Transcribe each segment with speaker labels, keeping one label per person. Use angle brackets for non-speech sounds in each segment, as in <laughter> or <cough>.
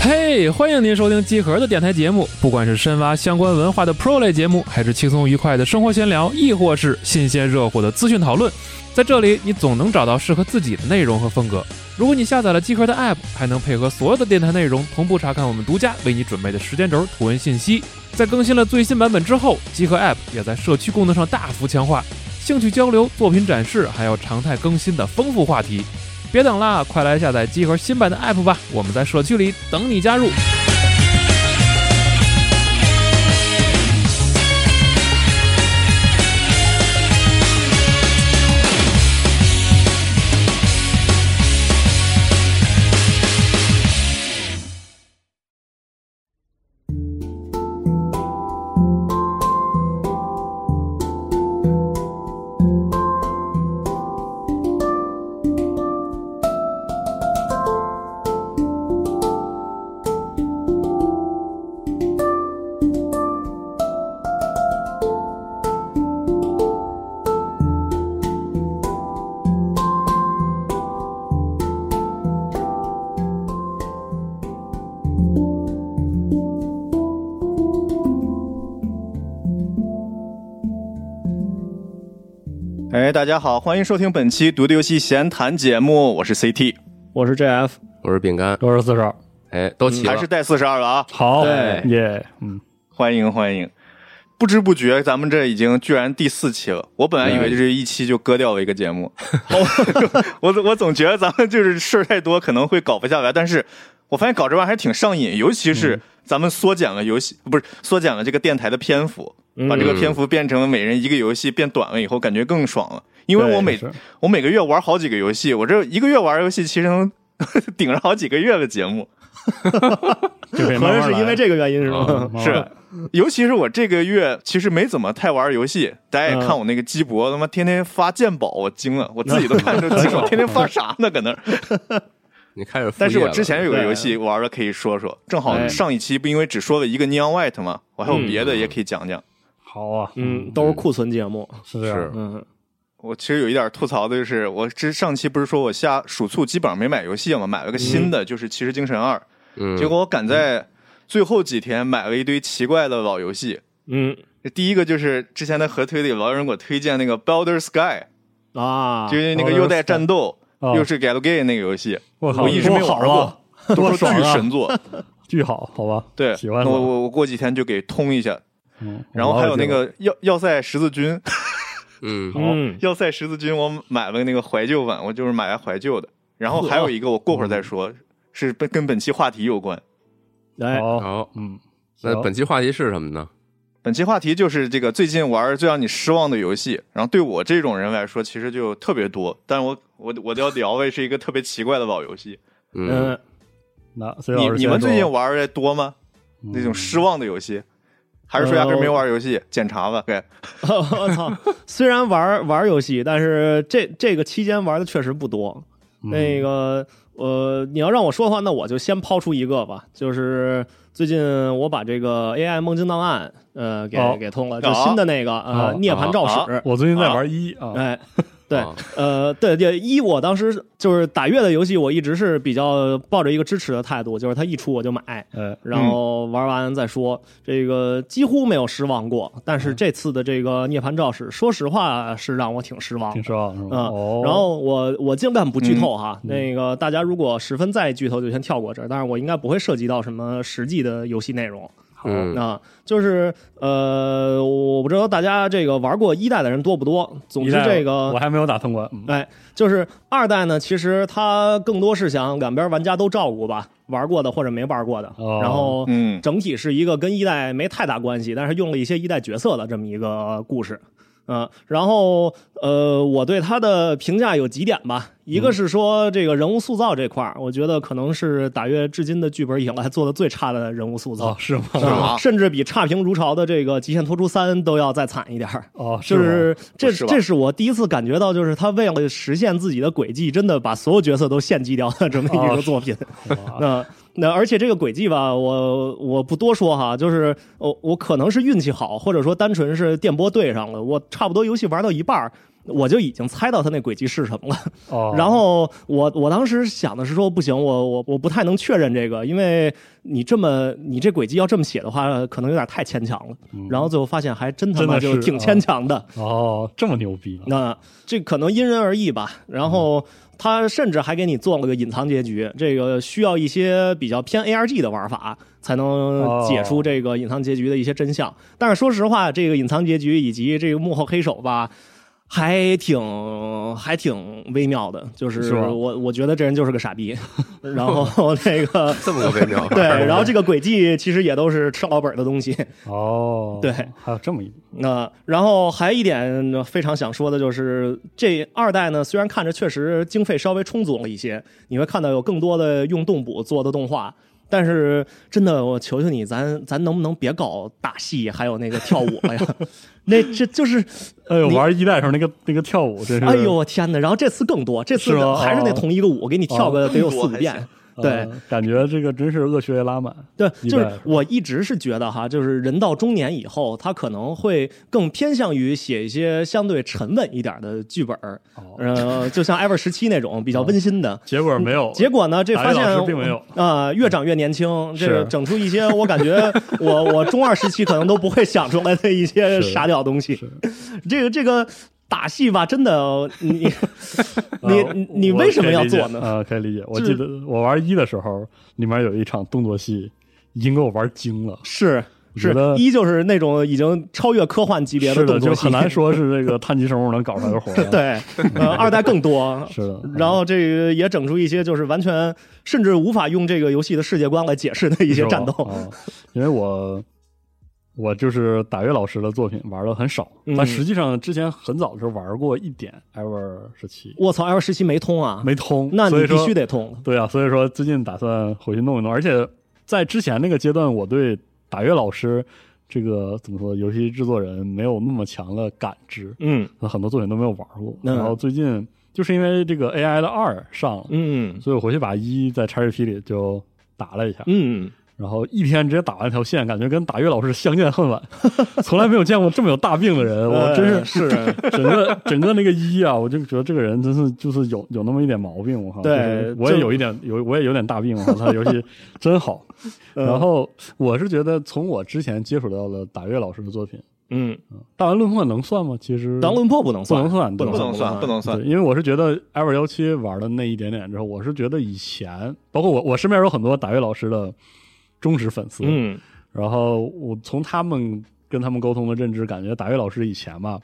Speaker 1: 嘿欢迎您收听机壳的电台节目，不管是深挖相关文化的 Pro 类节目，还是轻松愉快的生活闲聊，亦或是新鲜热乎的资讯讨论，在这里你总能找到适合自己的内容和风格。如果你下载了机壳的 App，还能配合所有的电台内容同步查看我们独家为你准备的时间轴、图文信息。在更新了最新版本之后，机壳 App 也在社区功能上大幅强化，兴趣交流、作品展示，还有常态更新的丰富话题。别等啦，快来下载机核新版的 App 吧！我们在社区里等你加入。
Speaker 2: 哎，大家好，欢迎收听本期《独立游戏闲谈》节目，我是 CT，
Speaker 3: 我是 JF，
Speaker 4: 我是饼干，
Speaker 3: 我是四少，
Speaker 4: 哎，都齐
Speaker 2: 嗯
Speaker 4: 了，
Speaker 2: 还是带四十二了啊！
Speaker 3: 好
Speaker 2: 对
Speaker 3: 耶，嗯，
Speaker 2: 欢迎欢迎！不知不觉，咱们这已经居然第四期了。我本来以为这一期就割掉了一个节目，
Speaker 3: 哎
Speaker 2: 我 <laughs> 我我总觉得咱们就是事儿太多，可能会搞不下来。但是我发现搞这玩意儿还挺上瘾，尤其
Speaker 3: 嗯
Speaker 2: 是咱们缩减了游戏，不是缩减了这个电台的篇幅，把
Speaker 3: 嗯
Speaker 2: 这个篇幅变成每人一个游戏变短了以后，感觉更爽了。因为我每
Speaker 3: 对是
Speaker 2: 我每个月玩好几个游戏，我这一个月玩游戏其实能 <laughs> 顶上好几个月的节目。
Speaker 3: 就可以
Speaker 5: <laughs> 可
Speaker 3: 慢慢
Speaker 5: 能
Speaker 3: 来
Speaker 5: 是因为这个原因是吗？
Speaker 3: 慢慢
Speaker 2: 是
Speaker 3: 来，
Speaker 2: 尤其是我这个月其实没怎么太玩游戏，大家也看我那个鸡博，他妈天天发鉴宝，我惊了，我自己都看着惊
Speaker 5: <laughs>
Speaker 2: 了，天天发啥呢？搁那儿。
Speaker 4: 你开始副业了，
Speaker 2: 但是我之前有个
Speaker 5: 对
Speaker 2: 游戏玩了，可以说说。正好
Speaker 5: 哎
Speaker 2: 上一期不因为只说了一个 Neon White 嘛，我还有别的也可以讲讲。
Speaker 3: 好啊，
Speaker 5: 嗯，都是库存节目。
Speaker 3: 是这样
Speaker 4: 是，
Speaker 5: 嗯，
Speaker 2: 我其实有一点吐槽的就是，我之上期不是说我下暑促基本上没买游戏嘛，买了个新
Speaker 5: 嗯
Speaker 2: 的，就是《骑士精神二》，
Speaker 4: 嗯，
Speaker 2: 结果我赶在最后几天买了一堆奇怪的老游戏。
Speaker 5: 嗯
Speaker 2: 第一个就是之前的合推里老有人给我推荐那个《Baldur Sky》，
Speaker 5: 啊，
Speaker 2: 就是那个又带战斗，
Speaker 3: 哦
Speaker 2: 又是 g a l g a y 那个游戏，
Speaker 3: 我靠，
Speaker 2: 我一直没有
Speaker 3: 多好
Speaker 2: 玩
Speaker 3: 啊，
Speaker 2: 过，都说
Speaker 3: 多爽
Speaker 2: 巨
Speaker 3: 啊，
Speaker 2: 神作。
Speaker 3: 巨好，好吧，
Speaker 2: 对，
Speaker 3: 喜欢
Speaker 2: 那
Speaker 3: 吗
Speaker 2: 我我我过几天就给通一下。
Speaker 3: 嗯
Speaker 2: 然后还有那，个要要塞十字军， <laughs>
Speaker 4: 嗯，
Speaker 5: 嗯，
Speaker 2: 要塞十字军我买了那个怀旧版，我就是买来怀旧的。然后还有一个我过会儿再说，
Speaker 3: 嗯
Speaker 2: 是跟跟本期话题有关。
Speaker 5: 哎，
Speaker 3: 好，
Speaker 4: 好，
Speaker 3: 嗯，
Speaker 4: 那本期话题是什么呢？
Speaker 2: 本期话题就是这个最近玩最让你失望的游戏，然后对我这种人来说其实就特别多，但我我我要聊的是一个特别奇怪的老游戏。
Speaker 4: 嗯，
Speaker 5: 嗯，
Speaker 3: 那
Speaker 2: 你你们最近玩的多吗？那
Speaker 3: 那
Speaker 2: 种失望的游戏，还是说压根儿没玩游戏？检查吧，对，
Speaker 5: <laughs> 我操！虽然玩玩游戏，但是这这个期间玩的确实不多。
Speaker 1: 嗯
Speaker 5: 那
Speaker 3: 嗯
Speaker 5: 个呃，你要让我说的话，那我就先抛出一个吧，就是最近我把这个 AI 梦境档案呃给
Speaker 3: 哦
Speaker 5: 给通了，就是新的那个呃
Speaker 3: 哦
Speaker 5: 涅槃照
Speaker 2: 啊
Speaker 5: 史。
Speaker 3: 我最近在玩一啊，
Speaker 5: 哎，对
Speaker 4: 啊，
Speaker 5: 呃，对对，一我当时就是打月的游戏，我一直是比较抱着一个支持的态度，就是它一出我就买，
Speaker 3: 哎，
Speaker 5: 然后玩完再说。这个几乎没有失望过，但是这次的这个涅槃照史，说实话是让我挺失望的
Speaker 3: 挺。失望是吗？
Speaker 5: 嗯
Speaker 3: 哦，嗯
Speaker 5: 然后我我尽量不剧透哈，那个大家如果十分在意剧透就先跳过这儿，但是我应该不会涉及到什么实际的游戏内容。
Speaker 4: 嗯，
Speaker 5: 啊，就是呃，我不知道大家这个玩过一代的人多不多。总
Speaker 3: 一
Speaker 5: 之，
Speaker 3: 代
Speaker 5: 这个
Speaker 3: 我还没有打通关，嗯
Speaker 5: 哎，就是二代呢，其实它更多是想两边玩家都照顾吧，玩过的或者没玩过的，
Speaker 3: 哦
Speaker 5: 然后
Speaker 2: 嗯
Speaker 5: 整体是一个跟一代没太大关系，但是用了一些一代角色的这么一个故事。嗯，然后呃，我对它的评价有几点吧，一
Speaker 3: 嗯
Speaker 5: 个是说这个人物塑造这块儿，我觉得可能是打月至今的剧本以来做的最差的人物塑造啊
Speaker 3: 哦，，是吗？
Speaker 2: 吗
Speaker 5: 甚至比差评如潮的这个《极限脱出三》都要再惨一点儿。
Speaker 3: 哦，
Speaker 5: 就是是这
Speaker 2: 是吧
Speaker 5: 这是我第一次感觉到，就是他为了实现自己的轨迹，真的把所有角色都献祭掉了这么一个作品。
Speaker 3: 吗
Speaker 5: <laughs>
Speaker 3: <laughs> 哇
Speaker 5: 那那而且这个轨迹吧，我我不多说哈，就是我我可能是运气好，或者说单纯是电波对上了。我差不多游戏玩到一半儿，我就已经猜到他那轨迹是什么了。
Speaker 3: 哦，
Speaker 5: 然后我我当时想的是说，不行，我我我不太能确认这个，因为你这么你这轨迹要这么写的话，可能有点太牵强了。
Speaker 3: 嗯
Speaker 5: 然后最后发现还真他妈
Speaker 3: 真的啊
Speaker 5: 就是挺牵强的。
Speaker 3: 哦，这么牛 <laughs> 逼，
Speaker 5: 啊那这可能因人而异吧。然后他甚至还给你做了个隐藏结局，这个需要一些比较偏 ARG 的玩法才能解出这个隐藏结局的一些真相。但是说实话，这个隐藏结局以及这个幕后黑手吧。还挺还挺微妙的，就是
Speaker 3: 是吧
Speaker 5: 我我觉得这人就是个傻逼，然后那个
Speaker 4: 这么个微妙
Speaker 5: 对，然后这个轨迹其实也都是吃老本儿的东西，
Speaker 3: 哦，
Speaker 5: 对
Speaker 3: 还有这么一个，
Speaker 5: 那然后还一点非常想说的就是，这二代呢，虽然看着确实经费稍微充足了一些，你会看到有更多的用动捕做的动画，但是真的，我求求你，咱咱能不能别搞打戏，还有那个跳舞了呀？ <laughs> 那这就是，
Speaker 3: 哎呦，
Speaker 5: 你
Speaker 3: 玩一代时候那个那个跳舞真是，
Speaker 5: 哎呦，我天哪！然后这次更多，这次
Speaker 3: 是吗
Speaker 5: 还是那同一个舞，给你跳个得有
Speaker 2: 哦
Speaker 5: 四五遍。
Speaker 3: 呃，
Speaker 5: 对
Speaker 3: 感觉这个真是恶学拉满，
Speaker 5: 对，就
Speaker 3: 一
Speaker 5: 是
Speaker 3: 般
Speaker 5: 我一直是觉得哈，就是人到中年以后，他可能会更偏向于写一些相对沉稳一点的剧本儿，
Speaker 3: 哦
Speaker 5: 呃，就像《艾文十七》那种比较温馨的。
Speaker 3: 结果没有，
Speaker 5: 结果呢？这
Speaker 3: 打
Speaker 5: 发
Speaker 3: 哦野老
Speaker 5: 现
Speaker 3: 师并没有嗯
Speaker 5: 啊、越长越年轻，这个
Speaker 3: 是
Speaker 5: 整出一些我感觉我我中二时期可能都不会想出来的一些
Speaker 3: 是
Speaker 5: 傻屌东西。这个这个打戏吧，真的你 <laughs> 你
Speaker 3: 呃
Speaker 5: 你你
Speaker 3: 我
Speaker 5: 为什么
Speaker 3: 可以
Speaker 5: 要
Speaker 3: 理解
Speaker 5: 做呢
Speaker 3: 啊、可以理解。我
Speaker 5: 就是
Speaker 3: 记得我玩一的时候，里面有一场动作戏，已经给我玩惊了。
Speaker 5: 是
Speaker 3: 我觉
Speaker 5: 是
Speaker 3: 得
Speaker 5: 一就是那种已经超越科幻级别
Speaker 3: 是
Speaker 5: 动
Speaker 3: 的，
Speaker 5: 作
Speaker 3: 就
Speaker 5: 戏，<laughs>
Speaker 3: 很难说是这个碳基生物能搞出来的活 <laughs> 儿。，。
Speaker 5: 对，呃，二代更多
Speaker 3: <laughs> 是的。
Speaker 5: 然后这个也整出一些就是完全甚至无法用这个游戏的世界观来解释的一
Speaker 3: 一
Speaker 5: 些战斗，
Speaker 3: 啊，因为我我就是打月老师的作品玩的很少，
Speaker 5: 嗯
Speaker 3: 但实际上之前很早的时候玩过一点 Ever 十七，
Speaker 5: 我操，L 十七没通啊！
Speaker 3: 没通，
Speaker 5: 那
Speaker 3: 所
Speaker 5: 你
Speaker 3: 以说
Speaker 5: 必须得通。
Speaker 3: 对啊，所以说最近打算回去弄一弄，而且在之前那个阶段，我对打乐老师这个怎么说，游戏制作人没有那么强的感知，
Speaker 5: 嗯
Speaker 3: 他很多作品都没有玩过。
Speaker 5: 嗯
Speaker 3: 然后最近就是因为这个 AI 的二上了，
Speaker 5: 嗯
Speaker 3: 所以我回去把一在 XGP 里就打了一下，
Speaker 5: 嗯，
Speaker 3: 然后一天直接打完一条线，感觉跟打乐老师相见恨晚， <laughs> 从来没有见过这么有大病的人，我真是
Speaker 5: 呃是
Speaker 3: 整个整个那个一啊，我就觉得这个人真是就是有有那么一点毛病，我靠，
Speaker 5: 对
Speaker 3: 就是我也
Speaker 5: 就
Speaker 3: 有一点有我也有点大病，我靠，他游戏
Speaker 5: <laughs>
Speaker 3: 真好。
Speaker 5: 嗯
Speaker 3: 然后我是觉得从我之前接触到了打月老师的作品，
Speaker 5: <laughs> <laughs> 嗯，
Speaker 3: 大文论破能算吗？其实
Speaker 5: 当论破不能
Speaker 3: 不
Speaker 5: 算，
Speaker 3: 能算，
Speaker 5: 不
Speaker 2: 不能
Speaker 5: 算
Speaker 2: 算，不能算哎
Speaker 3: 对，。因为我是觉得 Ever 幺七玩的那一点点之后，我是觉得以前包括我我身边有很多打月老师的忠实粉丝，
Speaker 5: 嗯
Speaker 3: 然后我从他们跟他们沟通的认知，感觉打月老师以前吧，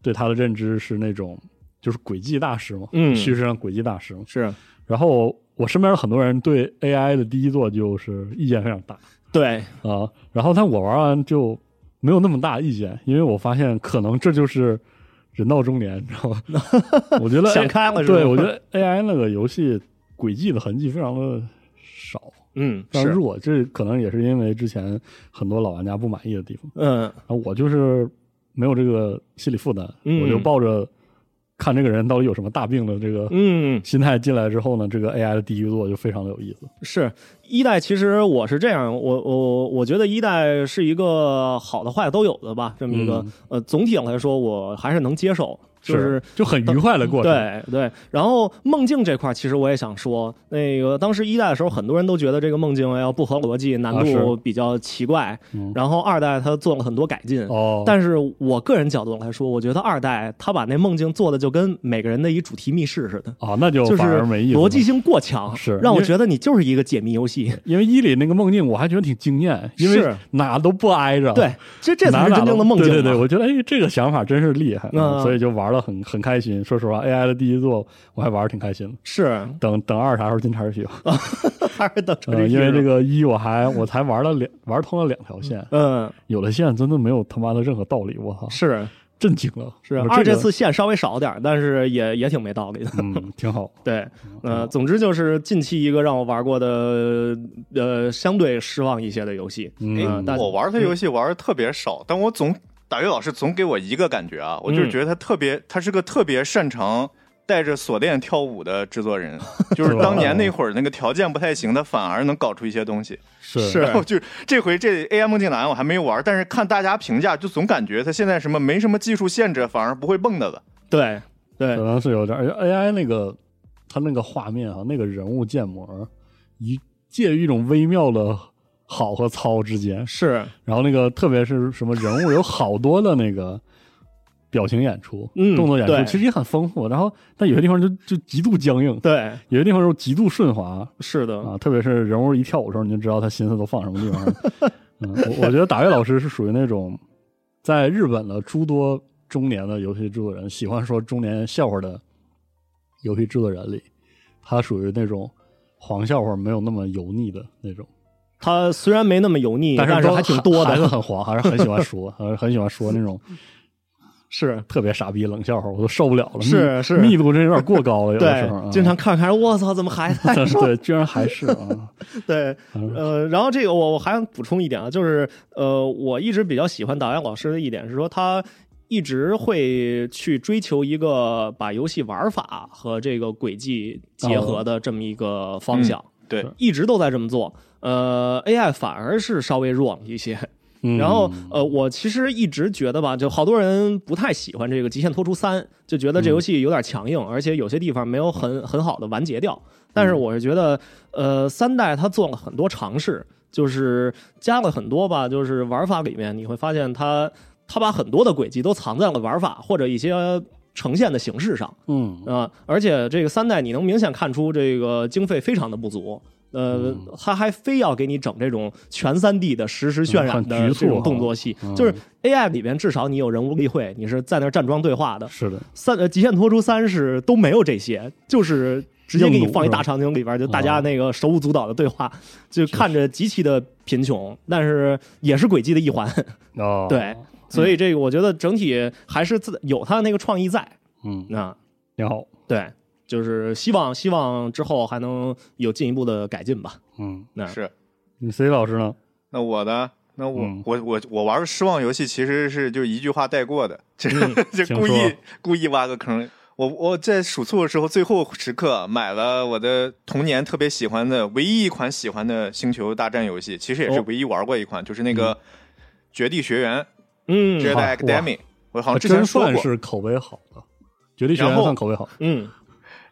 Speaker 3: 对他的认知是那种就是轨迹大师嘛，
Speaker 5: 嗯
Speaker 3: 叙事上轨迹大师嘛。
Speaker 5: 是
Speaker 3: 然后我我身边的很多人对 AI 的第一作就是意见非常大
Speaker 5: 对，
Speaker 3: 啊，然后但我玩完就没有那么大意见，因为我发现可能这就是人到中年，你知道
Speaker 5: <laughs>
Speaker 3: 吗？我觉得
Speaker 5: 想开了是吧？
Speaker 3: 对，我觉得 AI 那个游戏轨迹的痕迹非常的少。
Speaker 5: 嗯
Speaker 3: 非常
Speaker 5: 是
Speaker 3: 弱，这可能也是因为之前很多老玩家不满意的地方。
Speaker 5: 嗯
Speaker 3: 然后我就是没有这个心理负担，
Speaker 5: 嗯
Speaker 3: 我就抱着看这个人到底有什么大病的这个
Speaker 5: 嗯
Speaker 3: <laughs> 心态进来之后呢，这个 AI 的第一作就非常的有意思。
Speaker 5: 是一代，其实我是这样，我我我觉得一代是一个好的坏的都有的吧，这么一个、
Speaker 3: 嗯
Speaker 5: 呃，总体来说我还是能接受，就是
Speaker 3: 就很愉快的过程。
Speaker 5: 对对，然后梦境这块，其实我也想说，那个当时一代的时候，很多人都觉得这个梦境要不合逻辑，难
Speaker 3: 啊
Speaker 5: 度
Speaker 3: 是
Speaker 5: 比较奇怪。
Speaker 3: 嗯
Speaker 5: 然后二代它做了很多改进，
Speaker 3: 哦，
Speaker 5: 但是我个人角度来说，我觉得二代它把那梦境做的就跟每个人的一主题密室似的，
Speaker 3: 啊，那就
Speaker 5: 就是
Speaker 3: 反而没意思了。
Speaker 5: 逻辑性过强，
Speaker 3: 是
Speaker 5: 让我
Speaker 3: 因为
Speaker 5: 觉得你就是一个解谜游戏。
Speaker 3: 因为一里那个梦境我还觉得挺惊艳，因为
Speaker 5: 是
Speaker 3: 哪都不挨着。
Speaker 5: 对，这这
Speaker 3: 哪
Speaker 5: 才是
Speaker 3: 哪
Speaker 5: 真
Speaker 3: 都
Speaker 5: 正的梦境嘛。
Speaker 3: 对对对，我觉得哎，这个想法真是厉害，
Speaker 5: 嗯
Speaker 3: 所以就玩的很很开心。说实话，AI 的第一作我还玩的挺开心的。
Speaker 5: 是
Speaker 3: 等等二啥时候进 XGP 吧。
Speaker 5: 还是等成
Speaker 3: 呃，
Speaker 5: <laughs> 这
Speaker 3: 因为这
Speaker 5: 个，
Speaker 3: 个一我还我才玩了两玩通了两条线，
Speaker 5: 嗯，
Speaker 3: 有的线真的没有他妈的任何道理，我操，
Speaker 5: 是
Speaker 3: 震惊了！
Speaker 5: 是，啊
Speaker 3: 我
Speaker 5: 二
Speaker 3: 这
Speaker 5: 这
Speaker 3: 个
Speaker 5: 次线稍微少点儿，但是也也挺没道理的。
Speaker 3: 嗯挺
Speaker 5: <laughs>
Speaker 3: 好，
Speaker 5: 对，呃，总之就是近期一个让我玩过的，呃，相对失望一些的游戏。
Speaker 3: 嗯
Speaker 5: 但
Speaker 2: 我玩他游戏玩的特别少，但我总打月老师总给我一个感觉啊，我就是觉得他特别，他是个特别擅长带着锁链跳舞的制作人，就是当年那会儿那个条件不太行，他反而能搞出一些东西。
Speaker 3: 是
Speaker 5: 是
Speaker 2: 然后就这回这 AI 梦境栏我还没玩，但是看大家评价，就总感觉他现在什么没什么技术限制，反而不会蹦跶了。
Speaker 5: 对对
Speaker 3: 可，能是有点儿，而且 AI 那个它那个画面啊，那个人物建模，一介于一种微妙的好和糙之间。
Speaker 5: 是，
Speaker 3: 然后那个特别是什么人物有好多的那个表情演出、
Speaker 5: 嗯
Speaker 3: 动作演
Speaker 5: 对
Speaker 3: 出，其实也很丰富。然后但有些地方就就极度僵硬，
Speaker 5: 对，
Speaker 3: 有些地方就极度顺滑
Speaker 5: 是的，
Speaker 3: 啊，特别是人物一跳舞的时候，你就知道他心思都放什么地方了。嗯，我我觉得打月老师是属于那种在日本的诸多中年的游戏制作人喜欢说中年笑话的游戏制作人里，他属于那种黄笑话没有那么油腻的那种。
Speaker 5: 它虽然没那么油腻，但
Speaker 3: 是都
Speaker 5: 还挺多
Speaker 3: 孩子
Speaker 5: 的，
Speaker 3: 很黄，还是很喜欢说，还是很喜欢说那种
Speaker 5: 是
Speaker 3: 特别傻逼冷笑话，我都受不了了。
Speaker 5: 是
Speaker 3: 密
Speaker 5: 是
Speaker 3: 密度真有点过高了，有的时
Speaker 5: 对
Speaker 3: 候啊，
Speaker 5: 经常看着看着，我操，怎么还
Speaker 3: <laughs>
Speaker 5: 在说？
Speaker 3: 对，居然还是
Speaker 5: <laughs>
Speaker 3: 啊，
Speaker 5: 对，呃，然后这个我我还想补充一点啊，就是呃，我一直比较喜欢导演老师的一点是说他。一直会去追求一个把游戏玩法和这个轨迹结
Speaker 3: 哦
Speaker 5: 合的这么一个方向，
Speaker 2: 对，
Speaker 5: 一直都在这么做。呃，AI 反而是稍微弱了一些，<laughs>
Speaker 3: 嗯
Speaker 5: 然后呃，我其实一直觉得吧，就好多人不太喜欢这个《极限脱出三》，就觉得这游戏有点强硬，而且有些地方没有很很好的完结掉。但是我是觉得，呃，三代它做了很多尝试，就是加了很多吧，就是玩法里面你会发现它它把很多的轨迹都藏在了玩法或者一些呈现的形式上。
Speaker 3: 嗯
Speaker 5: 啊、而且这个三代你能明显看出这个经费非常的不足。
Speaker 3: 嗯
Speaker 5: 呃，他还非要给你整这种全三 D 的实时渲染
Speaker 3: 嗯很
Speaker 5: 的
Speaker 3: 局促
Speaker 5: 这种动作戏，
Speaker 3: 嗯
Speaker 5: 就是 AI 里边至少你有人物例会，你是在那儿站桩对话的。
Speaker 3: 是的，
Speaker 5: 三呃，《极限脱出三》是都没有这些，就是直接给你放一大场景里边，
Speaker 3: 嗯
Speaker 5: 就大
Speaker 3: 啊
Speaker 5: 家那个手舞足蹈的对话，就看着极其的贫穷，但是也是轨迹的一环。 <laughs>
Speaker 3: 哦，
Speaker 5: 对，所以这个我觉得整体还是自有它的那个创意在
Speaker 3: 嗯，
Speaker 5: 啊。
Speaker 3: 挺好，
Speaker 5: 对，就是希望希望之后还能有进一步的改进吧。
Speaker 3: 嗯，
Speaker 5: 那
Speaker 2: 是。
Speaker 3: 你 C 老师呢？
Speaker 2: 那我呢？那我、
Speaker 3: 嗯
Speaker 2: 我我我玩失望游戏其实是就一句话带过的，就是 <laughs> 就
Speaker 3: 嗯请
Speaker 2: 故
Speaker 3: 说
Speaker 2: 意故意挖个坑。我我在数促的时候，最后时刻买了我的童年特别喜欢的唯一一款喜欢的星球大战游戏，其实也是
Speaker 5: 哦
Speaker 2: 唯一玩过一款，就是那个《绝地学员》
Speaker 5: 嗯
Speaker 2: （Jedi
Speaker 3: 嗯哇
Speaker 2: Academy）。我好像之前
Speaker 3: 真
Speaker 2: 说
Speaker 3: 算
Speaker 2: 过，
Speaker 3: 是口碑好的，绝地学员
Speaker 2: 然后
Speaker 3: 算口碑好，
Speaker 5: 嗯，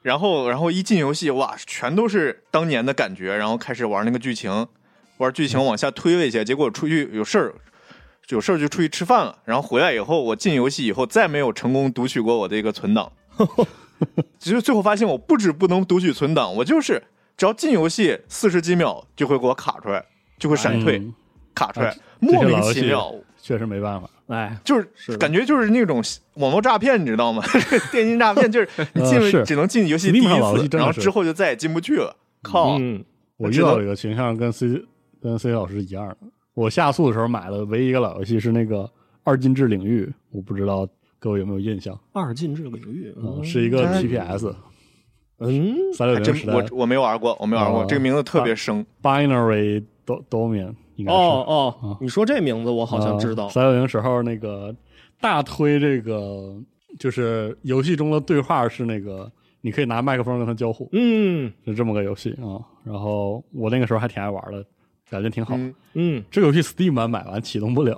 Speaker 2: 然后，然后一进游戏，哇，全都是当年的感觉，然后开始玩那个剧情，玩剧情往下推了一些，结果出去有事儿，有事儿就出去吃饭了，然后回来以后，我进游戏以后再没有成功读取过我的一个存
Speaker 3: <laughs>
Speaker 2: 档，只是最后发现我不止不能读取存档，我就是只要进游戏四十几秒就会给我卡出来，就会闪退、
Speaker 3: 嗯
Speaker 2: 卡出
Speaker 3: 啊
Speaker 2: 来，莫名其
Speaker 3: 这些
Speaker 2: 妙
Speaker 3: 老游，确实没办法，
Speaker 5: 哎，
Speaker 2: 就是感觉就是那种网络诈骗，你知道吗？ <laughs> 电信诈骗
Speaker 3: <laughs>
Speaker 2: 就是你进
Speaker 3: 呃是
Speaker 2: 了只能进游戏第
Speaker 3: Steam
Speaker 2: 一
Speaker 3: 上老游戏
Speaker 2: 次，
Speaker 3: 真的
Speaker 2: 然后
Speaker 3: 是
Speaker 2: 之后就再也进不去了。靠，
Speaker 5: 嗯，
Speaker 3: 我遇
Speaker 2: 知道
Speaker 3: 到有个群像跟 C 跟 C 老师一样的，我下宿的时候买的唯一一个老游戏是那个《二进制领域》，我不知道各位有没有印象
Speaker 5: 二进制领域
Speaker 3: 啊、是一个 PPS
Speaker 5: 嗯，
Speaker 3: 三六
Speaker 2: 还
Speaker 3: 零
Speaker 2: 真
Speaker 3: 时代
Speaker 2: 我我没玩过，我没玩过，
Speaker 3: 哦
Speaker 2: 这个名字特别生。
Speaker 3: Binary Do- Domain 应该是
Speaker 5: 哦哦
Speaker 3: 啊，
Speaker 5: 你说这名字我好像知道。
Speaker 3: 呃三六零时候那个大推这个就是游戏中的对话是那个你可以拿麦克风跟他交互，
Speaker 5: 嗯
Speaker 3: 是这么个游戏啊、然后我那个时候还挺爱玩的，感觉挺好。
Speaker 2: 嗯，
Speaker 5: 嗯，
Speaker 3: 这个游戏 Steam 版买完启动不了，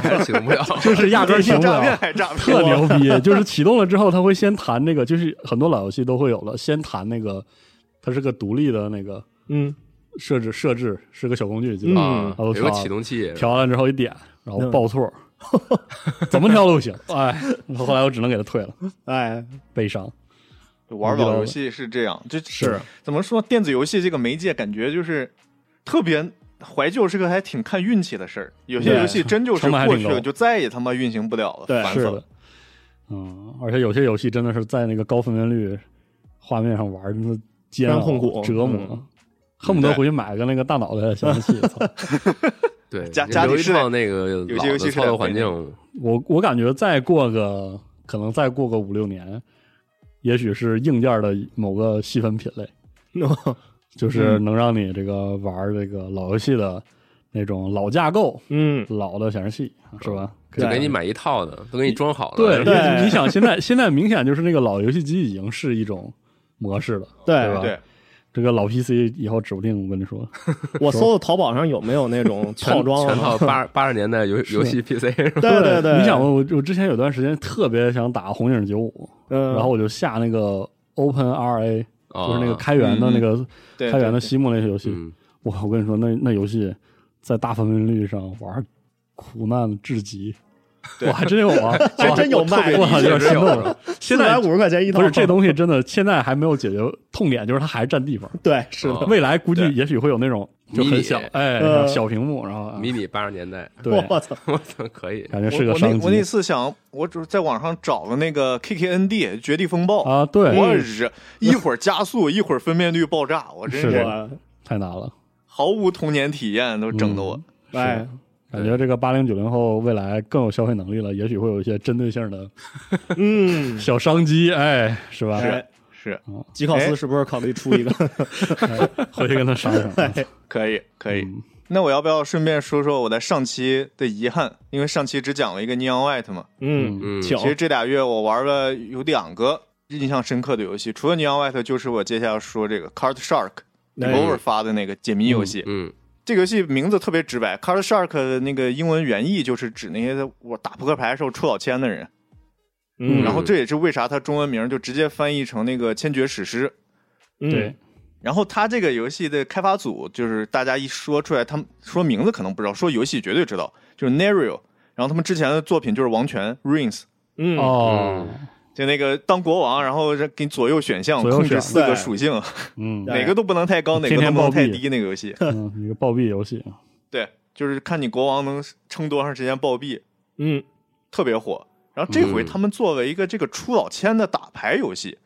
Speaker 4: 还是启动不了。啊
Speaker 3: 就是压根儿
Speaker 2: 比
Speaker 3: 启动不
Speaker 2: 诈骗
Speaker 3: 了。
Speaker 2: 还诈骗
Speaker 3: 特。牛逼， <laughs> 就是启动了之后，它会先弹那个，就是很多老游戏都会有了，先弹那个，它是个独立的那个
Speaker 5: 嗯
Speaker 3: 设置，设置是个小工具，记得
Speaker 4: 啊
Speaker 3: 吧？然后
Speaker 4: 有个
Speaker 3: 调
Speaker 4: 启动器，
Speaker 3: 调完之后一点，然后报错， <laughs> 怎么调都不行，哎，后来我只能给它退了，
Speaker 5: 哎，
Speaker 3: 悲伤。
Speaker 2: 玩老游戏是这样，就是怎么说？电子游戏这个媒介，感觉就是特别怀旧，是个还挺看运气的事儿。有些
Speaker 5: 对
Speaker 2: 游戏真就是
Speaker 3: 成本还
Speaker 2: 过
Speaker 3: 挺
Speaker 2: 去
Speaker 3: 高
Speaker 2: 了，就再也他妈运行不了了，
Speaker 5: 对
Speaker 2: 烦
Speaker 3: 是
Speaker 2: 死
Speaker 3: 的
Speaker 2: 了。，
Speaker 3: 嗯，而且有些游戏真的是在那个高分辨率画面上玩，真的煎
Speaker 5: 非
Speaker 3: 熬、
Speaker 5: 常痛苦
Speaker 3: 折磨，
Speaker 5: 嗯
Speaker 3: 恨不得
Speaker 2: 对
Speaker 3: 回去买个那个大脑袋显示器。操
Speaker 4: 对，
Speaker 2: 家
Speaker 4: 你
Speaker 2: 家
Speaker 4: 留
Speaker 2: 里
Speaker 4: 一
Speaker 2: 是得
Speaker 4: 套那个
Speaker 2: 有
Speaker 4: 老
Speaker 2: 些游
Speaker 4: 的
Speaker 2: 戏是
Speaker 4: 操作
Speaker 2: 得
Speaker 4: 环
Speaker 2: 配那
Speaker 4: 境，
Speaker 3: 我我感觉再过个可能再过个五六年，也许是硬件的某个细分品类，就是能让你这个玩这个老游戏的那种老架构、
Speaker 5: 嗯，
Speaker 3: 老的显示器，是吧？
Speaker 4: 就
Speaker 3: 可
Speaker 4: 给
Speaker 3: 以
Speaker 4: 你买一套的，都给你装好了。
Speaker 3: 对，
Speaker 5: 对
Speaker 3: 啊你你想现在现在明显就是那个老游戏机已经是一种模式了，
Speaker 5: 对
Speaker 3: 吧？
Speaker 2: 对，
Speaker 3: 这个老 PC 以后指不定，我跟你说，
Speaker 5: 我搜搜淘宝上有没有那种
Speaker 4: 全
Speaker 5: 套装
Speaker 4: 全
Speaker 5: 啊？
Speaker 4: 套八八十年代游游戏 PC 是吧？
Speaker 5: 对对对，
Speaker 3: <laughs> 你想我我之前有段时间特别想打红警九五，
Speaker 5: 嗯，
Speaker 3: 然后我就下那个 Open RA，就是那个
Speaker 4: 哦
Speaker 3: 开源的那
Speaker 5: 嗯
Speaker 3: 个
Speaker 2: 对，
Speaker 3: 开源
Speaker 2: 对
Speaker 3: 的西木那个游戏，
Speaker 4: 嗯，
Speaker 3: 我我跟你说，那那游戏在大分辨率上玩苦难至极，
Speaker 2: 对
Speaker 3: 我还真有
Speaker 5: <laughs>
Speaker 3: 玩，
Speaker 5: 还真有
Speaker 3: 我
Speaker 5: 卖
Speaker 3: 我有点心动了。
Speaker 5: 四
Speaker 3: 现
Speaker 5: 百
Speaker 3: 在
Speaker 5: 五十块钱一套，
Speaker 3: 不是这东西真的，现在还没有解决痛点，就是它还占地方。
Speaker 5: 对，是的，
Speaker 4: 哦
Speaker 3: 未来估计
Speaker 2: 嗯对
Speaker 3: 也许会有那种就很小
Speaker 4: 迷你，
Speaker 3: 哎，
Speaker 5: 呃
Speaker 3: 小屏幕，然后啊
Speaker 4: 迷你八十年代，
Speaker 3: 对，
Speaker 5: 我操，
Speaker 4: 我操，可以，
Speaker 3: 感觉
Speaker 2: 我
Speaker 3: 是个
Speaker 2: 我那
Speaker 3: 商
Speaker 2: 我那
Speaker 3: 机
Speaker 2: 次想，我只是在网上找了那个 KKND 绝地风暴，
Speaker 3: 啊！对，
Speaker 2: 我日，一会儿加速，一会儿分辨率爆炸，我真
Speaker 3: 是
Speaker 2: 是
Speaker 3: 的
Speaker 5: 我
Speaker 3: 太难了，
Speaker 2: 毫无童年体验，都整得我。
Speaker 3: 嗯
Speaker 5: 哎，
Speaker 3: 感觉这个八零九零后未来更有消费能力了，也许会有一些针对性的
Speaker 5: 嗯，
Speaker 3: 小商机，哎，是吧？
Speaker 5: 哎，
Speaker 2: 是
Speaker 5: 吉考斯
Speaker 2: 哎
Speaker 5: 是不是考虑
Speaker 3: <laughs>
Speaker 5: 出一个？
Speaker 3: 哎回去跟他商量。
Speaker 5: 哎
Speaker 2: 可以，可以。
Speaker 3: 嗯
Speaker 2: 那我要不要顺便说说我在上期的遗憾？因为上期只讲了一个 Neon White 嘛，
Speaker 5: <laughs> 嗯，
Speaker 4: 嗯，
Speaker 5: 请
Speaker 2: 其实这俩月我玩了有两个印象深刻的游戏，除了 Neon White，就是我接下来要说这个 Card Shark，你
Speaker 5: 哎
Speaker 2: 偶尔发的那个解谜游戏。
Speaker 4: 嗯
Speaker 2: 这个游戏名字特别直白，Card Shark 的那个英文原意就是指那些在我打扑克牌时候出老千的人。
Speaker 5: 嗯，
Speaker 2: 然后这也是为啥它中文名就直接翻译成那个《千绝史诗》。
Speaker 5: 嗯
Speaker 3: 对，
Speaker 2: 然后它这个游戏的开发组，就是大家一说出来，他们说名字可能不知道，说游戏绝对知道，就是 Nerio。然后他们之前的作品就是《王权》（Rings），
Speaker 5: 嗯，
Speaker 3: 哦，
Speaker 2: 就那个当国王，然后给你左右选项
Speaker 3: 左右
Speaker 2: 控制
Speaker 3: 选
Speaker 2: 四个
Speaker 5: 对
Speaker 2: 属性，
Speaker 3: 嗯
Speaker 5: 对
Speaker 2: 哪个都不能太高，哪
Speaker 3: 天
Speaker 2: 个都
Speaker 3: 天
Speaker 2: 不能太
Speaker 3: 暴毙
Speaker 2: 低。那个游
Speaker 3: <laughs>
Speaker 2: 戏，
Speaker 3: 嗯，一个暴毙游戏，
Speaker 2: 对，就是看你国王能撑多长时间暴毙，
Speaker 5: 嗯
Speaker 2: 特别火。然后这回
Speaker 4: 嗯
Speaker 2: 他们作为一个这个出老千的打牌游戏，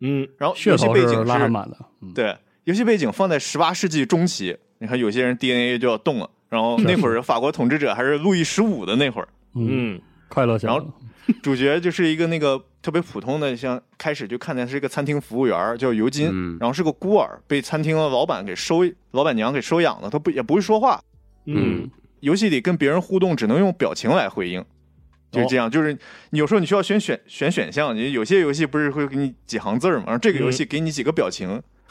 Speaker 5: 嗯
Speaker 2: 然后
Speaker 3: 噱
Speaker 2: 游戏
Speaker 3: 头
Speaker 2: 背景是
Speaker 3: 拉很满的。嗯，
Speaker 2: 对，游戏背景放在十八世纪中期，你看有些人 DNA 就要动了。然后那会儿法国统治者还是路易十五的那会儿，
Speaker 3: 嗯，
Speaker 5: 嗯
Speaker 3: 快乐小
Speaker 2: 然后主角就是一个那个特别普通的，像开始就看见是一个餐厅服务员儿叫尤金，
Speaker 4: 嗯
Speaker 2: 然后是个孤儿，被餐厅的老板给收，老板娘给收养了，他不也不会说话，
Speaker 5: 嗯，
Speaker 2: 游戏里跟别人互动只能用表情来回应，就是这样。就是你有时候你需要选选选选项，你有些游戏不是会给你几行字儿嘛，然后这个游戏给你几个表情， <laughs>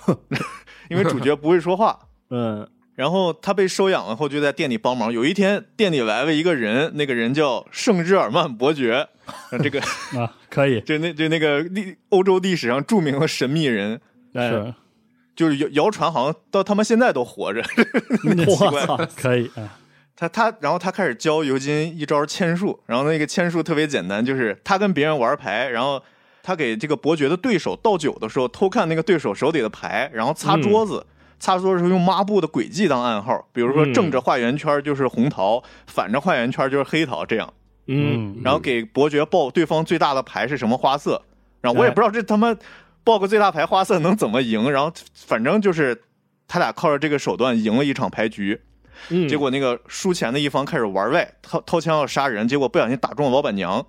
Speaker 2: 因为主角不会说话。
Speaker 3: <laughs>
Speaker 5: 嗯
Speaker 2: 然后他被收养了后，就在店里帮忙。有一天，店里来了一个人，那个人叫圣日耳曼伯爵， <laughs> 呃这个
Speaker 3: 啊，可以
Speaker 2: 就那就那个历欧洲历史上著名的神秘人，
Speaker 5: 哎
Speaker 3: 是，
Speaker 2: 就是谣谣传好像到他妈现在都活着。
Speaker 5: 我操，
Speaker 3: 可以啊，
Speaker 2: 他他，然后他开始教尤金一招签术，然后那个签术特别简单，就是他跟别人玩牌，然后他给这个伯爵的对手倒酒的时候，偷看那个对手手里的牌，然后擦桌子，擦桌子的时候用抹布的轨迹当暗号，比如说
Speaker 5: 嗯
Speaker 2: 正着画圆圈就是红桃，反着画圆圈就是黑桃，这样，
Speaker 5: 嗯
Speaker 3: 嗯，
Speaker 2: 然后给伯爵报对方最大的牌是什么花色，然后我也
Speaker 5: 哎
Speaker 2: 不知道这他妈报个最大牌花色能怎么赢，然后反正就是他俩靠着这个手段赢了一场牌局。
Speaker 5: 嗯，
Speaker 2: 结果那个输钱的一方开始玩外，掏掏枪要杀人，结果不小心打中了老板娘，
Speaker 4: 哦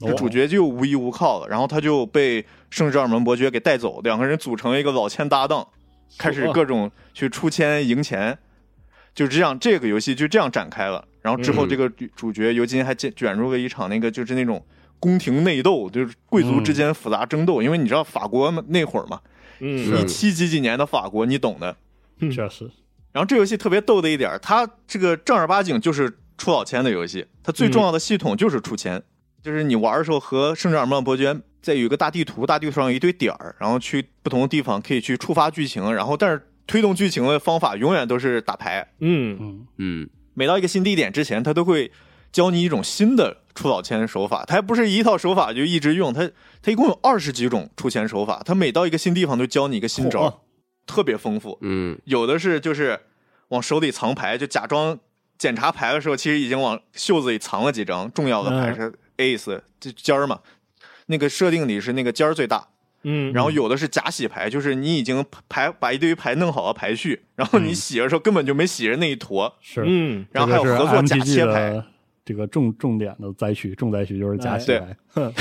Speaker 2: 这主角就无依无靠了，然后他就被圣日耳曼伯爵给带走，两个人组成了一个老千搭档，开始各种去出千赢钱，就这样，这个游戏就这样展开了。然后之后，
Speaker 4: 嗯
Speaker 2: 这个主主角尤金还卷卷入了一场那个就是那种宫廷内斗，就是贵族之间复杂争斗，因为你知道法国嘛那会儿嘛，
Speaker 5: 嗯
Speaker 4: 嗯是
Speaker 2: 一七几几年的法国，你懂的。
Speaker 3: 确实，
Speaker 2: 然后这游戏特别逗的一点儿，它这个正儿八经就是出老千的游戏，它最重要的系统就是出钱，就是你玩的时候和圣日耳曼伯爵在有一个大地图，大地图上有一堆点儿，然后去不同的地方可以去触发剧情，然后但是推动剧情的方法永远都是打牌，
Speaker 5: 嗯
Speaker 3: 嗯，
Speaker 4: 嗯
Speaker 2: 每到一个新地点之前，它都会教你一种新的出老千手法，它还不是一套手法就一直用，它它一共有二十几种出钱手法，它每到一个新地方都教你一个新
Speaker 5: 嚯
Speaker 2: 招，特别丰富。
Speaker 4: 嗯
Speaker 2: 有的是就是往手里藏牌，就假装检查牌的时候，其实已经往袖子里藏了几张重要的牌，
Speaker 5: 嗯
Speaker 2: 是 ace 这尖儿嘛。那个设定里是那个尖儿最大，
Speaker 5: 嗯，
Speaker 2: 然后有的是假洗牌，就是你已经牌把一堆牌弄好了排序，然后你洗的时候根本就没洗着那一坨，
Speaker 3: 是，
Speaker 5: 嗯
Speaker 2: 然后还有合作假切牌，哎
Speaker 3: 的这个重重点的灾区，重灾区就是假切牌，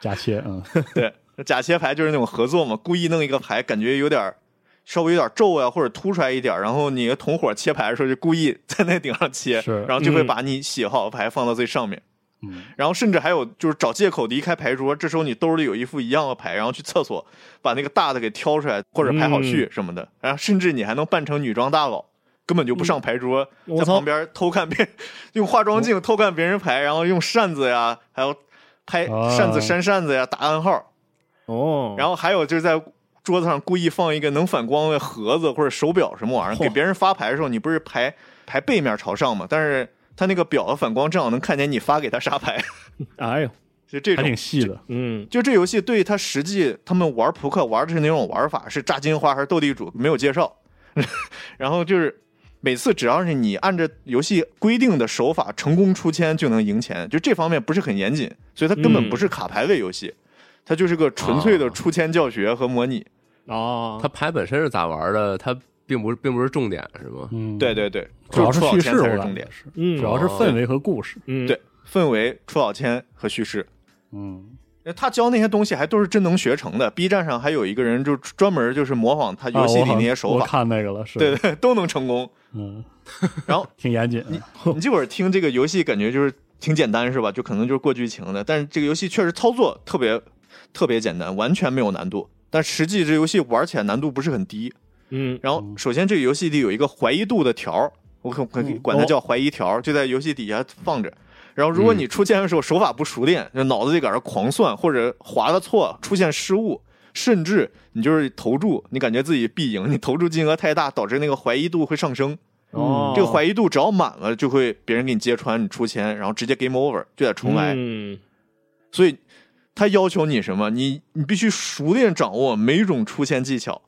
Speaker 3: 假切，嗯，
Speaker 2: 对，假切牌就是那种合作嘛，故意弄一个牌，感觉有点儿稍微有点皱啊呀、或者凸出来一点儿，然后你的同伙切牌的时候就故意在那顶上切，
Speaker 3: 是
Speaker 2: 然后就会
Speaker 5: 嗯
Speaker 2: 把你洗好的牌放到最上面。
Speaker 3: 嗯，
Speaker 2: 然后甚至还有就是找借口离开牌桌，这时候你兜里有一副一样的牌，然后去厕所把那个大的给挑出来，或者
Speaker 5: 嗯
Speaker 2: 排好序什么的，然后甚至你还能扮成女装大佬，根本就不上牌桌，
Speaker 5: 嗯
Speaker 2: 在
Speaker 5: 我操
Speaker 2: 旁边偷看别人，用化妆镜偷看别人牌，然后用扇子呀，还有拍
Speaker 3: 啊
Speaker 2: 扇子扇扇子呀，打暗号，
Speaker 5: 哦，
Speaker 2: 然后还有就是在。桌子上故意放一个能反光的盒子或者手表什么玩意儿，
Speaker 5: 嚯
Speaker 2: 给别人发牌的时候，你不是牌牌背面朝上嘛？但是他那个表的反光正好能看见你发给他啥牌，
Speaker 5: 哎呦，
Speaker 2: 就这
Speaker 3: 还
Speaker 2: 种
Speaker 3: 挺细的，
Speaker 5: 嗯，
Speaker 2: 就这游戏对他实际他们玩扑克玩的是哪种玩法，是炸金花还是斗地主，没有介绍。 <laughs> 然后就是每次只要是你按着游戏规定的手法成功出签就能赢钱，就这方面不是很严谨，所以它根本不是卡牌类游戏，它就是个纯粹的出签教学和模拟。
Speaker 5: 哦，
Speaker 4: 它牌本身是咋玩的？它并不是并不是重点，是吗？
Speaker 3: 嗯，
Speaker 2: 对，对对，
Speaker 3: 主要
Speaker 2: 就是是出好
Speaker 3: 叙
Speaker 2: 签
Speaker 3: 事，
Speaker 2: 才
Speaker 3: 我
Speaker 2: 是
Speaker 3: 感
Speaker 2: 重
Speaker 3: 觉
Speaker 2: 点。
Speaker 3: 是，
Speaker 5: 嗯，
Speaker 3: 主要是氛围和故事，
Speaker 5: 嗯，
Speaker 2: 对，氛围、出好签和叙事。
Speaker 3: 嗯，
Speaker 2: 他教那些东西还都是真能学成的，B 站上还有一个人就专门就是模仿他游戏里
Speaker 3: 啊我好
Speaker 2: 那
Speaker 3: 像
Speaker 2: 些手
Speaker 3: 我
Speaker 2: 法，
Speaker 3: 看那个了，是，
Speaker 2: 对，对，都能成功。
Speaker 3: 嗯，
Speaker 2: <laughs> 然后
Speaker 3: 挺严谨的，
Speaker 2: 你这会儿听这个游戏，感觉就是挺简单，是吧？就可能就是过剧情的，但是这个游戏确实操作特别特别简单，完全没有难度。但实际这游戏玩起来难度不是很低。
Speaker 5: 嗯，
Speaker 2: 然后，首先这个游戏里有一个怀疑度的条儿，我可可
Speaker 3: 嗯
Speaker 2: 管它叫怀疑条儿，就在游戏底下放着。然后，如果你出现的时候手法不熟练，就脑子里搁那狂算，或者划了错，出现失误，甚至你就是投注，你感觉自己 <laughs> 必赢，你投注金额太大，导致那个怀疑度会上升。
Speaker 5: 哦，
Speaker 2: 这个怀疑度只要满了，就会别人给你揭穿，你出钱，然后直接 game over，就得重来。
Speaker 5: 嗯，
Speaker 2: 所以他要求你什么？你你必须熟练掌握每种出钱技巧，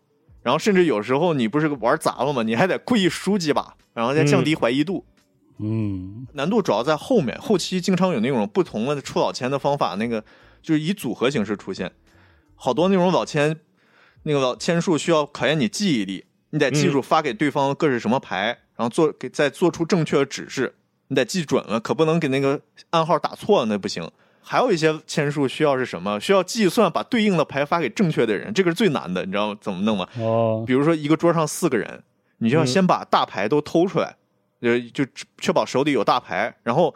Speaker 2: 然后甚至有时候你不是玩砸了吗？你还得故意输几把，然后再降低怀疑度。
Speaker 3: 嗯，
Speaker 2: 难度主要在后面，后期经常有那种不同的出老千的方法，那个就是以组合形式出现。好多那种老千，那个老千术需要考验你记忆力，你得记住发给对方各是什么牌，然后做给再做出正确的指示，你得记准了，可不能给那个暗号打错了，那不行。还有一些千术需要是什么？需要计算把对应的牌发给正确的人，这个是最难的，你知道怎么弄吗？
Speaker 3: 哦，
Speaker 2: 比如说一个桌上四个人，你就要先把大牌都偷出来，就就确保手里有大牌，然后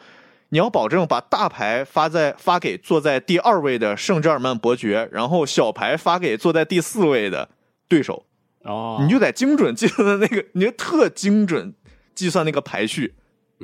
Speaker 2: 你要保证把大牌发在发给坐在第二位的圣日耳曼伯爵，然后小牌发给坐在第四位的对手，
Speaker 5: 哦，
Speaker 2: 你就得精准计算那个， <laughs> 你就特精准计算那个排序。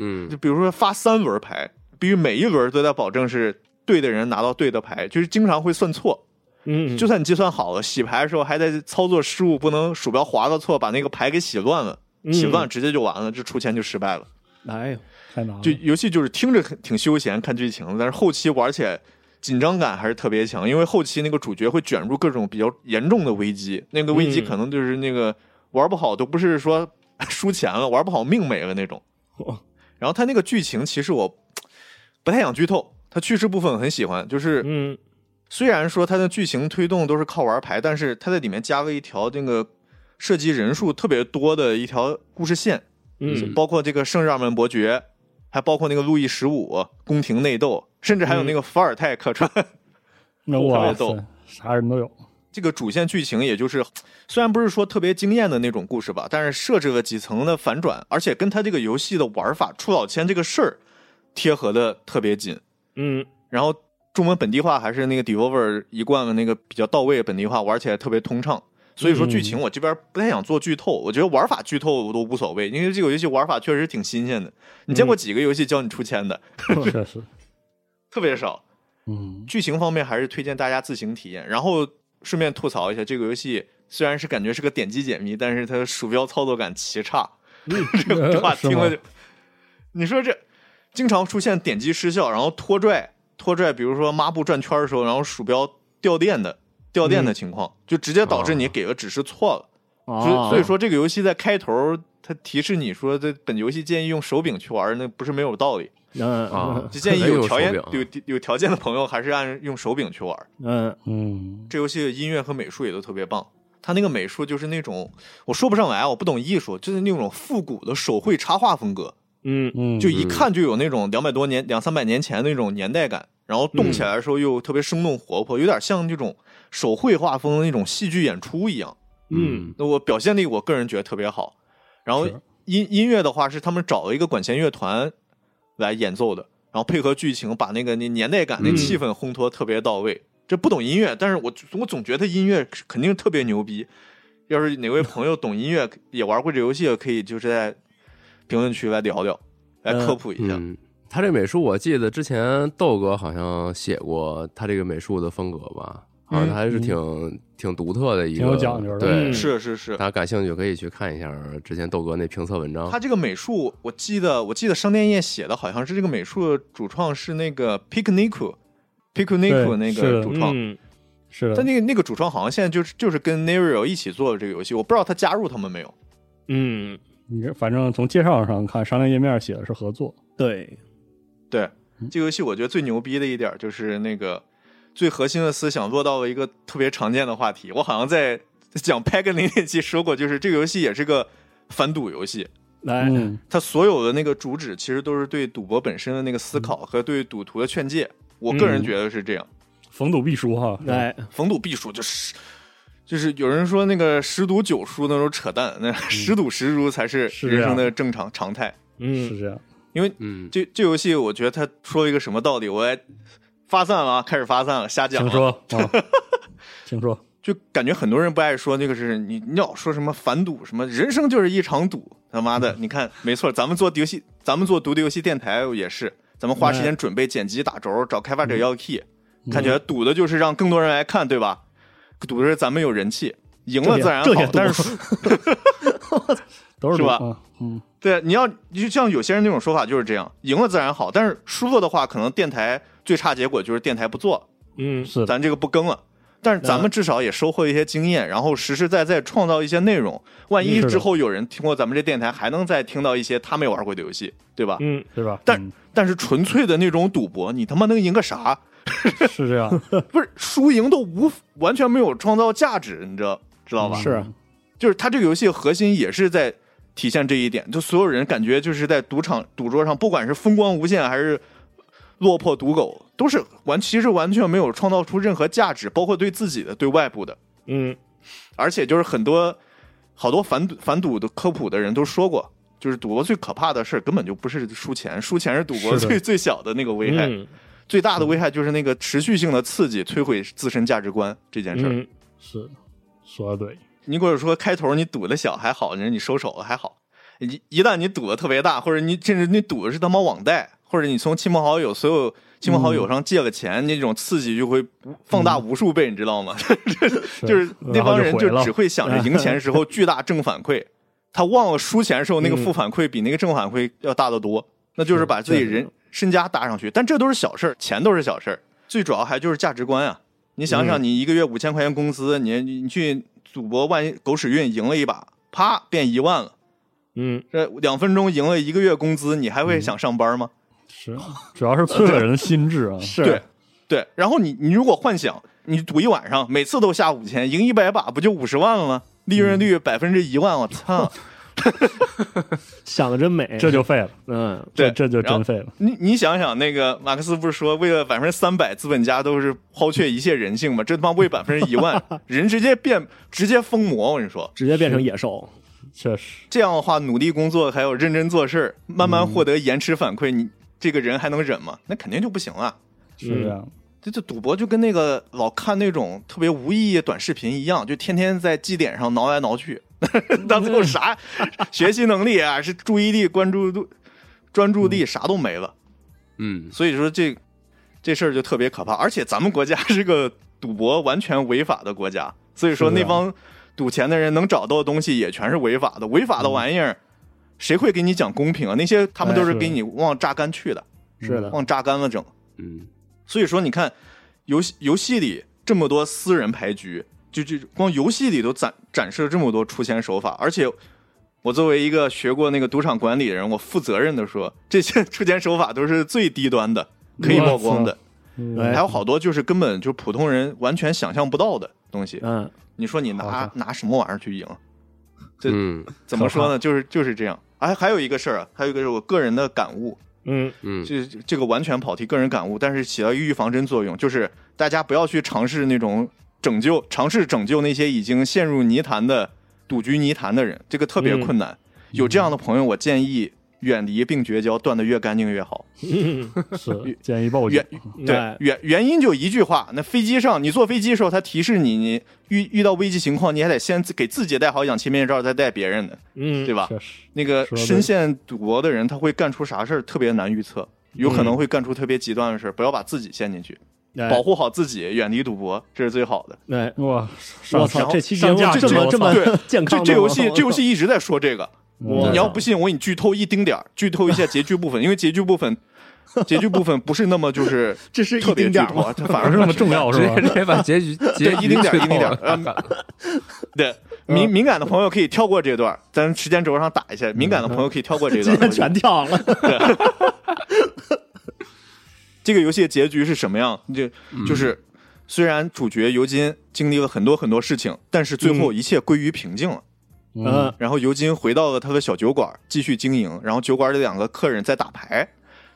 Speaker 4: 嗯
Speaker 2: 就，比如说发三轮牌，必须每一轮都得保证是对的人拿到对的牌，就是经常会算错。
Speaker 5: 嗯，
Speaker 2: 就算你计算好了，洗牌的时候还在操作失误，不能鼠标划个错，把那个牌给洗乱了，
Speaker 5: 嗯
Speaker 2: 洗乱直接就完了，这出钱就失败了。
Speaker 5: 哎呦，
Speaker 3: 太难了，
Speaker 2: 就游戏就是听着很挺休闲，看剧情，但是后期玩起来紧张感还是特别强，因为后期那个主角会卷入各种比较严重的危机，那个危机
Speaker 5: 嗯
Speaker 2: 可能就是那个玩不好都不是说输钱了，玩不好命没了那种
Speaker 5: 嚯。
Speaker 2: 然后他那个剧情其实我不太想剧透，他叙事部分我很喜欢，就是
Speaker 5: 嗯，
Speaker 2: 虽然说它的剧情推动都是靠玩牌，但是它在里面加了一条那个涉及人数特别多的一条故事线，
Speaker 5: 嗯，
Speaker 2: 包括这个圣日耳曼伯爵，还包括那个路易十五宫廷内斗，甚至还有那个伏尔泰客串。
Speaker 3: 那
Speaker 2: 特
Speaker 3: 哇
Speaker 2: 别逗
Speaker 3: 塞，啥人都有，
Speaker 2: <laughs> 这个主线剧情也就是，虽然不是说特别惊艳的那种故事吧，但是设置了几层的反转，而且跟它这个游戏的玩法出老千这个事儿贴合的特别紧。
Speaker 5: 嗯，
Speaker 2: 然后中文本地化还是那个 Devolver 一贯的那个比较到位，本地化玩起来特别通畅。所以说剧情我这边不太想做剧透，我觉得玩法剧透我都无所谓，因为这个游戏玩法确实挺新鲜的。你见过几个游戏教你出签的？
Speaker 3: 确实，
Speaker 2: 特别少。
Speaker 3: 嗯，
Speaker 2: 剧情方面还是推荐大家自行体验。然后顺便吐槽一下，这个游戏虽然是感觉是个点击解谜，但是它鼠标操作感奇差。 <laughs>
Speaker 3: <laughs>
Speaker 2: 这这话
Speaker 3: 嗯是
Speaker 2: 听了
Speaker 3: 吗
Speaker 2: 就，你说这经常出现点击失效，然后拖拽拖拽，比如说抹布转圈的时候，然后鼠标掉电的掉电
Speaker 3: 嗯
Speaker 2: 的情况，就直接导致你给的指示错了。所以
Speaker 5: 哦，
Speaker 2: 所以，说这个游戏在开头它提示你说，这本游戏建议用手柄去玩，那不是没有道理。
Speaker 5: 嗯
Speaker 4: 啊
Speaker 2: 就建议有条件
Speaker 4: 还有手
Speaker 2: 有
Speaker 4: 柄
Speaker 2: 有条件的朋友还是按用手柄去玩。
Speaker 5: 嗯，
Speaker 3: 嗯，
Speaker 2: 这游戏的音乐和美术也都特别棒。它那个美术就是那种我说不上来，我不懂艺术，就是那种复古的手绘插画风格，
Speaker 5: 嗯，
Speaker 3: 嗯，
Speaker 2: 就一看就有那种两百多年、两三百年前那种年代感。然后动
Speaker 3: 嗯
Speaker 2: 起来的时候又特别生动活泼，有点像那种手绘画风的那种戏剧演出一样。
Speaker 5: 嗯，
Speaker 2: 那我表现力我个人觉得特别好。然后
Speaker 3: 是
Speaker 2: 音音乐的话是他们找了一个管弦乐团来演奏的，然然后配合剧情把那个那年代感、那
Speaker 4: 嗯
Speaker 2: 气氛烘托特别到位。这不懂音乐，但是我我总觉得音乐肯定特别牛逼。要是哪位朋友懂音乐，也玩过这游戏，可以就是在评论区来聊聊，来科普一下。
Speaker 4: 嗯，他这美术我记得之前豆哥好像写过他这个美术的风格吧，
Speaker 2: 嗯
Speaker 4: 好像他还是挺、挺独特的一个，
Speaker 3: 挺有讲究的
Speaker 4: 对，
Speaker 5: 嗯
Speaker 2: 是是是
Speaker 4: 大，家感兴趣可以去看一下之前豆哥那评测文章。
Speaker 2: 他这个美术，我记得我记得商店页写的好像是这个美术的主创是那个 Picnic。Picnic
Speaker 3: 对
Speaker 2: 那
Speaker 3: 是
Speaker 2: 个
Speaker 3: 的
Speaker 2: 主创，
Speaker 5: 嗯
Speaker 3: 是
Speaker 2: 但那个那个主创好像现在就是就是跟 Nerio 一起做的这个游戏，我不知道他加入他们没有。
Speaker 5: 嗯，
Speaker 3: 你这反正从介绍上看，商店页面写的是合作，
Speaker 5: 对，
Speaker 2: 对，这个游戏我觉得最牛逼的一点就是那个最核心的思想落到了一个特别常见的话题。我好像在讲 Pagan 零那期说过，就是这个游戏也是个反赌游戏，
Speaker 5: 来，
Speaker 3: 嗯，
Speaker 2: 它所有的那个主旨其实都是对赌博本身的那个思考和对赌徒的劝诫。我个人觉得是这样，
Speaker 3: 逢赌必输哈，
Speaker 2: 嗯
Speaker 5: 来，
Speaker 2: 逢赌必输就是。就是有人说那个十赌九输那都是扯淡，那十赌十输才是
Speaker 3: 是这
Speaker 2: 人生
Speaker 3: 样
Speaker 2: 的正常常态。
Speaker 5: 嗯
Speaker 3: 是，这样，
Speaker 2: 因为
Speaker 4: 嗯，
Speaker 2: 这这游戏，我觉得他说一个什么道理，我来发散了啊，开始发散了，瞎讲
Speaker 3: 请
Speaker 2: 了。
Speaker 3: 说， <laughs> 啊，请说，嗯
Speaker 2: 就感觉很多人不爱说那个是你，你老说什么反赌什么，人生就是一场赌。他妈的，你看，没错，咱们做游戏，咱们做独立游戏电台也是，咱们花时间准备剪辑、打轴，找开发者要 key，、看
Speaker 3: 嗯
Speaker 2: 起来赌的就是让更多人来看，对吧？赌的是咱们有人气，赢了
Speaker 5: 这也
Speaker 2: 自然
Speaker 5: 这
Speaker 2: 好，
Speaker 5: 也赌
Speaker 2: 但是
Speaker 3: 都是
Speaker 2: 是吧
Speaker 3: 赌？嗯，
Speaker 2: 对，啊你要你就像有些人那种说法就是这样，赢了自然好，但是输了的话，可能电台最差结果就是电台不做，
Speaker 5: 嗯
Speaker 3: 嗯，是的，
Speaker 2: 咱这个不更了。但是咱们至少也收获一些经验，然后实实在在创造一些内容。万一
Speaker 3: 是的
Speaker 2: 之后有人听过咱们这电台，还能再听到一些他没玩过的游戏，对吧？
Speaker 5: 嗯，
Speaker 3: 对吧？
Speaker 2: 但
Speaker 3: 嗯
Speaker 2: 但是纯粹的那种赌博，你他妈能赢个
Speaker 3: <laughs>
Speaker 2: 啥？
Speaker 3: 是这
Speaker 2: <laughs>
Speaker 3: 样，
Speaker 2: 不是输赢都无完全没有创造价值，你知道知道吧？
Speaker 3: 嗯
Speaker 5: 是
Speaker 2: 就是啊它这个游戏核心也是在体现这一点，就所有人感觉就是在赌场赌桌上，不管是风光无限还是落魄赌狗，都是完其实完全没有创造出任何价值，包括对自己的、对外部的。
Speaker 5: 嗯，
Speaker 2: 而且就是很多好多反赌反赌的科普的人都说过，就是赌博最可怕的事儿根本就不是输钱，输钱是赌博
Speaker 3: 是的
Speaker 2: 最最小的那个危害，
Speaker 5: 嗯
Speaker 2: 最大的危害就是那个持续性的刺激摧毁自身价值观这件事儿。
Speaker 5: 嗯，
Speaker 3: 是说的对，
Speaker 2: 你或者说开头你赌的小还好，人家你收手了还好，一一旦你赌的特别大，或者你甚至你赌的是他妈网贷，或者你从亲朋好友所有亲朋好友上借了钱，那种刺激就会放大无数倍，你知道吗？就是那帮人就
Speaker 3: 然后就毁了
Speaker 2: 只会想着赢钱
Speaker 3: <laughs>
Speaker 2: 时候巨大正反馈，他忘了输钱时候
Speaker 3: 嗯
Speaker 2: 那个负反馈比那个正反馈要大得多，那就是把自己人身家搭上去。但这都是小事儿，钱都是小事儿，最主要还就是价值观啊。你想
Speaker 3: 嗯
Speaker 2: 想，你一个月五千块钱工资，你你你去赌博，万一狗屎运赢了一把，啪变一万了，
Speaker 5: 嗯，
Speaker 2: 这两分钟赢了一个月工资，你还
Speaker 3: 嗯
Speaker 2: 会想上班吗？
Speaker 3: 是，主要是摧毁人的心智
Speaker 2: <laughs>
Speaker 3: 啊，
Speaker 5: 是，
Speaker 2: 对对，然后你你如果幻想你赌一晚上，每次都下五千，赢一百把不就五十万了吗？利润
Speaker 3: 嗯
Speaker 2: 率百分之一万，我操！
Speaker 5: 想的真美，
Speaker 3: 这就废了，
Speaker 5: 嗯，
Speaker 2: 对，
Speaker 3: <laughs> 这就
Speaker 2: 然后
Speaker 3: 真废了，
Speaker 2: 你你想想，那个马克思不是说，为了百分之三百，资本家都是抛却一切人性吗？这他妈为百分之一
Speaker 3: <laughs>
Speaker 2: 万，人直接变直接疯魔。我跟你说，
Speaker 5: 直接变成野兽，
Speaker 3: 确实，
Speaker 2: 这样的话，努力工作还有认真做事儿，慢
Speaker 3: 嗯
Speaker 2: 慢获得延迟反馈，你这个人还能忍吗？那肯定就不行了。
Speaker 3: 是
Speaker 2: <laughs>
Speaker 3: 这样，
Speaker 2: 这这赌博就跟那个老看那种特别无意义的短视频一样，就天天在绩点上挠来挠去， <laughs> 到最后啥学习能力啊，是注意力、关注度、专注力啥都没了。
Speaker 4: 嗯，
Speaker 2: 所以说这这事儿就特别可怕。而且咱们国家是个赌博完全违法的国家，所以说
Speaker 3: 是啊
Speaker 2: 那帮赌钱的人能找到的东西也全是违法的，违法的玩意儿。谁会给你讲公平啊？那些他们都
Speaker 3: 哎
Speaker 2: 是
Speaker 3: 是
Speaker 2: 给你往榨干去的，
Speaker 5: 是的，
Speaker 2: 往榨干了整。
Speaker 4: 嗯，
Speaker 2: 所以说，你看游戏游戏里这么多私人牌局，就就光游戏里都展展示了这么多出钱手法，而且我作为一个学过那个赌场管理的人，我负责任的说，这些 <laughs> 出钱手法都是最低端的，可以曝光的，
Speaker 5: 哎
Speaker 2: 还有好多就是根本就普通人完全想象不到的东西。
Speaker 5: 嗯，
Speaker 2: 你说你
Speaker 3: 好
Speaker 2: 拿
Speaker 3: 的
Speaker 2: 拿什么玩意儿去赢？这
Speaker 4: 嗯
Speaker 2: 怎么说呢？就是就是这样。哎，还有一个事儿啊，还有一个是我个人的感悟，
Speaker 5: 嗯，
Speaker 4: 嗯，
Speaker 2: 这这个完全跑题，个人感悟，但是起到预防针作用，就是大家不要去尝试那种拯救，尝试拯救那些已经陷入泥潭的赌局泥潭的人，这个特别困难。有这样的朋友，我建议远离并绝交，断得越干净越好。
Speaker 5: 嗯
Speaker 3: 是建议报警
Speaker 2: 原。对，
Speaker 5: 哎
Speaker 2: 原原因就一句话，那飞机上你坐飞机的时候，它提示你你遇遇到危机情况，你还得先自给自己戴好氧气面罩，再戴别人的，
Speaker 5: 嗯，
Speaker 2: 对吧？
Speaker 3: 确实，
Speaker 2: 那个
Speaker 3: 说得对
Speaker 2: 深陷赌博的人，他会干出啥事儿特别难预测，有可能会干出特别极端的事儿。不要把自己陷进去，
Speaker 5: 嗯哎
Speaker 2: 保护好自己，远离赌博，这是最好的。
Speaker 5: 哎，
Speaker 3: 哇，
Speaker 5: 我
Speaker 3: 上
Speaker 5: 操
Speaker 2: 然，后
Speaker 5: 这期节目
Speaker 3: 上架
Speaker 5: 这
Speaker 3: 之
Speaker 5: 么
Speaker 3: 后
Speaker 5: 这么
Speaker 2: 对
Speaker 5: <laughs> 健
Speaker 2: 这
Speaker 5: 康吗，
Speaker 2: 这游戏这游戏一直在说这
Speaker 5: <laughs>
Speaker 2: 个，
Speaker 5: 我
Speaker 2: 你要不信，我给你剧透一丁点儿，剧透一下结局部分，因为结局部分。结局部分不是那么就是
Speaker 5: 这 <laughs> 是一
Speaker 2: 特别
Speaker 5: 丁
Speaker 2: 剧
Speaker 5: 点儿
Speaker 2: 透
Speaker 5: 吗
Speaker 2: 啊，它反
Speaker 3: 反
Speaker 2: 而
Speaker 3: 正这么重要
Speaker 4: 直
Speaker 3: 是
Speaker 4: 接
Speaker 3: 吧？
Speaker 4: 直接把
Speaker 1: <laughs>
Speaker 4: 结局结
Speaker 2: 对
Speaker 4: 局
Speaker 2: 一丁点儿
Speaker 4: 剧透
Speaker 2: 一丁点儿
Speaker 4: 了
Speaker 2: 对
Speaker 5: 嗯
Speaker 2: 敏敏感的朋友可以跳过这段，咱时间轴上打一下。敏感的朋友可以跳过这
Speaker 5: 嗯今
Speaker 2: 段。
Speaker 5: 天全跳了，
Speaker 2: 这个游戏的结局是什么样？就
Speaker 4: 嗯
Speaker 2: 就是虽然主角尤金经历了很多很多事情，但是最后一切归于平静了。 <laughs>
Speaker 5: 嗯，
Speaker 2: 然后尤金回到了他的小酒馆，继续经营。然后酒馆里两个客人在打牌，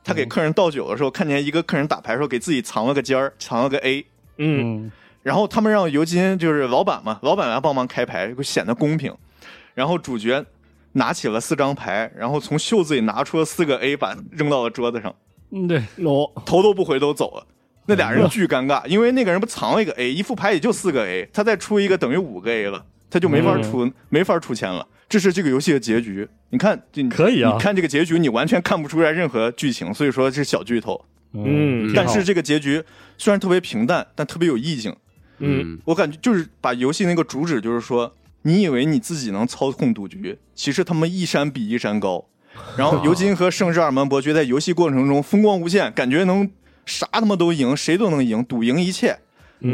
Speaker 2: 他给客人倒酒的时候，看见一个客人打牌的时候给自己藏了个尖儿，藏了个 A。
Speaker 5: 嗯
Speaker 3: 嗯，
Speaker 2: 然后他们让尤金就是老板嘛，老板来帮忙开牌，显得公平。然后主角拿起了四张牌，然后从袖子里拿出了四个 A 板，扔到了桌子上，
Speaker 3: 嗯，对，
Speaker 5: 哦，
Speaker 2: 头都不回都走了。那俩人巨尴
Speaker 3: 嗯
Speaker 2: 尬，因为那个人不藏了一个 A，一副牌也就四个 A，他再出一个等于五个 A 了，他就没法出、
Speaker 3: 嗯
Speaker 2: 没法出钱了。这是这个游戏的结局。你看，你
Speaker 3: 可以啊
Speaker 2: 你看这个结局，你完全看不出来任何剧情，所以说是小剧透。
Speaker 5: 嗯
Speaker 3: 挺
Speaker 2: 但
Speaker 3: 好
Speaker 2: 是这个结局虽然特别平淡，但特别有意境。
Speaker 5: 嗯
Speaker 4: 嗯，
Speaker 2: 我感觉就是把游戏那个主旨，就是说，你以为你自己能操控赌局，其实他们一山比一山高。然后尤金和圣日耳曼伯爵在游戏过程中风光无限，感觉能啥他妈都赢，谁都能赢，赌赢一切。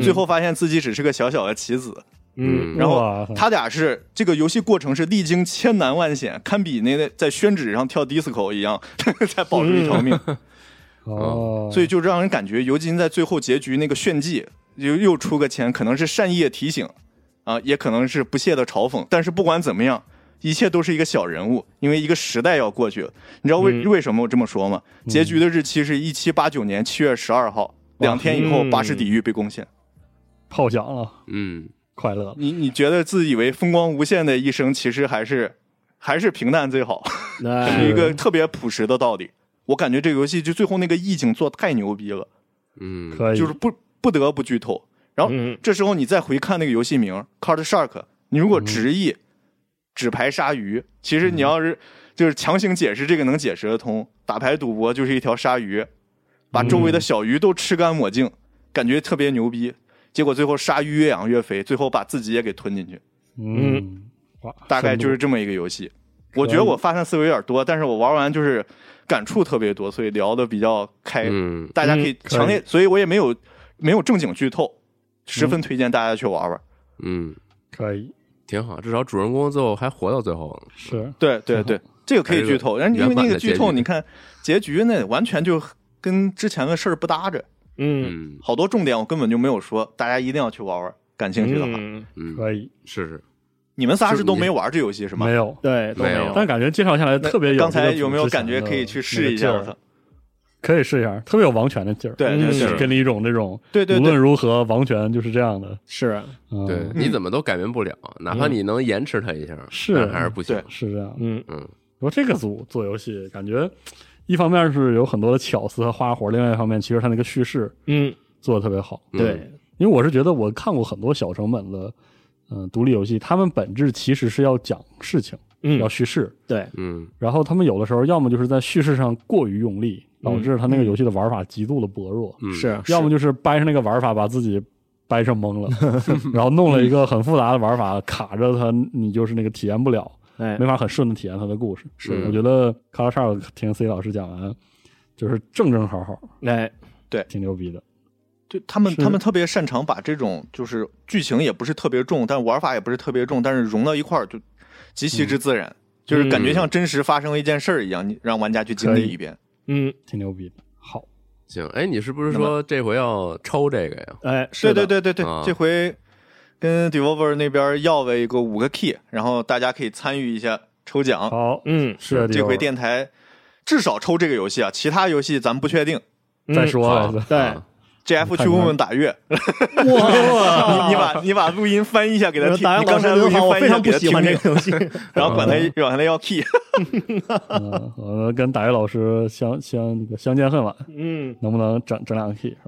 Speaker 2: 最后发现自己只是个小小的棋子。
Speaker 5: 嗯
Speaker 2: 然
Speaker 3: 哇
Speaker 2: 后他俩是这个游戏过程是历经千难万险，堪比那个在宣纸上跳 disco 一样， <laughs> 才保住一条命。
Speaker 3: 哦，
Speaker 2: 嗯所以就让人感觉尤金在最后结局那个炫技，又又出个钱，可能是善意的提醒，啊，也可能是不屑的嘲讽。但是不管怎么样，一切都是一个小人物，因为一个时代要过去了。你知道为、为什么我这么说吗？
Speaker 3: 嗯
Speaker 2: 结局的日期是一七八九年七月十二号，两天以后
Speaker 5: 嗯
Speaker 2: 巴士底狱被攻陷。
Speaker 3: 炮响了，
Speaker 4: 嗯，
Speaker 3: 快乐了，
Speaker 2: 你你觉得自以为风光无限的一生，其实还是还是平淡最好，这
Speaker 5: 哎
Speaker 2: 嗯 <laughs> 是一个特别朴实的道理。我感觉这个游戏就最后那个意境做得太牛逼了。
Speaker 4: 嗯，
Speaker 3: 可以，
Speaker 2: 就是不不得不剧透。然后、
Speaker 5: 嗯
Speaker 2: 这时候你再回看那个游戏名 Card Shark，你如果直译“纸牌鲨鱼”，其实你要是就是强行解释这个能解释得通，打牌赌博就是一条鲨鱼，把周围的小鱼都吃干抹净，感觉特别牛逼。结果最后鲨鱼越养越肥，最后把自己也给吞进去，
Speaker 3: 嗯，哇，
Speaker 2: 大概就是这么一个游戏。我觉得我发散思维有点多，但是我玩完就是感触特别多，所以聊的比较开。
Speaker 4: 嗯，
Speaker 2: 大家可以强烈，所以我也没有没有正经剧透，十分推荐大家去玩玩。
Speaker 4: 嗯，
Speaker 3: 可以，
Speaker 4: 挺好，至少主人公最后还活到最后了。
Speaker 3: 是
Speaker 2: 对对对，这个可以剧透，然后因为那个剧透，
Speaker 4: 原版的结局
Speaker 2: 你看结局那完全就跟之前的事儿不搭着，
Speaker 5: 嗯
Speaker 4: 嗯
Speaker 2: 好多重点我根本就没有说，大家一定要去玩玩，感兴趣的话。
Speaker 5: 嗯，
Speaker 4: 嗯，
Speaker 3: 可以，
Speaker 4: 是是，
Speaker 2: 你们仨是都
Speaker 4: 是你
Speaker 2: 没玩这游戏是吗
Speaker 3: 没？有，
Speaker 5: 对，都
Speaker 4: 没有
Speaker 3: 但感觉介绍下来特别有。
Speaker 2: 哦刚才有没有感觉可以去试一下它？？
Speaker 3: 可以试一下，特别有王权的劲儿。
Speaker 2: 对
Speaker 5: 嗯
Speaker 2: 对
Speaker 3: 就是
Speaker 2: 对
Speaker 3: 给你一种这种
Speaker 2: 对对
Speaker 3: 无
Speaker 2: 对
Speaker 3: 论如何王权就是这样的。
Speaker 5: 是，
Speaker 3: 嗯、
Speaker 4: 对，你怎么都改变不了，哪怕你能延迟它一下，
Speaker 3: 是
Speaker 4: 但还是不行
Speaker 2: 对。
Speaker 3: 是这样。
Speaker 5: 嗯
Speaker 4: 嗯
Speaker 3: 我这个组做游戏，感觉一方面是有很多的巧思和花活，另外一方面其实它那个叙事
Speaker 5: 嗯，
Speaker 3: 做的特别好。
Speaker 2: 嗯
Speaker 5: 对，
Speaker 3: 因为我是觉得我看过很多小成本的，嗯、独立游戏，他们本质其实是要讲事情，
Speaker 5: 嗯
Speaker 3: 要叙事，
Speaker 5: 对，
Speaker 4: 嗯
Speaker 3: 然后他们有的时候要么就是在叙事上过于用力，导致他
Speaker 2: 嗯
Speaker 3: 那个游戏的玩法极度的薄弱，
Speaker 4: 嗯，
Speaker 5: 是，
Speaker 3: 要么就是掰上那个玩法把自己掰成
Speaker 2: <laughs>
Speaker 3: 懵了，然后弄了一个很复杂的玩法卡着它，你就是那个体验不了，
Speaker 5: 哎
Speaker 3: 没，法很顺的体验它的故事。
Speaker 4: 是
Speaker 3: 我觉得卡拉尔听 C 老师讲完，就是正正好好，
Speaker 5: 哎，
Speaker 3: 挺牛逼的。
Speaker 2: 对他们
Speaker 3: 是
Speaker 2: 他们特别擅长把这种就是剧情也不是特别重，但玩法也不是特别重，但是融到一块儿就极其之自然，就是感觉像真实发生了一件事儿一样，你让玩家去经历一遍。
Speaker 5: 嗯，
Speaker 3: 挺牛逼的。好，
Speaker 4: 行，哎，你是不是
Speaker 2: 那么
Speaker 4: 说这回要抽这个呀？
Speaker 5: 哎，
Speaker 2: 对
Speaker 5: 是
Speaker 2: 对
Speaker 5: 的，
Speaker 2: 对对对，
Speaker 4: 啊
Speaker 2: 这回跟 Devolver 那边要了一个五个 key，然后大家可以参与一下抽奖。
Speaker 3: 好，
Speaker 5: 嗯，
Speaker 3: 是
Speaker 2: 这回电啊台至少抽这个游戏啊，其他游戏咱们不确定。
Speaker 5: 嗯
Speaker 3: 再说
Speaker 4: 好
Speaker 3: 了，
Speaker 5: 对
Speaker 4: 啊
Speaker 2: JF 去问问打月，
Speaker 5: 哇 <laughs>
Speaker 2: 你你把你把录音翻译一下给他听
Speaker 5: 打，
Speaker 2: 你
Speaker 5: 完
Speaker 2: 刚
Speaker 5: 老
Speaker 2: 才的
Speaker 5: 师您
Speaker 2: 录音
Speaker 5: 好，我
Speaker 2: 翻译一下
Speaker 5: 非常不
Speaker 2: 给他
Speaker 5: 喜
Speaker 2: 听
Speaker 5: 欢这
Speaker 2: 听，
Speaker 5: 个游戏。 <laughs>
Speaker 2: 然后管他管他要 key，
Speaker 3: 嗯，我跟大学老师相相那个相见恨晚，
Speaker 5: 嗯，
Speaker 3: 能不能整整两个 key
Speaker 2: <laughs>
Speaker 3: 是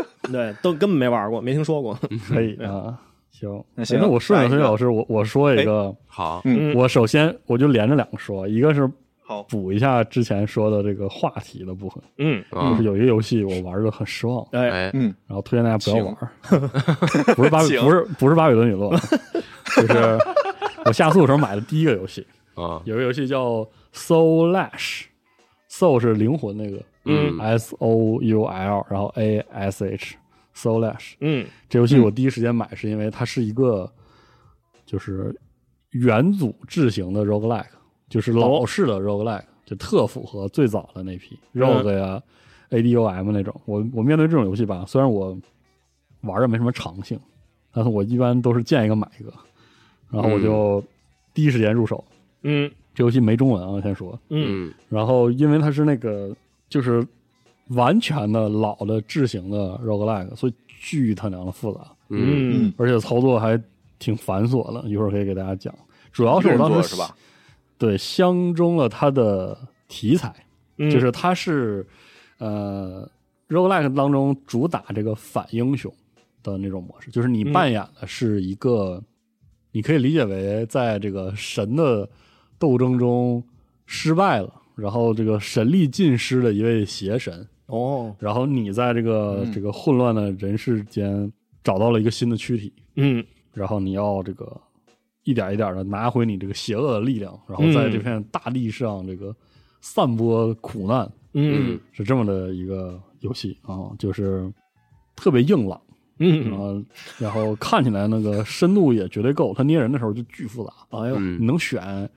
Speaker 3: 吧？
Speaker 5: 对，都根本没玩过，没听说过。
Speaker 3: 可以啊，行，
Speaker 2: 那行
Speaker 3: 哎那我顺
Speaker 2: 下
Speaker 3: 着
Speaker 2: 一
Speaker 3: 孙
Speaker 2: 个哎
Speaker 3: 老师，我我说一个，
Speaker 4: 好，
Speaker 5: 嗯
Speaker 3: 我首先我就连着两个说，一个是
Speaker 2: 好
Speaker 3: 补一下之前说的这个话题的部分，
Speaker 5: 嗯，
Speaker 4: 啊
Speaker 3: 就是有一个游戏我玩的很失望，
Speaker 5: 哎，
Speaker 4: 哎，
Speaker 2: 嗯，
Speaker 3: 然后推荐大家不要玩儿， <laughs> 不是巴比
Speaker 2: 请
Speaker 3: 不是不是巴比伦陨落， <laughs> 就是我下速的时候买的第一个游戏，
Speaker 4: 啊，
Speaker 3: 有个游戏叫 Soul Lash，Soul 是灵魂那个，
Speaker 4: 嗯
Speaker 3: ，S O U L，然后 A S H Soul Lash
Speaker 5: 嗯
Speaker 3: 这游戏我第一时间买是因为它是一个就是元祖制型的 roguelike，就是老式的 roguelike，、就特符合最早的那批 rogue 呀、ADOM 那种。我我面对这种游戏吧，虽然我玩的没什么长性，但是我一般都是见一个买一个，然后我就第一时间入手。
Speaker 5: 嗯
Speaker 3: 这游戏没中文啊，我先说。
Speaker 5: 嗯
Speaker 4: 嗯
Speaker 3: 然后因为它是那个就是完全的老的制型的 roguelike，所以巨他娘的复杂，
Speaker 4: 嗯
Speaker 5: 嗯
Speaker 3: 而且操作还挺繁琐的。一会儿可以给大家讲，主要是我
Speaker 2: 一个
Speaker 3: 当
Speaker 2: 人做
Speaker 3: 时
Speaker 2: 是吧？
Speaker 3: 对相中了它的题材，
Speaker 5: 嗯，
Speaker 3: 就是它是呃 roguelike 当中主打这个反英雄的那种模式，就是
Speaker 2: 嗯
Speaker 3: 你扮演的是一个，你可以理解为在这个神的斗争中失败了，然后这个神力尽失的一位邪神，
Speaker 5: 哦，
Speaker 3: 然后你在这个、
Speaker 2: 嗯
Speaker 3: 这个混乱的人世间找到了一个新的躯体，
Speaker 5: 嗯
Speaker 3: 然后你要这个一点一点的拿回你这个邪恶的力量，然后
Speaker 5: 嗯
Speaker 3: 在这片大地上这个散播苦难。
Speaker 5: 嗯
Speaker 3: 是这么的一个游戏啊，就是特别硬朗，然
Speaker 5: 嗯，
Speaker 3: 后然后看起来那个深度也绝对够。它捏人的时候就巨复杂，啊
Speaker 5: 哎呦，
Speaker 3: 你
Speaker 4: 嗯
Speaker 3: 能选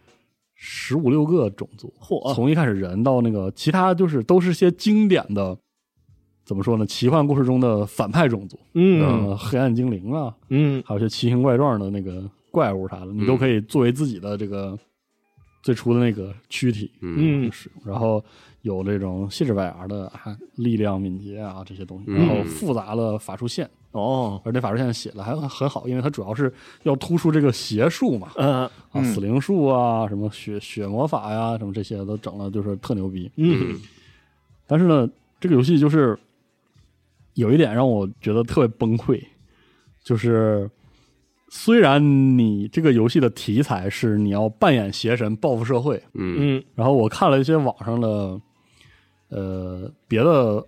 Speaker 3: 十五六个种族，
Speaker 5: 嚯
Speaker 3: 从一开始人到那个其他就是都是些经典的，怎么说呢？奇幻故事中的反派种族，
Speaker 5: 嗯
Speaker 3: 呃，黑暗精灵啊，
Speaker 5: 嗯
Speaker 3: 还有一些奇形怪状的那个怪物啥的，你
Speaker 4: 嗯
Speaker 3: 都可以作为自己的这个最初的那个躯体，
Speaker 4: 嗯
Speaker 5: 嗯
Speaker 3: 使用，然后有这种细致白牙的啊，力量、敏捷啊这些东西，
Speaker 4: 嗯
Speaker 3: 然后复杂的法术线，
Speaker 5: 哦，
Speaker 3: 而这法术线写的还很好，因为它主要是要突出这个邪术嘛，
Speaker 5: 呃
Speaker 3: 啊，
Speaker 2: 嗯
Speaker 3: 死灵术啊，什么血血魔法呀、什么这些都整了，就是特牛逼。
Speaker 5: 嗯
Speaker 3: 但是呢，这个游戏就是有一点让我觉得特别崩溃，就是虽然你这个游戏的题材是你要扮演邪神报复社会，
Speaker 4: 嗯
Speaker 5: 嗯
Speaker 3: 然后我看了一些网上的呃别的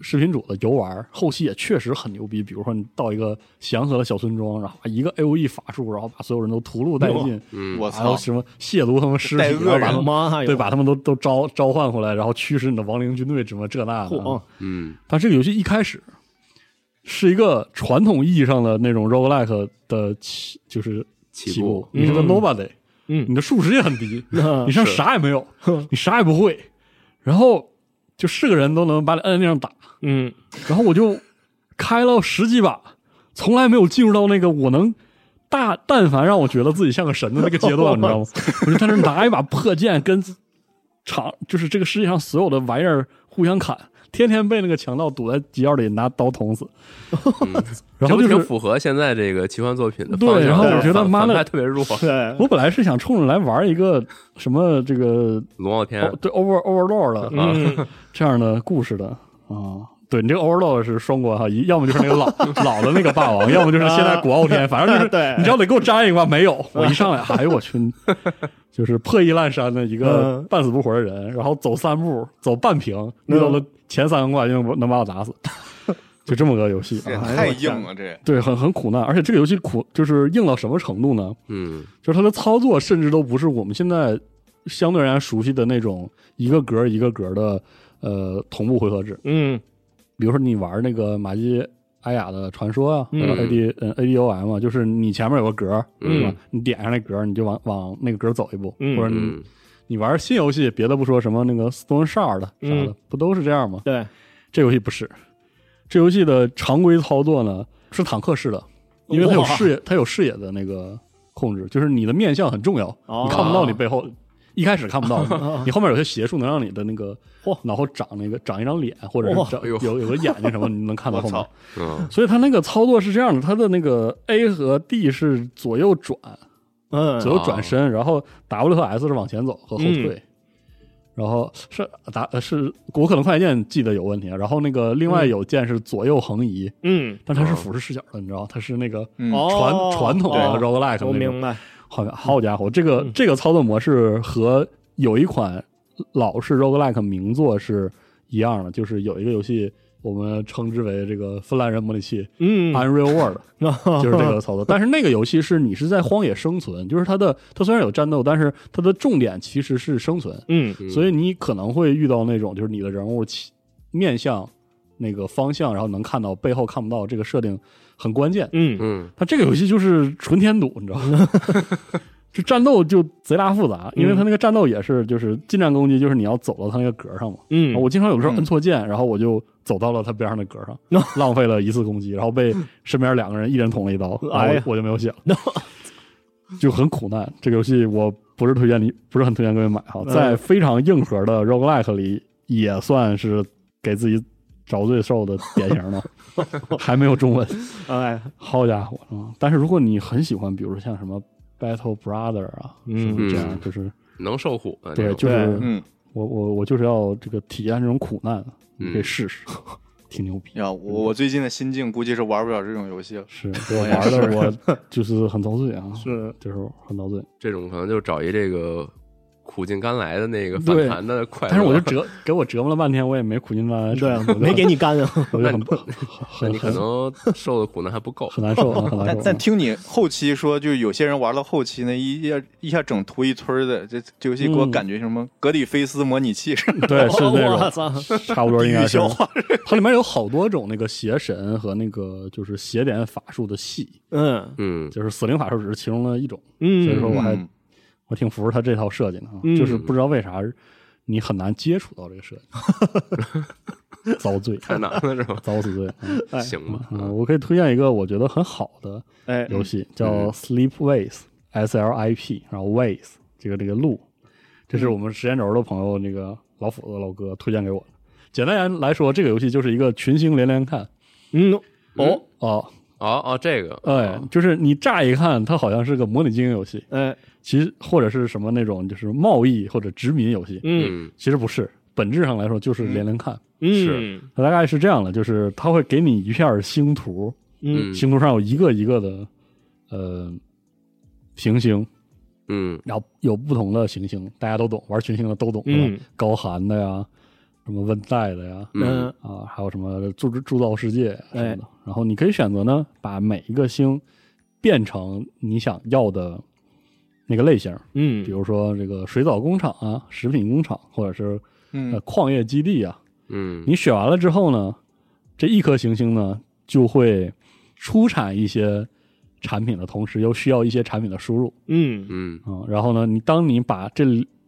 Speaker 3: 视频主的游玩儿，后期也确实很牛逼。比如说你到一个祥和的小村庄，然后一个 A O E 法术，然后把所有人都屠戮殆尽，
Speaker 4: 嗯，
Speaker 2: 我
Speaker 3: 然后
Speaker 2: 操，
Speaker 3: 什么亵渎他们尸体，啊
Speaker 2: 带
Speaker 3: 然后
Speaker 2: <laughs> 恶人
Speaker 5: 嗯，
Speaker 3: 把他们
Speaker 5: 妈呀，
Speaker 3: 对，把他们都都召召唤回来，然后驱使你的亡灵军队什么这那的
Speaker 5: 嚯
Speaker 3: 啊。，
Speaker 4: 嗯
Speaker 3: 但这个游戏一开始是一个传统意义上的那种 roguelike 的起，就是
Speaker 4: 起
Speaker 3: 起
Speaker 4: 步
Speaker 3: 步，你是个
Speaker 5: 嗯
Speaker 3: nobody，你
Speaker 5: 嗯
Speaker 3: 的数值也
Speaker 5: <laughs>
Speaker 3: 很低，
Speaker 5: <laughs> 嗯
Speaker 3: 你身上啥也没
Speaker 5: <laughs>
Speaker 3: 有
Speaker 5: 哼，
Speaker 3: 你啥也不会，然后就是个人都能把你摁在地上打，
Speaker 5: 嗯
Speaker 3: 然后我就开了十几把，从来没有进入到那个我能大但凡让我觉得自己像个神的那个阶段，你知道吗？我就在那儿拿一把破剑跟场就是这个世界上所有的玩意儿互相砍，天天被那个强盗堵在犄角里拿刀捅死，然后就
Speaker 4: 这不
Speaker 3: 是
Speaker 4: 挺符合现在这个奇幻作品的
Speaker 3: 对
Speaker 4: 方向
Speaker 3: 然后
Speaker 4: 就是
Speaker 3: 我觉得
Speaker 4: 反
Speaker 3: 妈的
Speaker 4: 反派特别弱，
Speaker 5: 对，
Speaker 3: 我本来是想冲着来玩一个什么这个
Speaker 4: 龙傲天啊
Speaker 3: 哦，对 over overlord 的，
Speaker 5: 嗯
Speaker 3: 这样的故事的啊。对你这个 overlord 是双关哈，一要么就是那
Speaker 5: <laughs>
Speaker 3: 个老老的那个霸王，要么就是现在古傲天，反正就是
Speaker 5: 啊对啊
Speaker 3: 你只要得给我粘一个吧，没有，我一上来，哎呦我去，就是破衣烂衫的一个
Speaker 5: 嗯
Speaker 3: 半死不活的人，然后走三步，走半屏，遇到了前三个怪就能把
Speaker 5: <laughs>
Speaker 3: 我打死，就这么个游戏
Speaker 2: 这也
Speaker 3: 啊，
Speaker 2: 太硬了，这
Speaker 3: 对，很很苦难，而且这个游戏苦就是硬到什么程度呢？
Speaker 4: 嗯
Speaker 3: 就是它的操作甚至都不是我们现在相对而言熟悉的那种一个格儿一个格儿的呃同步回合制。
Speaker 5: 嗯
Speaker 3: 比如说你玩那个玛姬艾雅的传说啊、
Speaker 5: 嗯
Speaker 3: a d 嗯 ADOM 啊，就是你前面有个格儿，对吧
Speaker 5: 嗯？
Speaker 3: 你点上那格儿，你就往往那个格儿走一步，
Speaker 5: 嗯
Speaker 3: 或者你
Speaker 4: 嗯
Speaker 3: 你玩新游戏，别的不说，什么那个 Stone Shard 的啥的
Speaker 5: 嗯，
Speaker 3: 不都是这样吗？
Speaker 5: <laughs> 对，
Speaker 3: 这游戏不是，这游戏的常规操作呢是坦克式的，因为它有
Speaker 5: 哇
Speaker 3: 视野，它有视野的那个控制，就是你的面相很重要，
Speaker 5: 哦
Speaker 3: 你看不到你背后，一开始看不到，你后面有些邪术能让你的那个脑后长那个长一张脸，或者
Speaker 5: 哇
Speaker 3: 是长
Speaker 4: 哎呦
Speaker 3: 有有个眼睛什么，你能看到后
Speaker 2: 我
Speaker 3: 面
Speaker 2: 操。
Speaker 4: 嗯，
Speaker 3: 所以它那个操作是这样的，它的那个 A 和 D 是左右转，
Speaker 5: 嗯
Speaker 3: 左右转身，然后 W 和 S 是往前走和后退，然后是打呃是我可能快捷键记得有问题，啊，然后那个另外有键是左右横移，
Speaker 5: 嗯，
Speaker 3: 但它是俯视视角的，你知道，它是那个
Speaker 2: 嗯
Speaker 3: 传、
Speaker 5: 哦
Speaker 3: 传统的
Speaker 5: 哦
Speaker 3: roguelike
Speaker 5: 我
Speaker 3: 那
Speaker 5: 明
Speaker 3: 种。
Speaker 5: 白，
Speaker 3: 好家好家伙，这个、这个操作模式和有一款老式 roguelike 名作是一样的，就是有一个游戏我们称之为这个芬兰人模拟器。
Speaker 5: 嗯，
Speaker 3: Unreal World
Speaker 5: 就
Speaker 3: 就是这个操作，但是那个游戏是你是在荒野生存，就是它的它虽然有战斗，但是它的重点其实是生存，
Speaker 5: <laughs> 嗯
Speaker 4: 嗯
Speaker 3: 所以你可能会遇到那种就是你的人物起面向那个方向，然后能看到背后看不到，这个设定很关键。
Speaker 5: 嗯
Speaker 4: 嗯
Speaker 3: 它这个游戏就是纯添堵，你知道吗？这战斗就贼拉复杂，因为它
Speaker 5: 嗯
Speaker 3: 那个战斗也是就是近战攻击，就是你要走到它那个格上嘛。啊
Speaker 5: 嗯，
Speaker 3: 我经常有时候
Speaker 2: 嗯
Speaker 3: 摁错键，然后我就走到了他边上的格上，浪费了一次攻击，然后被身边两个人一人捅了一刀，然后
Speaker 5: 哎
Speaker 3: 我
Speaker 5: 呀
Speaker 3: 我就没有血了，就很苦难。这个游戏我不是推荐你，不是很推荐各位买哈，
Speaker 5: 嗯
Speaker 3: 在非常硬核的 roguelike 里也算是给自己找罪受的典型
Speaker 5: <laughs>
Speaker 3: 了，还没有中文，
Speaker 5: 哎，
Speaker 3: 好家伙啊、嗯但是如果你很喜欢，比如说像什么 Battle Brother 啊，
Speaker 5: 嗯
Speaker 3: 这样就是
Speaker 4: 能受苦啊，
Speaker 3: 对，
Speaker 4: 那种
Speaker 3: 就是
Speaker 2: 嗯
Speaker 3: 我我我就是要这个体验这种苦难，
Speaker 4: 嗯
Speaker 3: 你可以试 <laughs> 试，挺牛逼。
Speaker 2: 呀，我我最近的心境估计是玩不了这种游戏了。
Speaker 3: 是我玩的我就是很遭罪啊，
Speaker 5: 是
Speaker 3: 就是很遭罪。
Speaker 4: 这种可能就找一这个苦尽甘来的那个
Speaker 3: 对
Speaker 4: 反弹的快乐。
Speaker 3: 但是我就折给我折磨了半天，我也啊没苦尽甘来，
Speaker 5: 对
Speaker 3: 我就，
Speaker 5: 没给你干啊，
Speaker 3: 我就很
Speaker 4: 那
Speaker 3: 很
Speaker 4: 你可
Speaker 3: 很
Speaker 4: 能受的苦难还不够。
Speaker 3: 很难受啊，很难
Speaker 2: 但
Speaker 3: 受啊。
Speaker 2: 但听你后期说，就有些人玩到后期那一下一下整图一村儿的，这这游戏给我
Speaker 3: 嗯
Speaker 2: 感觉什么格里菲斯模拟器似的。
Speaker 3: 对是
Speaker 5: 我
Speaker 3: 那
Speaker 5: 操，
Speaker 3: 种 <laughs> 差不多应该是
Speaker 2: 地狱消化。
Speaker 3: 它里面有好多种那个邪神和那个就是邪典法术的系，
Speaker 5: <laughs> 嗯
Speaker 4: 嗯，
Speaker 3: 就是死灵法术只是其中的一种。所以
Speaker 5: 嗯
Speaker 3: 说我还
Speaker 2: 嗯
Speaker 3: 我挺服他这套设计的啊，
Speaker 5: 嗯
Speaker 3: 就是不知道为啥你很难接触到这个设计， <laughs> 遭罪，
Speaker 4: 太难了是
Speaker 3: <laughs>
Speaker 4: 吧？
Speaker 3: 遭死罪。嗯
Speaker 5: 哎
Speaker 4: 行吧，
Speaker 3: 嗯，
Speaker 4: 嗯
Speaker 3: 我可以推荐一个我觉得很好的
Speaker 5: 哎，
Speaker 3: 游戏，
Speaker 4: 嗯
Speaker 3: 叫 Sleepways，S L I P，然后 Ways 这个这个路，
Speaker 4: 嗯
Speaker 3: 这是我们时间轴的朋友那个老斧子老哥推荐给我的。简单来说，这个游戏就是一个群星连连看
Speaker 5: 嗯哦，
Speaker 3: 哦，
Speaker 4: 哦哦，这个
Speaker 3: 哎，就是你乍一看它好像是个模拟经营游戏，
Speaker 5: 哎
Speaker 3: 其实或者是什么那种就是贸易或者殖民游戏，
Speaker 5: 嗯
Speaker 4: 嗯
Speaker 3: 其实不是，本质上来说就是连连看。
Speaker 5: 嗯
Speaker 4: 是
Speaker 3: 它大概是这样的，就是它会给你一片星图，
Speaker 5: 嗯
Speaker 3: 星图上有一个一个的呃行星，
Speaker 4: 嗯
Speaker 3: 然后有不同的行星，大家都懂，玩群星的都懂，是吧
Speaker 5: 嗯
Speaker 3: 高寒的呀，什么温带的呀，
Speaker 5: 嗯
Speaker 3: 啊，还有什么铸铸造世界什么
Speaker 5: 哎
Speaker 3: 的。然后你可以选择呢，把每一个星变成你想要的那个类型，
Speaker 5: 嗯，
Speaker 3: 比如说这个水藻工厂啊、食品工厂，或者是呃
Speaker 2: 嗯
Speaker 3: 矿业基地啊。
Speaker 4: 嗯
Speaker 3: 你选完了之后呢，这一颗行星呢就会出产一些产品的同时，又需要一些产品的输入
Speaker 5: 嗯
Speaker 4: 嗯
Speaker 3: 啊、然后呢，你当你把这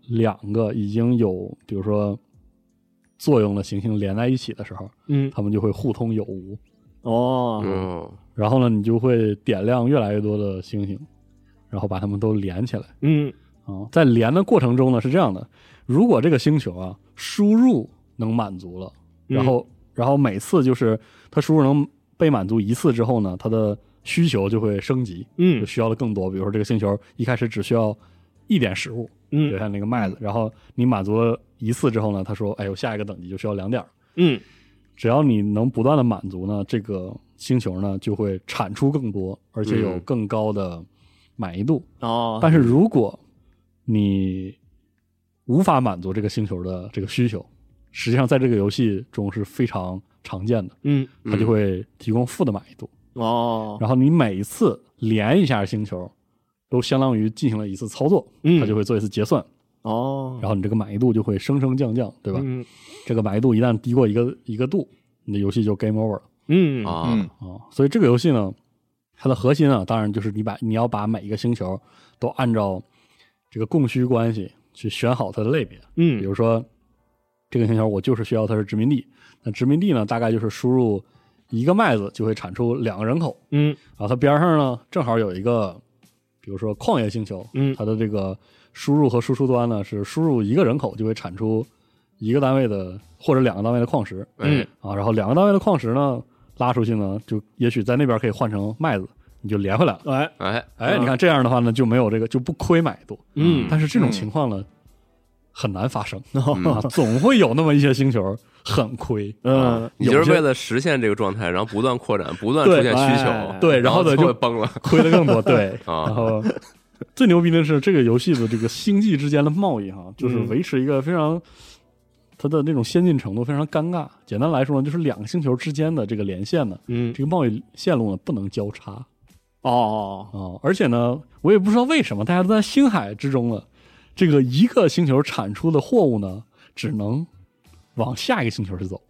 Speaker 3: 两个已经有比如说作用的行星连在一起的时候，
Speaker 5: 嗯
Speaker 3: 它们就会互通有无。
Speaker 5: 哦
Speaker 4: 哦
Speaker 3: 然后呢，你就会点亮越来越多的星星，然后把它们都连起来。
Speaker 5: 嗯
Speaker 3: 啊、在连的过程中呢，是这样的：如果这个星球啊输入能满足了，
Speaker 5: 嗯
Speaker 3: 然后、然后每次就是它输入能被满足一次之后呢，它的需求就会升级，
Speaker 5: 嗯
Speaker 3: 就需要的更多。比如说这个星球一开始只需要一点食物，
Speaker 5: 嗯
Speaker 3: 就像那个麦子，然后你满足了一次之后呢，他说：“哎呦，下一个等级就需要两点儿。
Speaker 5: 嗯”
Speaker 3: 只要你能不断的满足呢，这个星球呢就会产出更多，而且有
Speaker 4: 嗯
Speaker 3: 更高的满意度。
Speaker 5: 哦
Speaker 3: 但是如果你无法满足这个星球的这个需求，实际上在这个游戏中是非常常见的，
Speaker 5: 嗯
Speaker 3: 它就会提供负的满意度。
Speaker 5: 哦
Speaker 3: 然后你每一次连一下星球，都相当于进行了一次操作，
Speaker 5: 嗯
Speaker 3: 它就会做一次结算，
Speaker 5: 哦，
Speaker 3: 然后你这个满意度就会升升降降，对吧？
Speaker 5: 嗯
Speaker 3: 这个满意度一旦低过一个一个度，你的游戏就 game over 了
Speaker 5: 嗯
Speaker 4: 啊
Speaker 2: 嗯
Speaker 3: 啊、所以这个游戏呢，它的核心啊，当然就是你把你要把每一个星球都按照这个供需关系去选好它的类别，比
Speaker 5: 嗯
Speaker 3: 如说这个星球我就是需要它是殖民地，那殖民地呢大概就是输入一个麦子就会产出两个人口，
Speaker 5: 嗯
Speaker 3: 然后它边上呢正好有一个比如说《旷野星球》，
Speaker 5: 嗯
Speaker 3: 它的这个输入和输出端呢是输入一个人口就会产出一个单位的或者两个单位的矿石
Speaker 4: 嗯
Speaker 3: 啊，然后两个单位的矿石呢拉出去呢，就也许在那边可以换成麦子，你就连回来了。
Speaker 5: 哎，
Speaker 4: 哎，
Speaker 3: 哎，你看这样的话呢，就没有这个就不亏买多，
Speaker 5: 嗯
Speaker 3: 但是这种
Speaker 2: 嗯
Speaker 3: 情况呢、很难发生、
Speaker 4: 嗯
Speaker 3: <laughs> 啊，总会有那么一些星球很亏，
Speaker 5: 嗯，
Speaker 4: 你
Speaker 3: 有
Speaker 4: 就是
Speaker 3: 些
Speaker 4: 为了实现这个状态，然后不断扩展，不断出
Speaker 3: 对
Speaker 4: 现需
Speaker 5: 哎
Speaker 4: 求，
Speaker 3: 对然
Speaker 4: 然
Speaker 3: 后呢
Speaker 4: 就会
Speaker 3: 就
Speaker 4: 崩了
Speaker 3: 亏的更多，对，然
Speaker 4: 啊！
Speaker 3: 后最牛逼的是这个游戏的这个星际之间的贸易哈，就是维持一个非常它的那种先进程度非常尴尬。简单来说呢，就是两个星球之间的这个连线呢，
Speaker 5: 嗯，
Speaker 3: 这个贸易线路呢不能交叉啊、
Speaker 5: 哦，
Speaker 3: 而且呢，我也不知道为什么大家都在星海之中了，这个一个星球产出的货物呢，只能往下一个星球去走。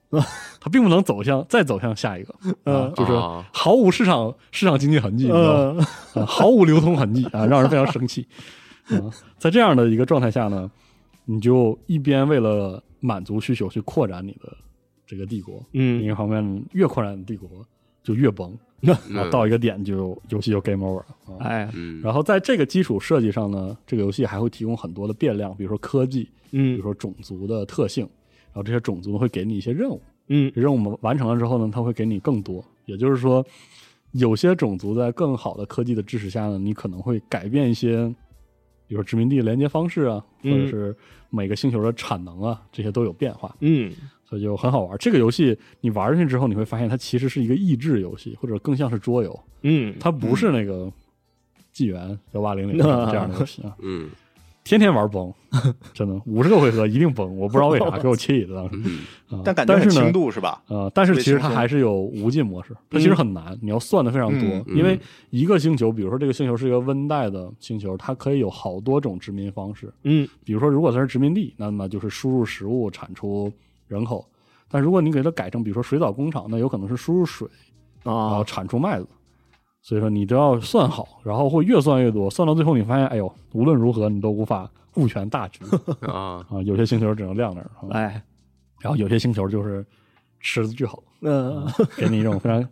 Speaker 3: 它并不能走向再走向下一个，呃，嗯就是
Speaker 4: 啊
Speaker 3: 毫无市场市场经济痕迹，你知道吗？
Speaker 5: 嗯
Speaker 3: 啊，毫无流通痕迹啊，让人非常生气。啊，在这样的一个状态下呢，你就一边为了满足需求去扩展你的这个帝国，另一
Speaker 5: 嗯，
Speaker 3: 个方面越扩展帝国就越崩，啊，到一个点就游戏就 game over 了。啊，
Speaker 5: 哎，
Speaker 4: 嗯
Speaker 3: 然后在这个基础设计上呢，这个游戏还会提供很多的变量，比如说科技，比
Speaker 5: 嗯
Speaker 3: 如说种族的特性，然后这些种族呢会给你一些任务，
Speaker 5: 嗯
Speaker 3: 任务完成了之后呢，它会给你更多。也就是说，有些种族在更好的科技的支持下呢，你可能会改变一些，比如说殖民地连接方式啊，或
Speaker 5: 嗯
Speaker 3: 者是每个星球的产能啊，这些都有变化，
Speaker 5: 嗯，
Speaker 3: 所以就很好玩。这个游戏你玩进去之后，你会发现它其实是一个益智游戏，或者更像是桌游，
Speaker 5: 嗯，
Speaker 3: 它不是那个纪元幺
Speaker 2: <laughs>
Speaker 3: 八零零这样的游戏啊。
Speaker 4: 嗯
Speaker 3: 天天玩崩，真的五十个回合一定崩，我不知道为啥，给我气的当时。
Speaker 4: 嗯
Speaker 3: 啊
Speaker 2: 但感觉很
Speaker 3: 是呢
Speaker 2: 轻度是吧？
Speaker 3: 呃，但是
Speaker 2: 特别
Speaker 3: 其实
Speaker 2: 轻
Speaker 3: 它
Speaker 2: 松
Speaker 3: 还是有无尽模式，它其实很难，你要算的非常多
Speaker 2: 嗯，
Speaker 4: 嗯
Speaker 3: 因为一个星球，比如说这个星球是一个温带的星球，它可以有好多种殖民方式。
Speaker 5: 嗯
Speaker 3: 比如说，如果它是殖民地，那么就是输入食物，产出人口；但如果你给它改成，比如说水藻工厂，那有可能是输入水，然后
Speaker 5: 啊，
Speaker 3: 产出麦子。所以说你都要算好，然后会越算越多，算到最后你发现，哎呦，无论如何你都无法顾全大
Speaker 5: <laughs>
Speaker 3: 局
Speaker 4: 啊，
Speaker 3: 啊！有些星球只能晾那儿，啊
Speaker 5: 哎，
Speaker 3: 然后有些星球就是吃的巨好， <laughs>
Speaker 5: 嗯
Speaker 3: 给你一种非常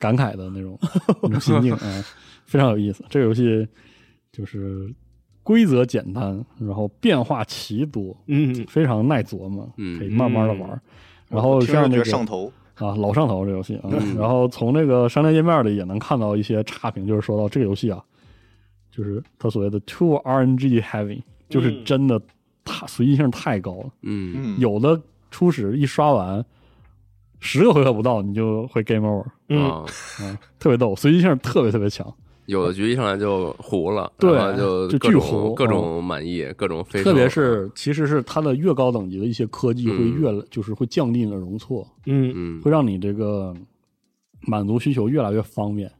Speaker 3: 感慨的那
Speaker 5: <laughs>
Speaker 3: 种那种心境啊、嗯非常有意思。这个游戏就是规则简单，然后变化奇多，
Speaker 5: 嗯
Speaker 3: 非常耐琢磨，
Speaker 4: 嗯
Speaker 3: 可以慢慢的玩。然后
Speaker 2: 我听着
Speaker 3: 像那
Speaker 2: 觉
Speaker 3: 个
Speaker 2: 得上头，嗯
Speaker 3: 啊，老上头这游戏啊，然后从这个商店页面里也能看到一些差评，就是说到这个游戏啊，就是它所谓的 too RNG heavy，就是
Speaker 5: 嗯
Speaker 3: 真的太随意性太高了。
Speaker 4: 嗯
Speaker 2: 嗯，
Speaker 3: 有的初始一刷完，十个回合不到你就会 game over，
Speaker 5: 嗯
Speaker 4: 啊，
Speaker 3: 啊，特别逗，随机性特别特别强，
Speaker 4: 有的局一上来就糊了，
Speaker 3: 对
Speaker 4: 然后就
Speaker 3: 就
Speaker 4: 各
Speaker 3: 巨
Speaker 4: 种
Speaker 3: 糊嗯
Speaker 4: 各种满意，各种非常，
Speaker 3: 特别是其实是它的越高等级的一些科
Speaker 2: 嗯
Speaker 3: 技会越、就是会降低你的容错，
Speaker 5: 嗯
Speaker 4: 嗯
Speaker 3: 会让你这个满足需求越来越方便。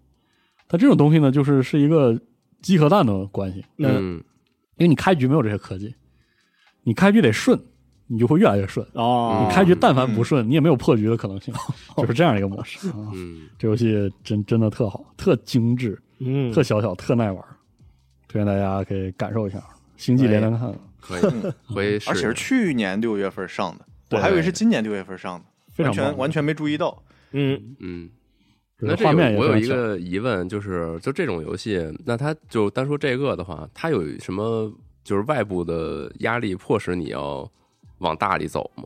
Speaker 3: 它这种东西呢，就是是一个鸡和蛋的关系，
Speaker 4: 嗯
Speaker 3: 因为你开局没有这些科技，你开局得顺，你就会越来越顺。
Speaker 5: 哦，
Speaker 3: 你开局但
Speaker 4: 嗯
Speaker 3: 凡不顺，你也没有破局的可
Speaker 4: <laughs>
Speaker 3: 能性，就是这样一个模式啊。
Speaker 4: 嗯
Speaker 3: 这游戏真真的特好，特精致，
Speaker 5: 嗯
Speaker 3: 特小巧，特耐玩，推荐大家可以感受一下《星
Speaker 4: 哎
Speaker 3: 际连连看》
Speaker 2: <laughs>
Speaker 4: 可以，回
Speaker 2: 嗯而且是去年六月份上的，我
Speaker 4: 对
Speaker 2: 还以为是今年六月份上
Speaker 3: 非
Speaker 2: 的，
Speaker 3: 常
Speaker 2: 完
Speaker 3: 棒
Speaker 2: 全完全没注意到。
Speaker 5: 嗯
Speaker 4: 嗯。
Speaker 3: 就
Speaker 4: 那
Speaker 3: 是
Speaker 4: 这
Speaker 3: 画面
Speaker 4: 有
Speaker 3: 也
Speaker 4: 我有
Speaker 3: 非
Speaker 4: 一
Speaker 3: 常小。
Speaker 4: 个疑问，就是就这种游戏，那它就单说这个的话，它有什么就是外部的压力迫使你要往大里走吗？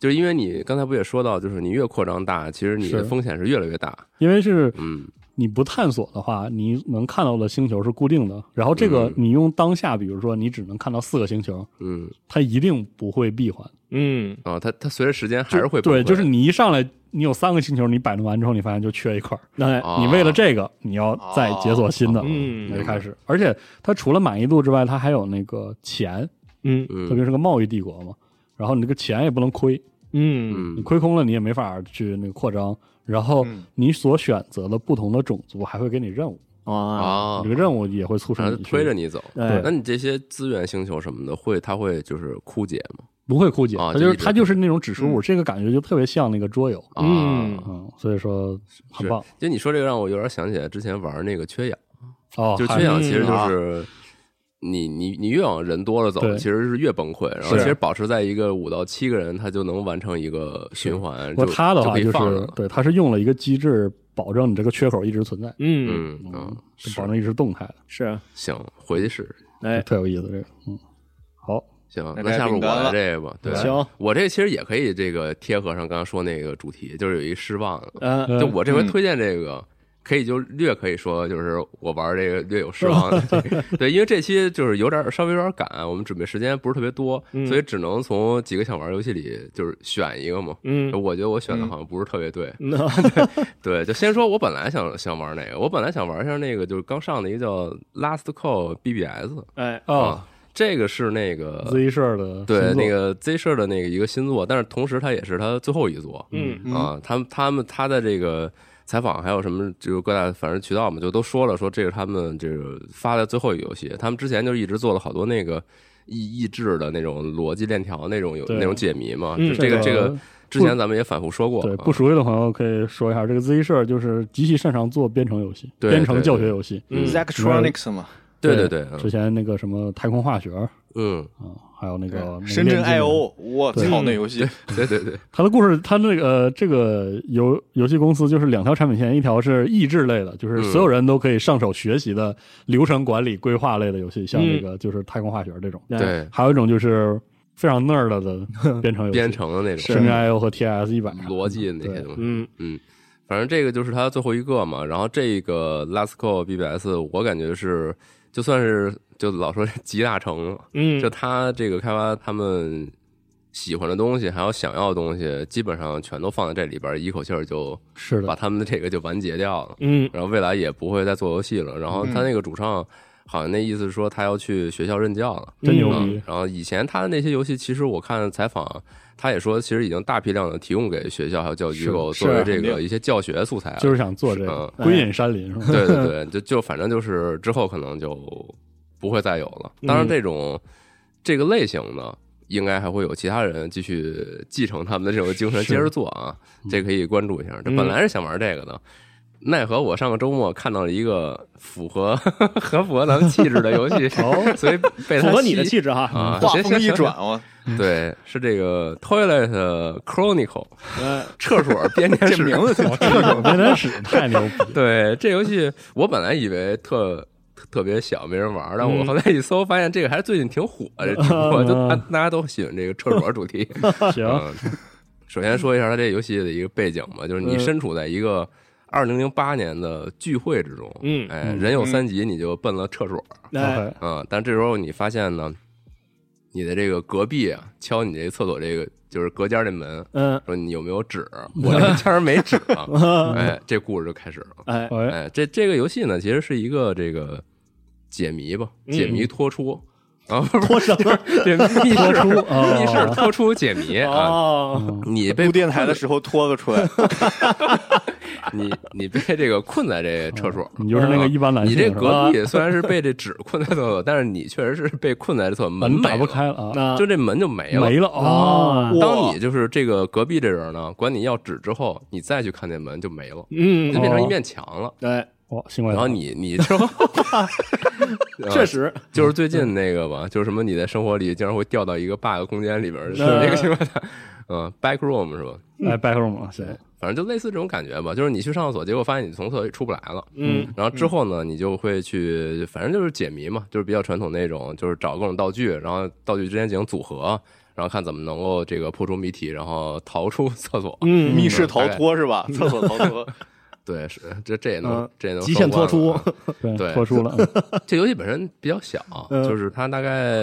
Speaker 4: 就是因为你刚才不也说到，就是你越扩张大，其实你的
Speaker 3: 是
Speaker 4: 风险是越来越大。
Speaker 3: 因为是
Speaker 4: 嗯
Speaker 3: 你不探索的话，你能看到的星球是固定的，然后这个
Speaker 4: 嗯
Speaker 3: 你用当下，比如说你只能看到四个星球，
Speaker 4: 嗯
Speaker 3: 它一定不会闭环，
Speaker 5: 嗯
Speaker 4: 啊，它它随着时间还
Speaker 3: 就是
Speaker 4: 会
Speaker 3: 对，
Speaker 4: 崩溃
Speaker 3: 就是你一上来你有三个星球，你摆弄完之后，你发现就缺一块儿，
Speaker 5: 哎
Speaker 4: 啊
Speaker 3: 你为了这个你要再解锁新的，
Speaker 5: 嗯
Speaker 3: 那就开始。而且它除了满意度之外，它还有那个钱，
Speaker 5: 嗯
Speaker 4: 嗯
Speaker 3: 特别是个贸易帝国嘛，然后你这个钱也不能亏，
Speaker 5: 嗯
Speaker 3: 你
Speaker 4: 嗯
Speaker 3: 亏空了，你也没法去那个扩张。然后
Speaker 2: 嗯
Speaker 3: 你所选择的不同的种族还会给你任务，
Speaker 5: 啊
Speaker 4: 啊
Speaker 3: 嗯这，个哎任务也会促使
Speaker 4: 然后
Speaker 3: 你
Speaker 4: 推着
Speaker 3: 你，
Speaker 4: 你走。
Speaker 5: 对
Speaker 4: 那你这些资源星球什么的，会它会就是枯竭吗？
Speaker 3: 不会枯竭。
Speaker 4: 啊
Speaker 3: 它就
Speaker 4: 就是一直嗯
Speaker 3: 它就是那种指数物，这个感觉就特别像那个桌游，
Speaker 4: 啊
Speaker 5: 嗯
Speaker 3: 嗯，所以说很
Speaker 4: 是
Speaker 3: 棒
Speaker 4: 就你说这个让我有点想起来之前玩那个缺氧，
Speaker 3: 哦。
Speaker 4: 就
Speaker 3: 还
Speaker 4: 缺氧
Speaker 5: 嗯
Speaker 4: 其实就
Speaker 2: 啊
Speaker 4: 是你你你越往人多了走，
Speaker 3: 对
Speaker 4: 其实是越崩溃。然后
Speaker 3: 是
Speaker 4: 其实保持在一个五到七个人，他就能完成一个循环。
Speaker 3: 不过
Speaker 4: 就
Speaker 3: 它的话
Speaker 4: 就可以
Speaker 3: 就
Speaker 4: 放
Speaker 3: 是
Speaker 4: 着了
Speaker 3: 对，它是用了一个机制保证你这个缺口一直存在，
Speaker 5: 嗯，
Speaker 4: 嗯嗯，
Speaker 3: 就是保证一直动态的，
Speaker 5: 是，
Speaker 4: 行，回去试试。
Speaker 5: 哎，
Speaker 3: 特有意思这个。嗯，好，
Speaker 4: 行，
Speaker 2: 那
Speaker 4: 那
Speaker 2: 该
Speaker 4: 下面
Speaker 2: 饼
Speaker 4: 我
Speaker 2: 干
Speaker 4: 来
Speaker 2: 了
Speaker 4: 这个吧。对，
Speaker 5: 行，
Speaker 4: 我这其实也可以这个贴合上刚刚说那个主题，就是有一失望的。
Speaker 5: 呃，
Speaker 4: 就我这回
Speaker 2: 嗯
Speaker 4: 推荐这个，可以就略可以说，就是我玩这个略有失望的
Speaker 5: <laughs>
Speaker 4: 这个。对，因为这期就是有点儿稍微有点儿赶，我们准备时间不是特别多，
Speaker 5: 嗯
Speaker 4: 所以只能从几个想玩儿游戏里就是选一个嘛。
Speaker 5: 嗯，
Speaker 4: 我觉得我选的好像不是特别对，
Speaker 5: <laughs> 那
Speaker 4: 对，就先说我本来想想玩哪个，我本来想玩一下那个就是刚上的一个叫《Last Call BBS》
Speaker 5: 哎，
Speaker 3: 哦
Speaker 4: 啊，这个是那个
Speaker 3: ，Z 社的
Speaker 4: 啊对
Speaker 3: 新作
Speaker 4: 那个 Z 社的那个一个新作，但是同时它也是它最后一作，
Speaker 5: 嗯
Speaker 4: 啊，他们他们他在这个采访还有什么这个各大反正渠道嘛，就都说了说这是他们这个发的最后一个游戏，他们之前就一直做了好多那个益益智的那种逻辑链条那种有
Speaker 3: 对
Speaker 4: 那种解谜嘛，
Speaker 5: 嗯
Speaker 4: 就这个这
Speaker 3: 这个
Speaker 4: 个之前咱们也反复说过，
Speaker 3: 对
Speaker 4: 啊
Speaker 3: 不熟悉的朋友可以说一下，这个 Z 社就是极其擅长做编程游戏、
Speaker 4: 对
Speaker 3: 编程
Speaker 4: 对
Speaker 3: 教
Speaker 4: 对
Speaker 3: 学游戏。
Speaker 5: 嗯
Speaker 2: z a c t r o n i c s 嘛，
Speaker 4: 对对对，
Speaker 3: 之前那个什么太空化学啊、
Speaker 4: 嗯，
Speaker 3: 还有那个那个
Speaker 2: 深圳
Speaker 3: 炼金
Speaker 2: I O，我
Speaker 3: 对
Speaker 2: 操，那游戏
Speaker 4: 嗯对对对，
Speaker 3: 他的故事，他那个、呃、这个游游戏公司就是两条产品线，一条是益智类的，就是
Speaker 4: 嗯
Speaker 3: 所有人都可以上手学习的流程管理规划类的游戏，像这
Speaker 4: 嗯
Speaker 3: 个就是太空化学这种；
Speaker 5: 哎，
Speaker 4: 对
Speaker 3: 还有一种就是非常 nerd 的编程游戏，
Speaker 4: 编程的那种
Speaker 3: 深圳 IO 和 TS 一百
Speaker 4: 逻辑那些东西，
Speaker 5: 嗯
Speaker 4: 嗯，反正这个就是他最后一个嘛。然后这个 Last Call BBS，我感觉是就算是就老说 <laughs> 集大成了，
Speaker 5: 嗯，
Speaker 4: 就他这个开发他们喜欢的东西，还有想要的东西，基本上全都放在这里边儿，一口气儿就是
Speaker 3: 的
Speaker 4: 把，他们的这个就完结掉了。嗯
Speaker 5: 嗯
Speaker 4: <laughs> 然后未来也不会再做游戏了。然后他那个主唱好像那意思是说他要去学校任教了。
Speaker 3: 真牛
Speaker 4: 嗯
Speaker 3: 逼，，
Speaker 4: 然后以前他的那些游戏，其实我看采访，他也说，其实已经大批量的提供给学校还有教育机构
Speaker 2: 是
Speaker 4: 作为这
Speaker 2: 肯
Speaker 4: 个
Speaker 2: 定
Speaker 4: 一些教学素材了。
Speaker 3: 就是想做这个
Speaker 5: 嗯
Speaker 3: 归隐山林
Speaker 2: <laughs>
Speaker 3: 是吧？
Speaker 4: 对对对，就就反正就是之后可能就不会再有了。
Speaker 2: 嗯
Speaker 4: 当然，这种、这个类型的，应该还会有其他人继续继承他们的这种精神，
Speaker 3: 是
Speaker 4: 接着做啊。
Speaker 2: 嗯
Speaker 4: 这可以关注一下。这
Speaker 5: 嗯
Speaker 4: 本来是想玩这个的，奈何我上个周末看到了一个符合 <laughs> 合符合咱们气质的游戏，
Speaker 2: 哦
Speaker 4: 所以
Speaker 2: <laughs>
Speaker 4: 被它
Speaker 5: 符合你的
Speaker 4: 吸
Speaker 5: 气质哈，
Speaker 4: 啊，
Speaker 2: 嗯画
Speaker 4: 行
Speaker 2: 风一。
Speaker 4: 行行
Speaker 3: <laughs>
Speaker 2: 转，我
Speaker 4: 对，是这个 Toilet
Speaker 2: <laughs>
Speaker 4: Chronicle
Speaker 5: 哎
Speaker 4: 厕所编年
Speaker 2: 这
Speaker 4: 史，
Speaker 2: 名字挺
Speaker 3: 这种编年史太牛逼
Speaker 4: <laughs> 对，这游戏我本来以为特特特别小，没人玩儿，但我
Speaker 5: 嗯
Speaker 4: 后来一搜，发现这个还是最近挺火
Speaker 5: <laughs>
Speaker 4: 的，这直播就大
Speaker 3: 嗯
Speaker 4: 大家都喜欢这个厕所主题。
Speaker 3: 行，
Speaker 4: 嗯，首先说一下它这游戏的一个背景吧，就是你
Speaker 5: 嗯
Speaker 4: 身处在一个二零零八年的聚会之中，
Speaker 5: 嗯
Speaker 4: 哎，人有三急，你就奔了厕所，
Speaker 5: 哎，
Speaker 3: OK，
Speaker 4: 嗯，但这时候你发现呢，你的这个隔壁啊，敲你这厕所这个就是隔间儿这门，
Speaker 5: 嗯
Speaker 4: 说你有没有纸？我
Speaker 5: <laughs>
Speaker 4: 这间儿没纸啊，哎，这故事就开始了。
Speaker 5: 哎，
Speaker 3: 哎，
Speaker 4: 哎，这这个游戏呢，其实是一个这个解谜吧，解
Speaker 3: 嗯
Speaker 4: 谜脱出、啊，不是
Speaker 5: 脱什么？
Speaker 4: 这
Speaker 3: <laughs>
Speaker 4: 密室
Speaker 3: 哦
Speaker 4: 密室脱出解谜啊，
Speaker 5: 哦，
Speaker 4: 你被
Speaker 2: 录电
Speaker 3: <laughs>
Speaker 2: 台的时候拖了出来，
Speaker 4: 你你被这个困在这厕所。
Speaker 3: 哦
Speaker 4: 啊
Speaker 3: 你就是那个一般男
Speaker 4: 嗯你
Speaker 3: 性
Speaker 4: 这
Speaker 3: 是吧，
Speaker 4: 隔壁虽然是被这纸困在厕所，但是你确实是被困在这厕所，门
Speaker 3: 门
Speaker 4: 没
Speaker 3: 打不
Speaker 4: 了，
Speaker 3: 开了啊，
Speaker 5: 那哦
Speaker 4: 就这门就没了。
Speaker 3: 没了啊，
Speaker 5: 哇
Speaker 4: 当你就是这个隔壁这人呢，管你要纸之后，你再去看那门就没
Speaker 3: 哦
Speaker 4: 了，
Speaker 5: 嗯
Speaker 4: 就，变成一面墙了。
Speaker 5: 哎，
Speaker 3: 哇，啊幸亏
Speaker 4: 然后你你之后呃
Speaker 5: 确实，
Speaker 4: <laughs> 就是
Speaker 5: 嗯
Speaker 4: 最近那个吧，就是什么你在生活里经常会掉到一个
Speaker 5: <laughs>
Speaker 4: bug 空间里边儿，是那个什么的，嗯，back room 是吧？
Speaker 3: 哎，backroom 啊行，
Speaker 4: 反正就类似这种感觉吧，就是你去上厕所，结果发现你从厕所里出不来了。
Speaker 5: 嗯
Speaker 4: 然后之后呢，你就会去，反正就是解谜嘛，就是比较传统那种，就是找各种道具，然后道具之间进行组合，然后看怎么能够这个破除谜题，然后逃出厕所。 <laughs>
Speaker 5: 嗯
Speaker 2: 密室逃脱是吧？厕所逃
Speaker 3: <laughs>
Speaker 2: 脱，
Speaker 4: 对，是这这也能
Speaker 5: 嗯
Speaker 4: 这也能
Speaker 5: 极限
Speaker 4: 收官
Speaker 5: 脱出
Speaker 4: 了啊对
Speaker 3: 对，脱出了，嗯
Speaker 4: 这游戏本身比较小，
Speaker 5: <laughs> 嗯
Speaker 4: 就是它大概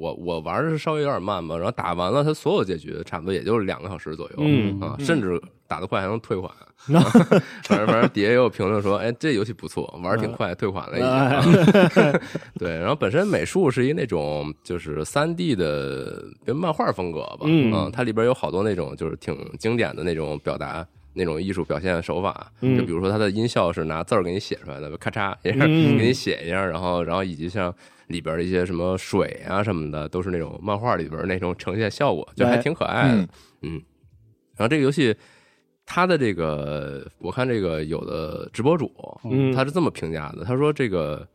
Speaker 4: 我我玩的是稍微有点慢吧，然后打完了它所有结局差不多也就是两个小时左右，
Speaker 5: 嗯
Speaker 4: 啊，甚至打得快还能退
Speaker 5: <laughs>
Speaker 4: 款。反正反正底下也有评论说，哎，这游戏不错，玩儿
Speaker 5: 嗯
Speaker 4: 挺快，退款了已经啊。
Speaker 5: 哎
Speaker 4: <laughs> 对，然后本身美术是一那种就是三 D 的跟漫画风格吧，啊
Speaker 5: 嗯
Speaker 4: 它里边有好多那种就是挺经典的那种表达。那种艺术表现手法，
Speaker 5: 嗯
Speaker 4: 就比如说它的音效是拿字儿给你写出来的，咔嚓也是
Speaker 5: 嗯
Speaker 4: 给你写一下，然后然后以及像里边的一些什么水啊什么的，都是那种漫画里边那种呈现效果，就还
Speaker 5: 哎
Speaker 4: 挺可爱的。
Speaker 2: 嗯，
Speaker 4: 然后这个游戏，它的这个我看这个有的直播主，
Speaker 5: 嗯
Speaker 4: 他是这么评价的，他说这个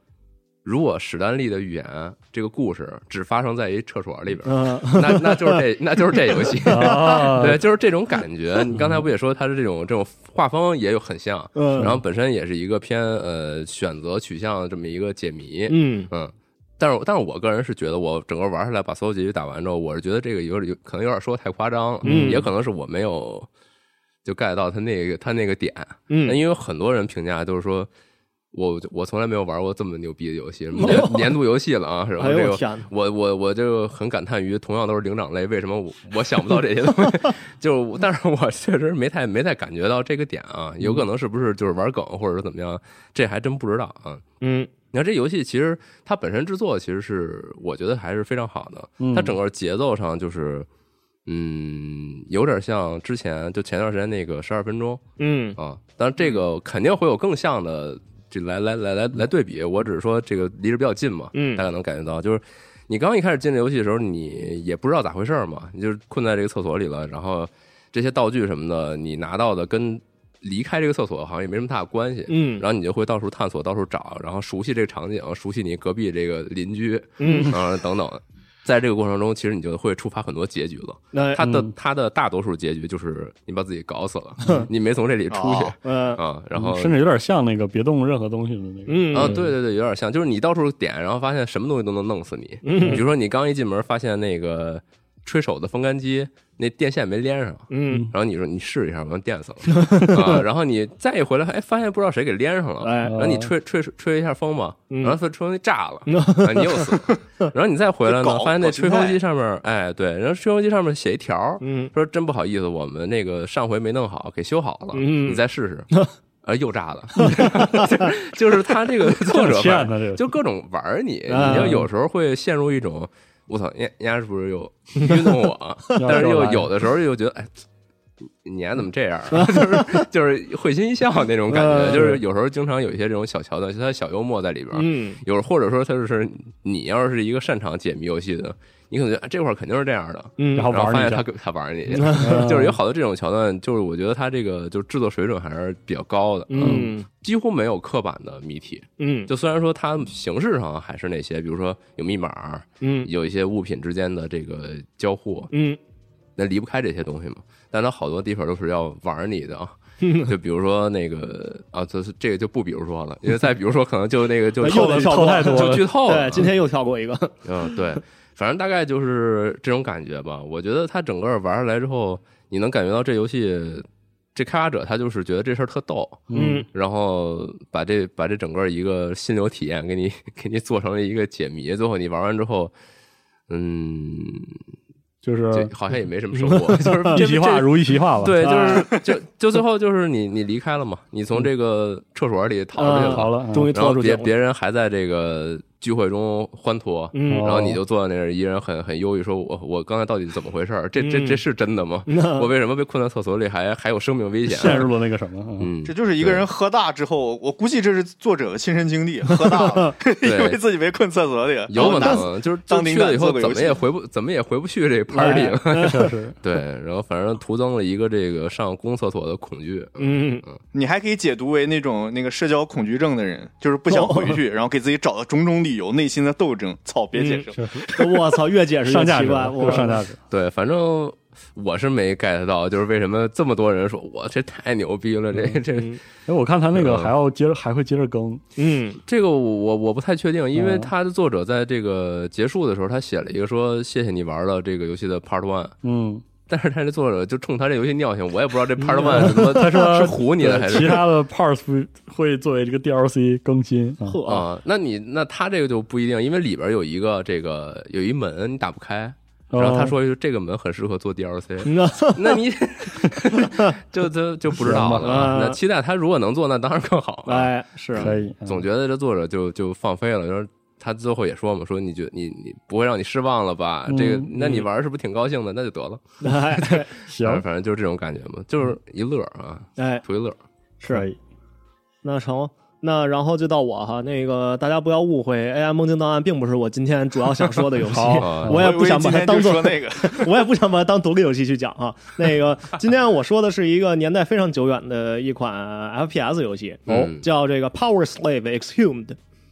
Speaker 4: 如果史丹利的预言这个故事只发生在一厕所里边儿，
Speaker 3: 嗯 <laughs>
Speaker 4: 那那就是这那就是这
Speaker 5: <laughs>
Speaker 4: 游戏。
Speaker 3: 啊，
Speaker 4: 对，就是这种感觉。你刚才不也说它是这种这种画风也有很像，
Speaker 5: 嗯
Speaker 4: 然后本身也是一个偏呃选择取向的这么一个解谜，
Speaker 5: 嗯
Speaker 4: 嗯。但是，但是我个人是觉得，我整个玩下来把所有结局打完之后，我是觉得这个有点有可能有点说得太夸张了，
Speaker 5: 嗯
Speaker 4: 也可能是我没有就 get 到他那个他那个点，那
Speaker 5: 嗯，
Speaker 4: 因为很多人评价都是说，我我从来没有玩过这么牛逼的游戏，
Speaker 5: <laughs>
Speaker 4: 什么年年度游戏了啊，然
Speaker 5: 哎
Speaker 4: 后
Speaker 5: 呦
Speaker 4: 这
Speaker 5: 天哪
Speaker 4: 个我我我就很感叹于同样都是灵长类，为什么我我想不到这些东西？就是我，但是我确实没太没太感觉到这个点啊，有可能是不是就是玩梗或者是怎么样，这还真不知道啊。
Speaker 5: 嗯
Speaker 4: 你看这游戏其实它本身制作其实是我觉得还是非常好的，它整个节奏上就是。嗯，有点像之前就前段时间那个十二分钟，
Speaker 5: 嗯
Speaker 4: 啊，当然这个肯定会有更像的，这来来来来来对比。我只是说这个离着比较近嘛，
Speaker 5: 嗯
Speaker 4: 大概能感觉到，就是你刚一开始进这游戏的时候，你也不知道咋回事儿嘛，你就是困在这个厕所里了，然后这些道具什么的，你拿到的跟离开这个厕所好像也没什么大的关系。
Speaker 5: 嗯
Speaker 4: 然后你就会到处探索，到处找，然后熟悉这个场景，熟悉你隔壁这个邻居，
Speaker 5: 嗯，
Speaker 4: 啊等等，在这个过程中，其实你就会触发很多结局了。
Speaker 5: 那
Speaker 4: 它的
Speaker 3: 嗯
Speaker 4: 它的大多数结局就是你把自己搞死了，
Speaker 5: <laughs>
Speaker 4: 你没从这里出去
Speaker 2: 哦
Speaker 5: 呃
Speaker 4: 啊，然后
Speaker 3: 甚至有点像那个别动任何东西的那个，
Speaker 5: 嗯
Speaker 4: 啊，对对对，有点像，就是你到处点，然后发现什么东西都能弄死你。
Speaker 5: 嗯
Speaker 4: 比如说你刚一进门发现那个吹手的风干机那电线没连上，
Speaker 5: 嗯
Speaker 4: 然后你说你试一下，我能电死了
Speaker 5: <laughs>
Speaker 4: 啊，然后你再一回来，哎，发现不知道谁给连上了，
Speaker 5: 哎
Speaker 4: 然后
Speaker 3: 呃
Speaker 4: 你吹吹吹一下风吧，
Speaker 5: 嗯
Speaker 4: 然后吹风机炸了，啊你又死了，然后你
Speaker 5: <laughs>
Speaker 4: 再回来
Speaker 2: 搞
Speaker 4: 呢，发现那
Speaker 2: 搞心
Speaker 4: 吹风
Speaker 2: 态
Speaker 4: 机上面，哎，对，然后吹风机上面写一条儿，
Speaker 5: 嗯
Speaker 4: 说真不好意思，我们那个上回没弄好，给修好了，
Speaker 5: 嗯
Speaker 4: 你再试试。
Speaker 5: <laughs>
Speaker 4: 啊，又炸了， <laughs> 就是他
Speaker 5: <laughs>
Speaker 4: 这个作者
Speaker 3: 欠
Speaker 4: 吧，
Speaker 3: 的这个，
Speaker 4: 就各种玩儿你，你
Speaker 5: 啊
Speaker 4: 就有时候会陷入一种，我操，人家是不是又愚
Speaker 5: <laughs>
Speaker 4: 弄我？但是又有的时候又觉得，哎，你还怎么这样啊？ <laughs> 就是就是会心一笑那种感觉，
Speaker 5: 嗯
Speaker 4: 就是有时候经常有一些这种小桥段，他小幽默在里边儿，
Speaker 5: 嗯
Speaker 4: 有或者说他就是你要是一个擅长解谜游戏的，你可能觉得哎这块儿肯定是这样的，
Speaker 5: 嗯
Speaker 3: 然后
Speaker 4: 然后
Speaker 3: 玩
Speaker 4: 发
Speaker 3: 儿
Speaker 4: 现
Speaker 3: 你
Speaker 4: 他
Speaker 3: 一
Speaker 4: 给他玩儿你，
Speaker 3: 下，
Speaker 4: 就是有好多这种桥段，就是我觉得他这个就是制作水准还是比较高的，，
Speaker 5: 嗯
Speaker 4: 几乎没有刻板的谜题。
Speaker 5: 嗯
Speaker 4: 就虽然说它形式上还是那些，比如说有密码，
Speaker 5: 嗯
Speaker 4: 有一些物品之间的这个交互，
Speaker 5: 嗯
Speaker 4: 那离不开这些东西嘛。但它好多地方都是要玩儿你的啊。
Speaker 5: 嗯
Speaker 4: 就比如说那个啊，就是这个就不比如说了，因为再比如说可能就那个 <laughs> 就
Speaker 5: 哎又得跳过
Speaker 3: 透太多了
Speaker 4: 就剧透了啊。
Speaker 5: <laughs> 对，今天又跳过一个，
Speaker 4: 嗯，对，反正大概就是这种感觉吧。我觉得他整个玩下来之后，你能感觉到这游戏这开发者他就是觉得这事儿特逗，
Speaker 5: 嗯
Speaker 4: 然后把这把这整个一个心流体验给你给你做成了一个解谜，最后你玩完之后，嗯，
Speaker 3: 就是
Speaker 5: 呃
Speaker 4: 就好像也没什么收获，
Speaker 5: 嗯
Speaker 4: 就是
Speaker 5: <laughs>
Speaker 4: 这
Speaker 3: 一席话
Speaker 4: 这
Speaker 3: 如一席话吧，
Speaker 4: 对，就
Speaker 5: 啊
Speaker 4: 是就就最后就是你你离开了嘛，你从这个厕所里逃出去
Speaker 5: 嗯
Speaker 4: 了，
Speaker 3: 好了，嗯
Speaker 5: 终于
Speaker 4: 然
Speaker 5: 跳
Speaker 4: 后
Speaker 5: 出去
Speaker 4: 别
Speaker 5: 了，
Speaker 4: 别人还在这个聚会中欢脱，
Speaker 5: 嗯
Speaker 4: 然后
Speaker 3: 哦
Speaker 4: 你就坐在那儿，一人很很忧郁，说我我刚才到底怎么回事儿？这这
Speaker 5: 嗯
Speaker 4: 这是真的吗？我为什么被困在厕所里，还还有生命危险？啊
Speaker 3: 陷入了那个什么，嗯
Speaker 4: 嗯，
Speaker 2: 这就是一个人喝大之后，我估计这是作者的亲身经历，喝大
Speaker 5: <laughs>
Speaker 2: 了，
Speaker 4: 对
Speaker 2: 因为自己被困厕所里，然
Speaker 4: 有
Speaker 2: 后
Speaker 4: 可
Speaker 2: 拿
Speaker 4: 能就是就
Speaker 2: 当
Speaker 4: 去
Speaker 2: 领导
Speaker 4: 了以后
Speaker 2: 做个
Speaker 4: 怎
Speaker 2: 游
Speaker 4: 么
Speaker 2: 戏
Speaker 4: 也回不怎么也回不去这 party 了。
Speaker 3: 哎确实，
Speaker 4: <laughs> 对，然后反正徒增了一个这个上公厕所的恐惧。
Speaker 5: 嗯
Speaker 2: 你还可以解读为那种那个社交恐惧症的人，就是不想回
Speaker 5: <laughs>
Speaker 2: 去，然后给自己找到种种理由，内心的斗争。操，别解
Speaker 5: 嗯
Speaker 2: 释，
Speaker 5: 我操，越解释
Speaker 3: 嗯上
Speaker 5: 越
Speaker 3: 价
Speaker 5: 奇
Speaker 3: 值
Speaker 5: 怪，
Speaker 3: 了，
Speaker 5: 我
Speaker 3: 又上价值，
Speaker 4: 对，反正我是没 get 到，就是为什么这么多人说我这太牛逼了，这这
Speaker 3: 哎，我看他那个
Speaker 4: 嗯
Speaker 3: 还要接着，还会接着更，
Speaker 4: <laughs>
Speaker 5: 嗯
Speaker 4: 这个我我不太确定，因为
Speaker 3: 嗯
Speaker 4: 他的作者在这个结束的时候，他写了一个说谢谢你玩了这个游戏的 Part One，
Speaker 3: 嗯，
Speaker 4: 但是他这作者就冲他这游戏尿性，我也不知道这 Part One 什么，他
Speaker 3: 说
Speaker 4: 是唬你的还
Speaker 3: 其
Speaker 4: 是啊
Speaker 3: 他的 parts 会会作为这个 DLC 更新，啊
Speaker 5: 呵啊
Speaker 4: 啊？那你那他这个就不一定，因为里边有一个这个有一门你打不开，
Speaker 3: 哦
Speaker 4: 然后他，说这个门很适合做
Speaker 3: <laughs>
Speaker 4: DLC，
Speaker 5: 那
Speaker 4: 那你 <laughs> 就就就不知道了啊。
Speaker 5: 嗯
Speaker 4: 那期待他如果能做，那当然更好了。
Speaker 5: 哎是
Speaker 3: 哦可以，嗯
Speaker 4: 总觉得这作者就就放飞了，就是他最后也说嘛，说你觉你你不会让你失望了吧？
Speaker 3: 嗯
Speaker 4: 这个，那你玩儿是不是挺高兴的？那就得了，
Speaker 5: 哎对
Speaker 3: 嗯行
Speaker 4: 反，正反正就是这种感觉嘛，就是一乐儿啊，
Speaker 5: 哎
Speaker 4: 图一乐儿。
Speaker 5: 是
Speaker 3: 可以
Speaker 5: 那成，那然后就到我哈，那个大家不要误会，AI 梦境档案并不是我今天主要想说的游戏。
Speaker 4: 啊
Speaker 5: 我也不想
Speaker 2: 今
Speaker 5: 把
Speaker 2: 天
Speaker 5: 它当
Speaker 2: 就
Speaker 5: 做
Speaker 2: 说那个，
Speaker 5: <laughs> 我也不想把它当独立游戏去讲啊。那个，今天我说的是一个年代非常久远的一款 FPS 游戏，
Speaker 4: 嗯
Speaker 5: 叫这个《Power Slave Exhumed》。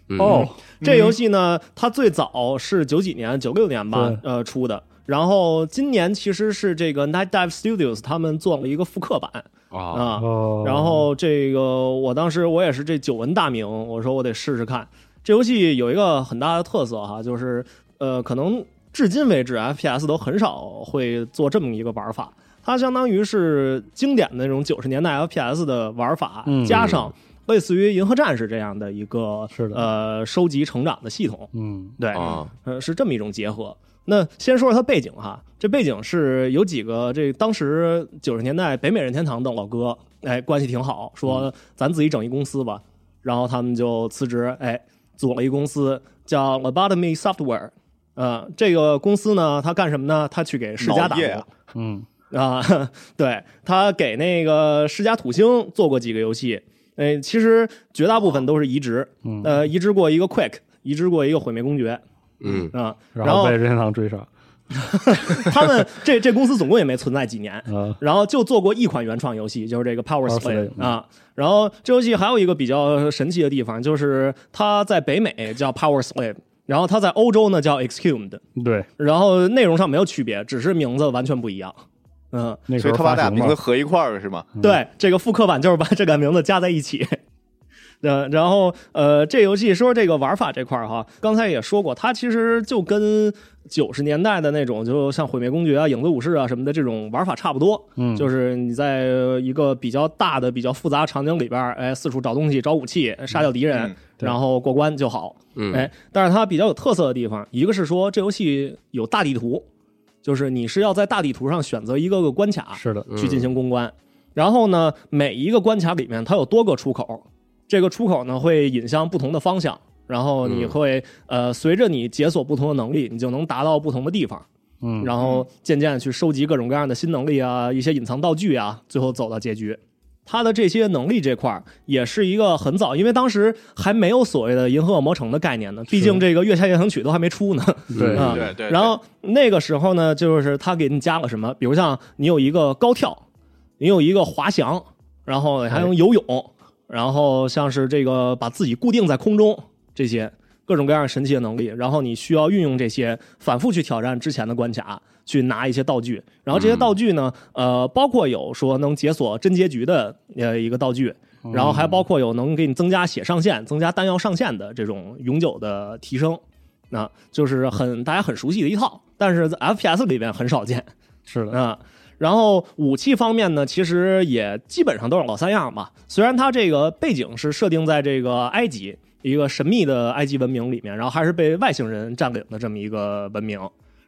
Speaker 4: 嗯
Speaker 3: 哦，
Speaker 5: 这游戏呢，它最早是九几年、九六年吧，呃出的。然后今年其实是这个 Night Dive Studios 他们做了一个复刻版
Speaker 4: 啊，
Speaker 5: 啊。
Speaker 3: 哦，
Speaker 5: 然后这个我当时我也是这久闻大名，我说我得试试看。这游戏有一个很大的特色哈，就是呃，可能至今为止 FPS 都很少会做这么一个玩法。它相当于是经典的那种九十年代 FPS 的玩法，
Speaker 3: 嗯
Speaker 5: 加上类似于《银河战士》这样的一个
Speaker 3: 是的
Speaker 5: 呃收集成长的系统，
Speaker 3: 嗯，
Speaker 5: 对，
Speaker 4: 啊
Speaker 5: 呃，是这么一种结合。那先说说它背景哈，这背景是有几个这当时九十年代北美任天堂的老哥，哎，关系挺好，说咱自己整一公司吧，然后他们就辞职，哎，组了一公司叫 Lobotomy Software，呃，这个公司呢，它干什么呢？它去给世嘉
Speaker 2: 脑
Speaker 5: 打工
Speaker 2: 业啊
Speaker 3: 嗯，
Speaker 5: 啊、 <laughs> 对，他给那个世嘉土星做过几个游戏，哎，其实绝大部分都是移植，
Speaker 3: 嗯
Speaker 5: 呃，移植过一个 Quick，移植过一个毁灭公爵
Speaker 4: 嗯
Speaker 5: 啊、
Speaker 3: 然
Speaker 5: 然
Speaker 3: 后
Speaker 5: 后
Speaker 3: 被任天堂追杀，
Speaker 5: <laughs> 他们这这公司总共也没存在几年，
Speaker 3: 啊，
Speaker 5: 然后就做过一款原创游戏，就是这个 Power
Speaker 3: Power
Speaker 5: Slave
Speaker 3: Slave，嗯
Speaker 5: 啊。然后这游戏还有一个比较神奇的地方，就是它在北美叫 Power Slave，然后它在欧洲呢叫 Exhumed，
Speaker 3: 对，
Speaker 5: 然后内容上没有区别，只是名字完全不一样。嗯，
Speaker 3: 那
Speaker 2: 所
Speaker 3: 时
Speaker 2: 以
Speaker 3: 候
Speaker 2: 他把
Speaker 3: 发
Speaker 2: 俩
Speaker 3: 行
Speaker 2: 名字
Speaker 3: 了，
Speaker 2: 合一块儿了是吗？
Speaker 5: 对，这个复刻版就是把这个名字加在一起。 <laughs> 呃，然后呃，这游戏说这个玩法这块儿哈，刚才也说过，它其实就跟九十年代的那种，就像毁灭公爵啊、影子武士啊什么的这种玩法差不多。
Speaker 3: 嗯，
Speaker 5: 就是你在一个比较大的、比较复杂的场景里边儿，哎，四处找东西、找武器、杀掉敌人，
Speaker 2: 嗯
Speaker 3: 对
Speaker 5: 然后过关就好。
Speaker 4: 嗯
Speaker 5: 哎，但是它比较有特色的地方，一个是说这游戏有大地图，就是你是要在大地图上选择一个个关卡
Speaker 3: 是
Speaker 4: 嗯
Speaker 3: 的，
Speaker 5: 去进行攻关。然后呢，每一个关卡里面它有多个出口，这个出口呢会引向不同的方向，然后你
Speaker 4: 嗯
Speaker 5: 会、呃随着你解锁不同的能力，你就能达到不同的地方。
Speaker 3: 嗯，
Speaker 5: 然后渐渐地去收集各种各样的新能力啊，一些隐藏道具啊，最后走到结局。他的这些能力这块儿也是一个很早，因为当时还没有所谓的银河恶魔城的概念呢，毕竟这个月下夜行曲都还没出呢。
Speaker 4: 对
Speaker 5: 啊
Speaker 2: 对对。
Speaker 5: 然后那个时候呢，就是他给你加了什么，比如像你有一个高跳，你有一个滑翔，然后还能游泳，然后像是这个把自己固定在空中这些各种各样神奇的能力，然后你需要运用这些反复去挑战之前的关卡，去拿一些道具，然后这些道具呢，呃，包括有说能解锁真结局的呃一个道具。
Speaker 3: 嗯
Speaker 5: 然后还包括有能给你增加血上限、增加弹药上限的这种永久的提升，啊，就是很大家很熟悉的一套，但是在 FPS 里边很少见
Speaker 3: 是的，
Speaker 5: 啊。然后武器方面呢，其实也基本上都是老三样吧。虽然它这个背景是设定在这个埃及一个神秘的埃及文明里面，然后还是被外星人占领的这么一个文明。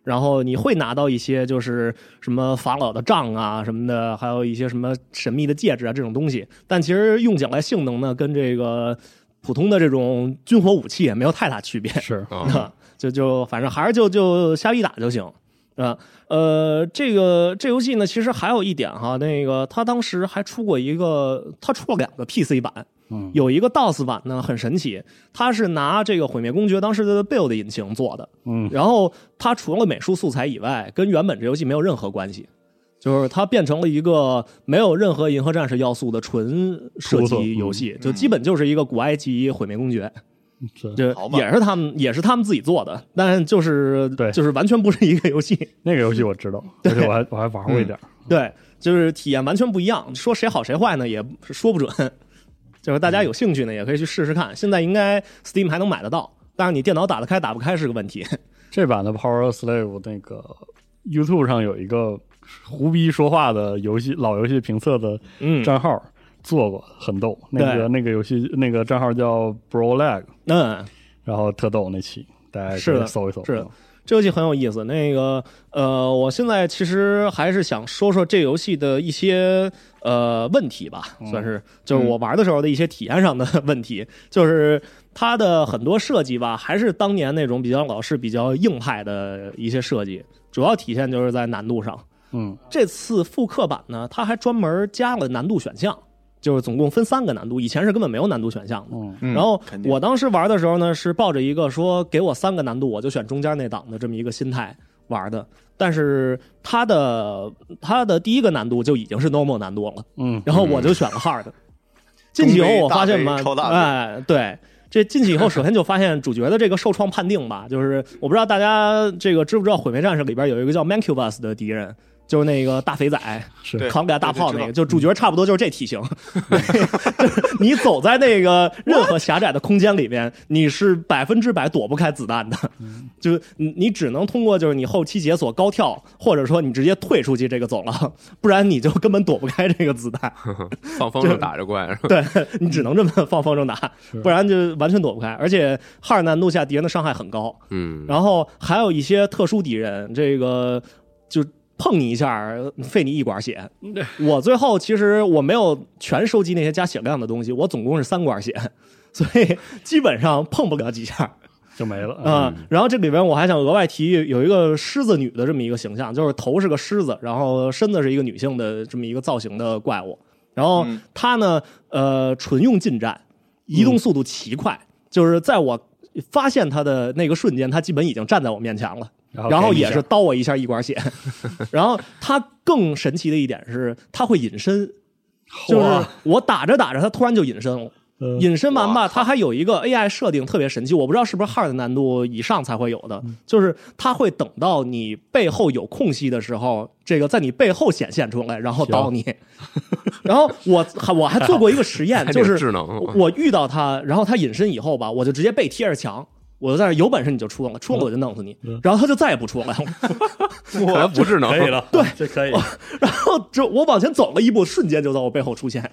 Speaker 5: 然后你会拿到一些就是什么法老的杖啊什么的，还有一些什么神秘的戒指啊这种东西。但其实用起来性能呢，跟这个普通的这种军火武器也没有太大区别。
Speaker 3: 是，
Speaker 4: 啊，
Speaker 5: <laughs> 就就反正还是就就瞎逼打就行啊。呃，这个这游戏呢，其实还有一点哈，那个它当时还出过一个，它出了两个 PC 版，
Speaker 3: 嗯，
Speaker 5: 有一个 DOS 版呢，很神奇，它是拿这个《毁灭公爵》当时的 Build 引擎做的，
Speaker 3: 嗯，
Speaker 5: 然后它除了美术素材以外，跟原本这游戏没有任何关系。就是它变成了一个没有任何银河战士要素的纯射
Speaker 3: 出色嗯
Speaker 5: 击游戏，就基本就是一个古埃及毁灭公爵。
Speaker 3: 是
Speaker 5: 对
Speaker 2: 好，嘛
Speaker 5: 也是他们，也是他们自己做的，但就是
Speaker 3: 对
Speaker 5: 就是完全不是一个游戏，
Speaker 3: 那个游戏我知道，而且我还我还玩过一点儿，
Speaker 5: 对，就是体验完全不一样。说谁好谁坏呢，也说不准。 <laughs> 就是大家有兴趣呢，也可以去试试看。现在应该 Steam 还能买得到，但是你电脑打得开打不开是个问题。
Speaker 3: 这版的 Power Slave 那个 YouTube 上有一个胡逼说话的游戏老游戏评测的
Speaker 5: 嗯，
Speaker 3: 账号做过，很逗。那个
Speaker 5: 对
Speaker 3: 那个游戏那个账号叫 Bro Lag，
Speaker 5: 嗯，
Speaker 3: 然后特逗那期，大家可以
Speaker 5: 是的
Speaker 3: 搜一搜。
Speaker 5: 是的这游戏很有意思。那个呃，我现在其实还是想说说这游戏的一些呃问题吧，算是就是我玩的时候的一些体验上的问题，就是它的很多设计吧，还是当年那种比较老式、比较硬派的一些设计，主要体现就是在难度上。
Speaker 3: 嗯，
Speaker 5: 这次复刻版呢，它还专门加了难度选项，就是总共分三个难度，以前是根本没有难度选项的。
Speaker 3: 嗯
Speaker 2: 嗯
Speaker 5: 然后
Speaker 2: 肯定
Speaker 5: 我当时玩的时候呢，是抱着一个说给我三个难度，我就选中间那档的这么一个心态玩的。但是它的它的第一个难度就已经是 normal 难度了，
Speaker 3: 嗯，
Speaker 2: 嗯
Speaker 5: 然后我就选了 hard。进去以后我发现嘛
Speaker 2: 中杯大杯超，大杯
Speaker 5: 哎，对，这进去以后，首先就发现主角的这个受创判定吧，就是我不知道大家这个知不知道《毁灭战士》里边有一个叫 Mancubus 的敌人，就是那个大肥仔，
Speaker 3: 是
Speaker 2: 对
Speaker 5: 扛不了大炮
Speaker 2: 对
Speaker 5: 那
Speaker 2: 对
Speaker 5: 个，就主角差不多就是这体型。 <laughs> 就是你走在那个任何狭窄的空间里面，你是百分之百躲不开子弹的，
Speaker 2: 嗯
Speaker 5: <laughs> 就是你你只能通过就是你后期解锁高跳，或者说你直接退出去这个走廊，不然你就根本躲不开这个子弹。
Speaker 4: 放风筝打
Speaker 5: <laughs>
Speaker 4: 着怪，是吧
Speaker 5: 对你只能这么放风筝打，不然就完全躲不开。而且哈尔难度下敌人的伤害很高，
Speaker 4: 嗯，
Speaker 5: 然后还有一些特殊敌人，这个就碰你一下，费你一管血。我最后其实我没有全收集那些加血量的东西，我总共是三管血，所以基本上碰不了几下。
Speaker 3: 就没了啊。
Speaker 5: 啊、然后这里边我还想额外提有一个狮子女的这么一个形象，就是头是个狮子，然后身子是一个女性的这么一个造型的怪物。然后
Speaker 2: 嗯
Speaker 5: 它呢，呃，纯用近战，移动速度奇快，就是在我发现它的那个瞬间，它基本已经站在我面前了。然后
Speaker 3: 给你
Speaker 5: 也
Speaker 3: 一
Speaker 5: 是
Speaker 3: 下
Speaker 5: 刀我一下一管血， <laughs> 然后它更神奇的一点是，它会隐身，就是
Speaker 3: 哇
Speaker 5: 我打着打着，它突然就隐身了。
Speaker 3: 嗯
Speaker 5: 隐身完吧，它还有一个 AI 设定特别神奇，我不知道是不是 hard 难度以上才会有的，就是它会等到你背后有空隙的时候，这个在你背后显现出来，然后刀你。 <laughs> 然后我还我还做过一个实
Speaker 4: <laughs>
Speaker 5: 验，
Speaker 4: 还
Speaker 5: 就
Speaker 4: 挺
Speaker 5: 是
Speaker 4: 智能，
Speaker 5: 我遇到他，然后他隐身以后吧，我就直接背贴着墙。我就在那儿有本事你就出来，出来我就弄死你。然后他就再也不出来了。
Speaker 4: 看来不智能，
Speaker 3: 可以了，对，这可以。
Speaker 5: 然后这我往前走了一步，瞬间就在我背后出现。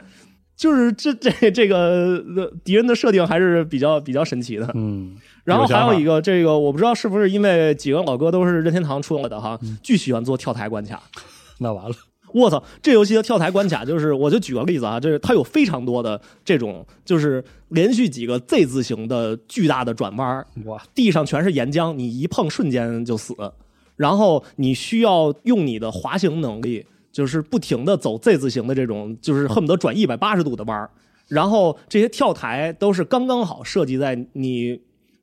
Speaker 5: 就是这这这个呃敌人的设定还是比较比较神奇的。
Speaker 3: 嗯，
Speaker 5: 然后
Speaker 3: 有想
Speaker 5: 还
Speaker 3: 法
Speaker 5: 有一个这个我不知道是不是因为几个老哥都是任天堂出来的哈，
Speaker 3: 嗯
Speaker 5: 巨喜欢做跳台关卡。
Speaker 3: 那完了，
Speaker 5: 我操，这游戏的跳台关卡就是，我就举个例子啊，就是它有非常多的这种，就是连续几个 Z 字形的巨大的转弯儿，
Speaker 3: 哇，
Speaker 5: 地上全是岩浆，你一碰瞬间就死。然后你需要用你的滑行能力，就是不停的走 Z 字形的这种，就是恨不得转一百八十度的弯儿。然后这些跳台都是刚刚好设计在你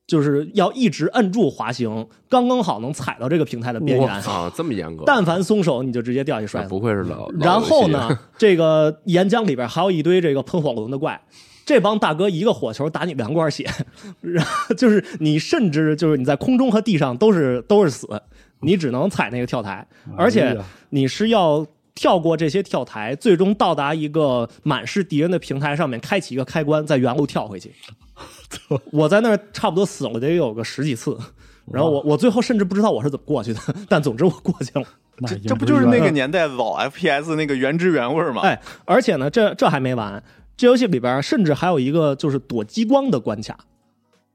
Speaker 5: 就是要一直摁住滑行，刚刚好能踩到这个平台的边
Speaker 4: 我
Speaker 5: 缘。
Speaker 4: 操，啊这么严
Speaker 5: <laughs>
Speaker 4: 格，
Speaker 5: 但凡松手，你就直接掉下去摔
Speaker 4: 那
Speaker 5: 死。
Speaker 4: 不愧是老，老
Speaker 5: 然后
Speaker 4: 游
Speaker 5: 呢，这个岩浆里边还有一堆这个喷火龙的怪，这帮大哥一个火球打你两管血，然后就是你甚至就是你在空中和地上都是都是死，你只能踩那个跳台，
Speaker 4: 哎
Speaker 5: 而且你是要。跳过这些跳台，最终到达一个满是敌人的平台上面，开启一个开关，再原路跳回去。
Speaker 4: <laughs>
Speaker 5: 我在那儿差不多死了得有个十几次，然后我我最后甚至不知道我是怎么过去的，但总之我过去了。
Speaker 3: 那已经
Speaker 2: 这不就是那
Speaker 3: 冤
Speaker 2: 个
Speaker 3: 了
Speaker 2: 年代老 FPS 那个原汁原味吗？
Speaker 5: 哎，而且呢，这这还没完，这游戏里边甚至还有一个就是躲激光的关卡，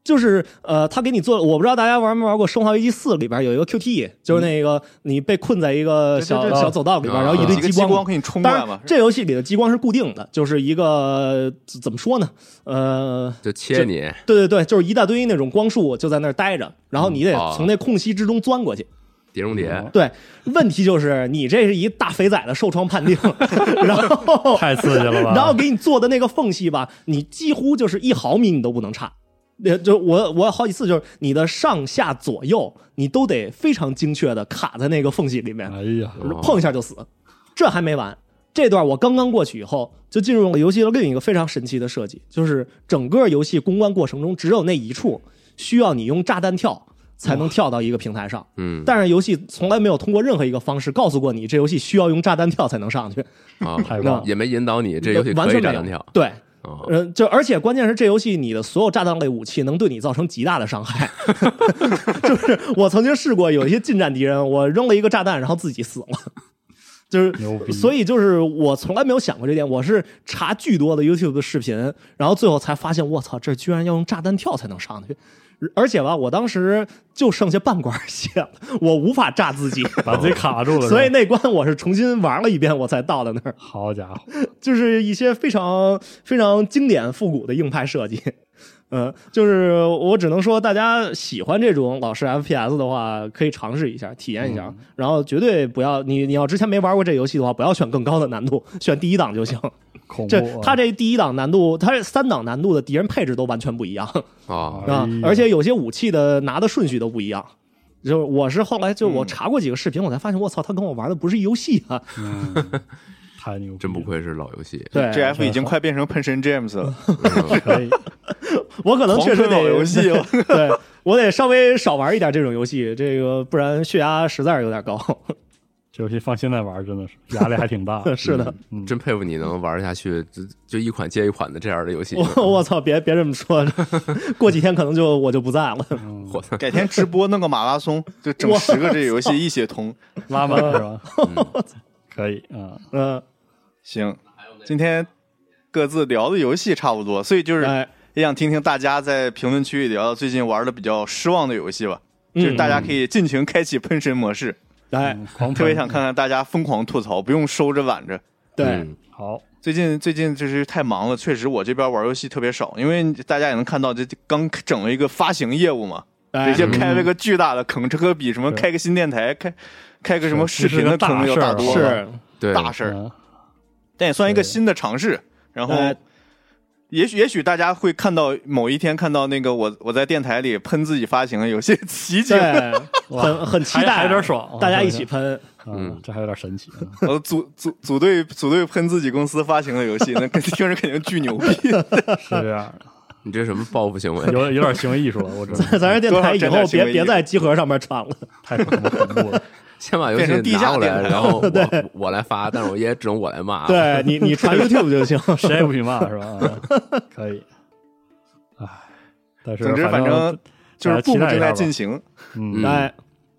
Speaker 5: 就是呃，他给你做，我不知道大家玩没玩过《生化危机四》里边有一个 QTE，就是那个你被困在一个小
Speaker 2: 对对对
Speaker 5: 小走道里边，
Speaker 4: 啊
Speaker 5: 然后一堆
Speaker 2: 几个激
Speaker 5: 光
Speaker 2: 光给你冲过
Speaker 5: 当
Speaker 2: 来
Speaker 5: 然
Speaker 2: 嘛，？
Speaker 5: 这游戏里的激光是固定的，就是一个怎么说呢？呃，
Speaker 4: <laughs> 戏就切你，
Speaker 5: 对对对，就是一大堆那种光束就在那儿待着，然后
Speaker 2: 嗯
Speaker 5: 你得
Speaker 4: 啊
Speaker 5: 从那空隙之中钻过去。
Speaker 4: 碟中谍，
Speaker 5: 对，问题就是你这是一大肥仔的受创判定， <laughs> 然后
Speaker 3: 太刺激了吧？
Speaker 5: 然后给你做的那个缝隙吧，你几乎就是一毫米你都不能差。呃，就我我好几次就是你的上下左右，你都得非常精确的卡在那个缝隙里面，
Speaker 3: 哎呀，
Speaker 4: 哦
Speaker 5: 碰一下就死。这还没完，这段我刚刚过去以后，就进入了游戏的另一个非常神奇的设计，就是整个游戏公关过程中只有那一处需要你用炸弹跳才能跳到一个平台上。
Speaker 4: 嗯
Speaker 5: 但是游戏从来没有通过任何一个方式告诉过你，这游戏需要用炸弹跳才能上去，
Speaker 4: 啊，
Speaker 3: 太棒了
Speaker 4: 也没引导你，这游戏
Speaker 5: 完
Speaker 4: 可以
Speaker 5: 全没
Speaker 4: 炸
Speaker 5: 有
Speaker 4: 弹跳。
Speaker 5: 对，
Speaker 4: 啊，
Speaker 5: 呃，就而且关键是这游戏你的所有炸弹类武器能对你造成极大的伤
Speaker 4: <laughs>
Speaker 5: 害，就是我曾经试过有一些近战敌人，我扔了一个炸弹，然后自己死了。就是
Speaker 3: 牛逼，
Speaker 5: 所以就是我从来没有想过这点，我是查巨多的 YouTube 的视频，然后最后才发现，我操，这居然要用炸弹跳才能上去，而且吧，我当时就剩下半管血了，我无法炸自己，
Speaker 3: 把自己卡住了是吧，
Speaker 5: <laughs> 所以那关我是重新玩了一遍，我才到的那儿。
Speaker 3: 好家伙，
Speaker 5: 就是一些非常非常经典复古的硬派设计。 <laughs> 嗯，就是我只能说，大家喜欢这种老式 FPS 的话，可以尝试一下，体验一下。
Speaker 2: 嗯
Speaker 5: 然后绝对不要你，你要之前没玩过这游戏的话，不要选更高的难度，选第一档
Speaker 2: <laughs>
Speaker 5: 就行。
Speaker 3: 恐怖
Speaker 5: 这
Speaker 3: 啊！
Speaker 5: 它这第一档难度，它这三档难度的敌人配置都完全不一样
Speaker 4: 啊，
Speaker 3: 哎
Speaker 5: 啊
Speaker 3: 呀，
Speaker 5: 而且有些武器的拿的顺序都不一样。就是
Speaker 2: 嗯 <laughs>
Speaker 5: 我是后来就我查过几个视频，我才发现，我操，他跟我玩的不是一游戏啊！
Speaker 3: 太牛逼了，
Speaker 4: 真不愧是老
Speaker 5: <laughs>
Speaker 4: 游戏。
Speaker 5: 对，
Speaker 2: G F 已经快变成喷神 James 了，
Speaker 4: 嗯
Speaker 3: 可以， <laughs>
Speaker 5: 我可能
Speaker 2: 狂
Speaker 5: 确实
Speaker 2: 喷
Speaker 5: 得
Speaker 2: 老游戏了。
Speaker 5: <laughs> 对我得稍微少玩一点这种游戏，这个不然血压实在是有点高。。
Speaker 3: 这游戏放现在玩真的是压力还挺大
Speaker 5: <laughs> 是的，
Speaker 3: 嗯，
Speaker 4: 真佩服你能玩下去，就就一款接一款的这样的游戏。
Speaker 5: 我我操，别别这么说，过几天可能就我就不在了。
Speaker 4: 我操！
Speaker 2: <laughs> 改天直播弄个马拉
Speaker 5: <laughs>
Speaker 2: 松，就整十个这游戏一起通。
Speaker 3: 拉满是吧？可以啊，
Speaker 5: 嗯，
Speaker 2: 行，今天各自聊的游戏差不多，所以就是
Speaker 5: 哎，
Speaker 2: 也想听听大家在评论区里聊聊最近玩的比较失望的游戏吧。
Speaker 5: 嗯
Speaker 2: 就是大家可以尽情开启喷神模式，
Speaker 5: 哎，
Speaker 3: 嗯狂
Speaker 2: 特别
Speaker 3: 喷
Speaker 2: 想看看大家疯狂吐槽，不用收着挽着。
Speaker 5: 对，
Speaker 4: 嗯
Speaker 3: 好，
Speaker 2: 最近最近就是太忙了，确实我这边玩游戏特别少，因为大家也能看到，这这刚整了一个发行业务嘛，
Speaker 5: 哎
Speaker 2: 直接开了个巨大的坑，这可比什么
Speaker 3: 对
Speaker 2: 开个新电台、开开个什么视频的坑要大多了，
Speaker 5: 是，
Speaker 4: 对，
Speaker 2: 大事儿。
Speaker 3: 嗯
Speaker 2: 但也算一个
Speaker 3: 对呃
Speaker 2: 新的尝试。然后
Speaker 5: 哎，
Speaker 2: 也许也许大家会看到某一天看到那个我我在电台里喷自己发行的有些奇景，
Speaker 5: 对，很很期
Speaker 3: 还还
Speaker 5: 待，
Speaker 3: 有点爽啊
Speaker 5: 大家一起喷。
Speaker 3: 嗯，这还有点神奇。
Speaker 5: <laughs>
Speaker 3: 嗯
Speaker 2: 呃，组组组队组队喷自己公司发行的游戏，那肯 <laughs> 听着肯定巨牛逼。
Speaker 3: 是这样的，
Speaker 4: 你这什么报复行为？
Speaker 3: 有有点行为艺术了，我真的
Speaker 5: 咱这电台以
Speaker 2: 多
Speaker 5: 后
Speaker 2: 少沾点行
Speaker 5: 别
Speaker 2: 为
Speaker 5: 别在集合上面传了，
Speaker 3: 太他妈恐怖了。
Speaker 4: 先把游
Speaker 2: 变成
Speaker 4: 戏
Speaker 2: 地
Speaker 4: 拿
Speaker 2: 下
Speaker 4: 过来，
Speaker 2: 电台
Speaker 4: 然后我我来发，但是我也只能我来骂。，
Speaker 5: 对你你传 YouTube 就行。
Speaker 3: 谁也不许骂
Speaker 5: <laughs>
Speaker 3: 是吧？啊可以，唉，但是
Speaker 2: 总之，反正就是
Speaker 3: 大家期
Speaker 2: Boom
Speaker 3: 待
Speaker 2: 正
Speaker 3: 一下
Speaker 2: 在
Speaker 3: 吧
Speaker 2: 进行，
Speaker 3: 嗯，
Speaker 5: 哎，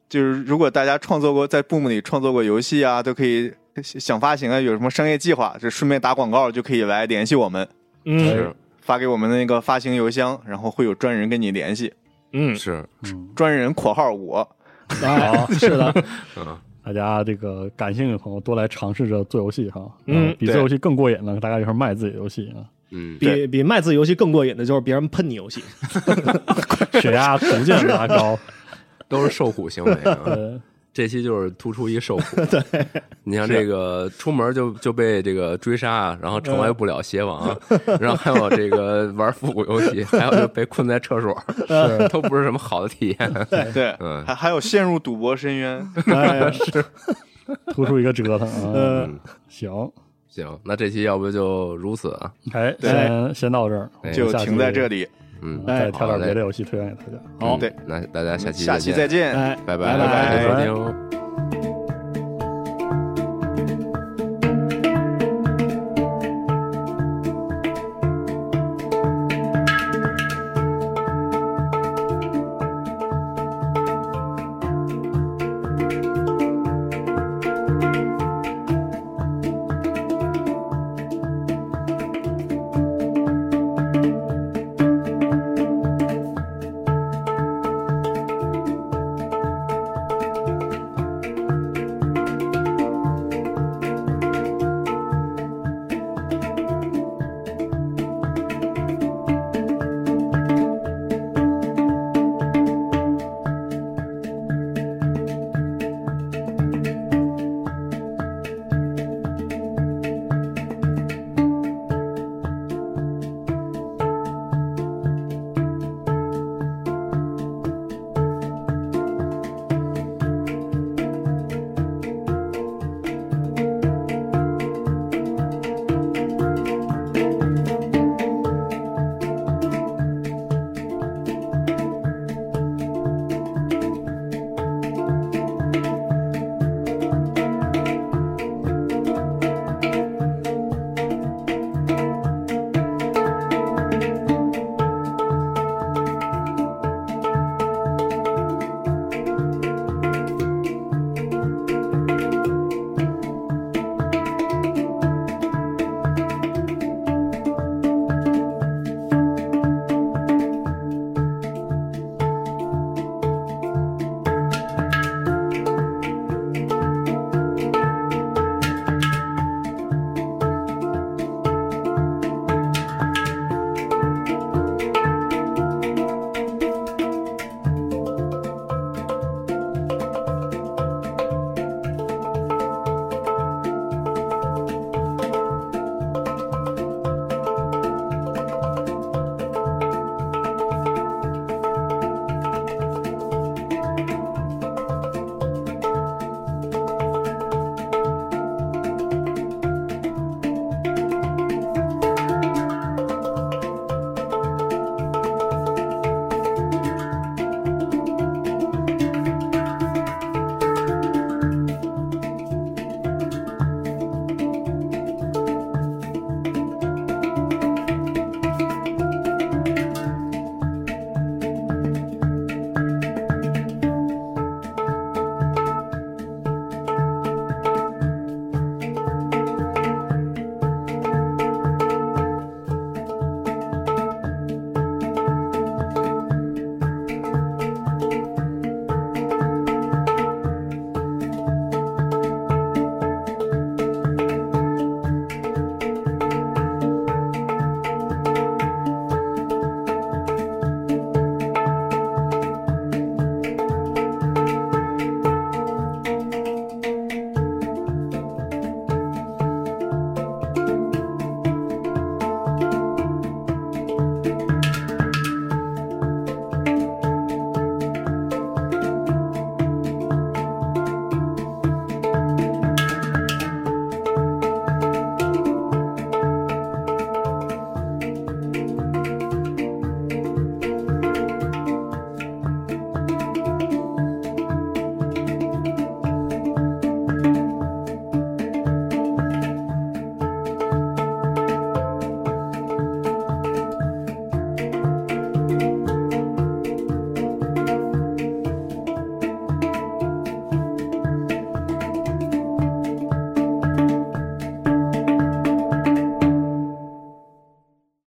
Speaker 2: 就是如果大家创作过在 Boom 里创作过游戏啊，都可以想发行啊，有什么商业计划，就顺便打广告就可以来联系我们，
Speaker 5: 嗯
Speaker 4: 是
Speaker 2: 发给我们的那个发行邮箱，然后会有专人跟你联系。
Speaker 5: 嗯，
Speaker 4: 是，
Speaker 3: 嗯，
Speaker 2: 专人（括号我
Speaker 3: <laughs>
Speaker 5: 哎，是的，
Speaker 2: <laughs>
Speaker 4: 嗯，
Speaker 3: 大家这个感兴趣的朋友多来尝试着做游戏哈，
Speaker 5: 嗯
Speaker 3: 啊比做
Speaker 2: 对
Speaker 3: 游戏更过瘾呢。大家一块儿卖自己的
Speaker 2: <laughs>
Speaker 3: 游戏啊，
Speaker 4: 嗯，
Speaker 5: 比比卖字游戏更过瘾的就是别人喷你游戏。
Speaker 3: 血压逐渐拉高。
Speaker 4: 都是受苦行为
Speaker 5: <laughs>
Speaker 4: 啊。
Speaker 3: 呃，
Speaker 4: 这期就是突出一个受苦。对，你像这个出门就就被这个追杀，然后成为不了
Speaker 5: <laughs>
Speaker 4: 邪王，啊然后还有这个玩复古游戏，还有就被困在厕所， <laughs> 都不是什么好的体验。）。 <laughs>
Speaker 2: 对，
Speaker 4: 嗯
Speaker 2: 还还有陷入赌博深渊。
Speaker 5: 哎，
Speaker 3: 突出一个折腾啊。
Speaker 5: <laughs> 嗯，
Speaker 3: 行，
Speaker 4: 行，那这期要不就如此啊？
Speaker 3: 哎，先先到这儿，
Speaker 4: 哎
Speaker 2: 就停在这
Speaker 3: 里，
Speaker 2: 里。哎
Speaker 4: 嗯，
Speaker 3: 再
Speaker 4: 好
Speaker 3: 挑点
Speaker 4: 嘞
Speaker 3: 别的游戏推荐给大家。
Speaker 5: 哎好，
Speaker 2: 对，
Speaker 4: 那大家下期
Speaker 2: 下期再见。
Speaker 5: 哎，
Speaker 4: 拜
Speaker 5: 拜
Speaker 4: 拜
Speaker 5: 拜
Speaker 4: 感谢收听哦。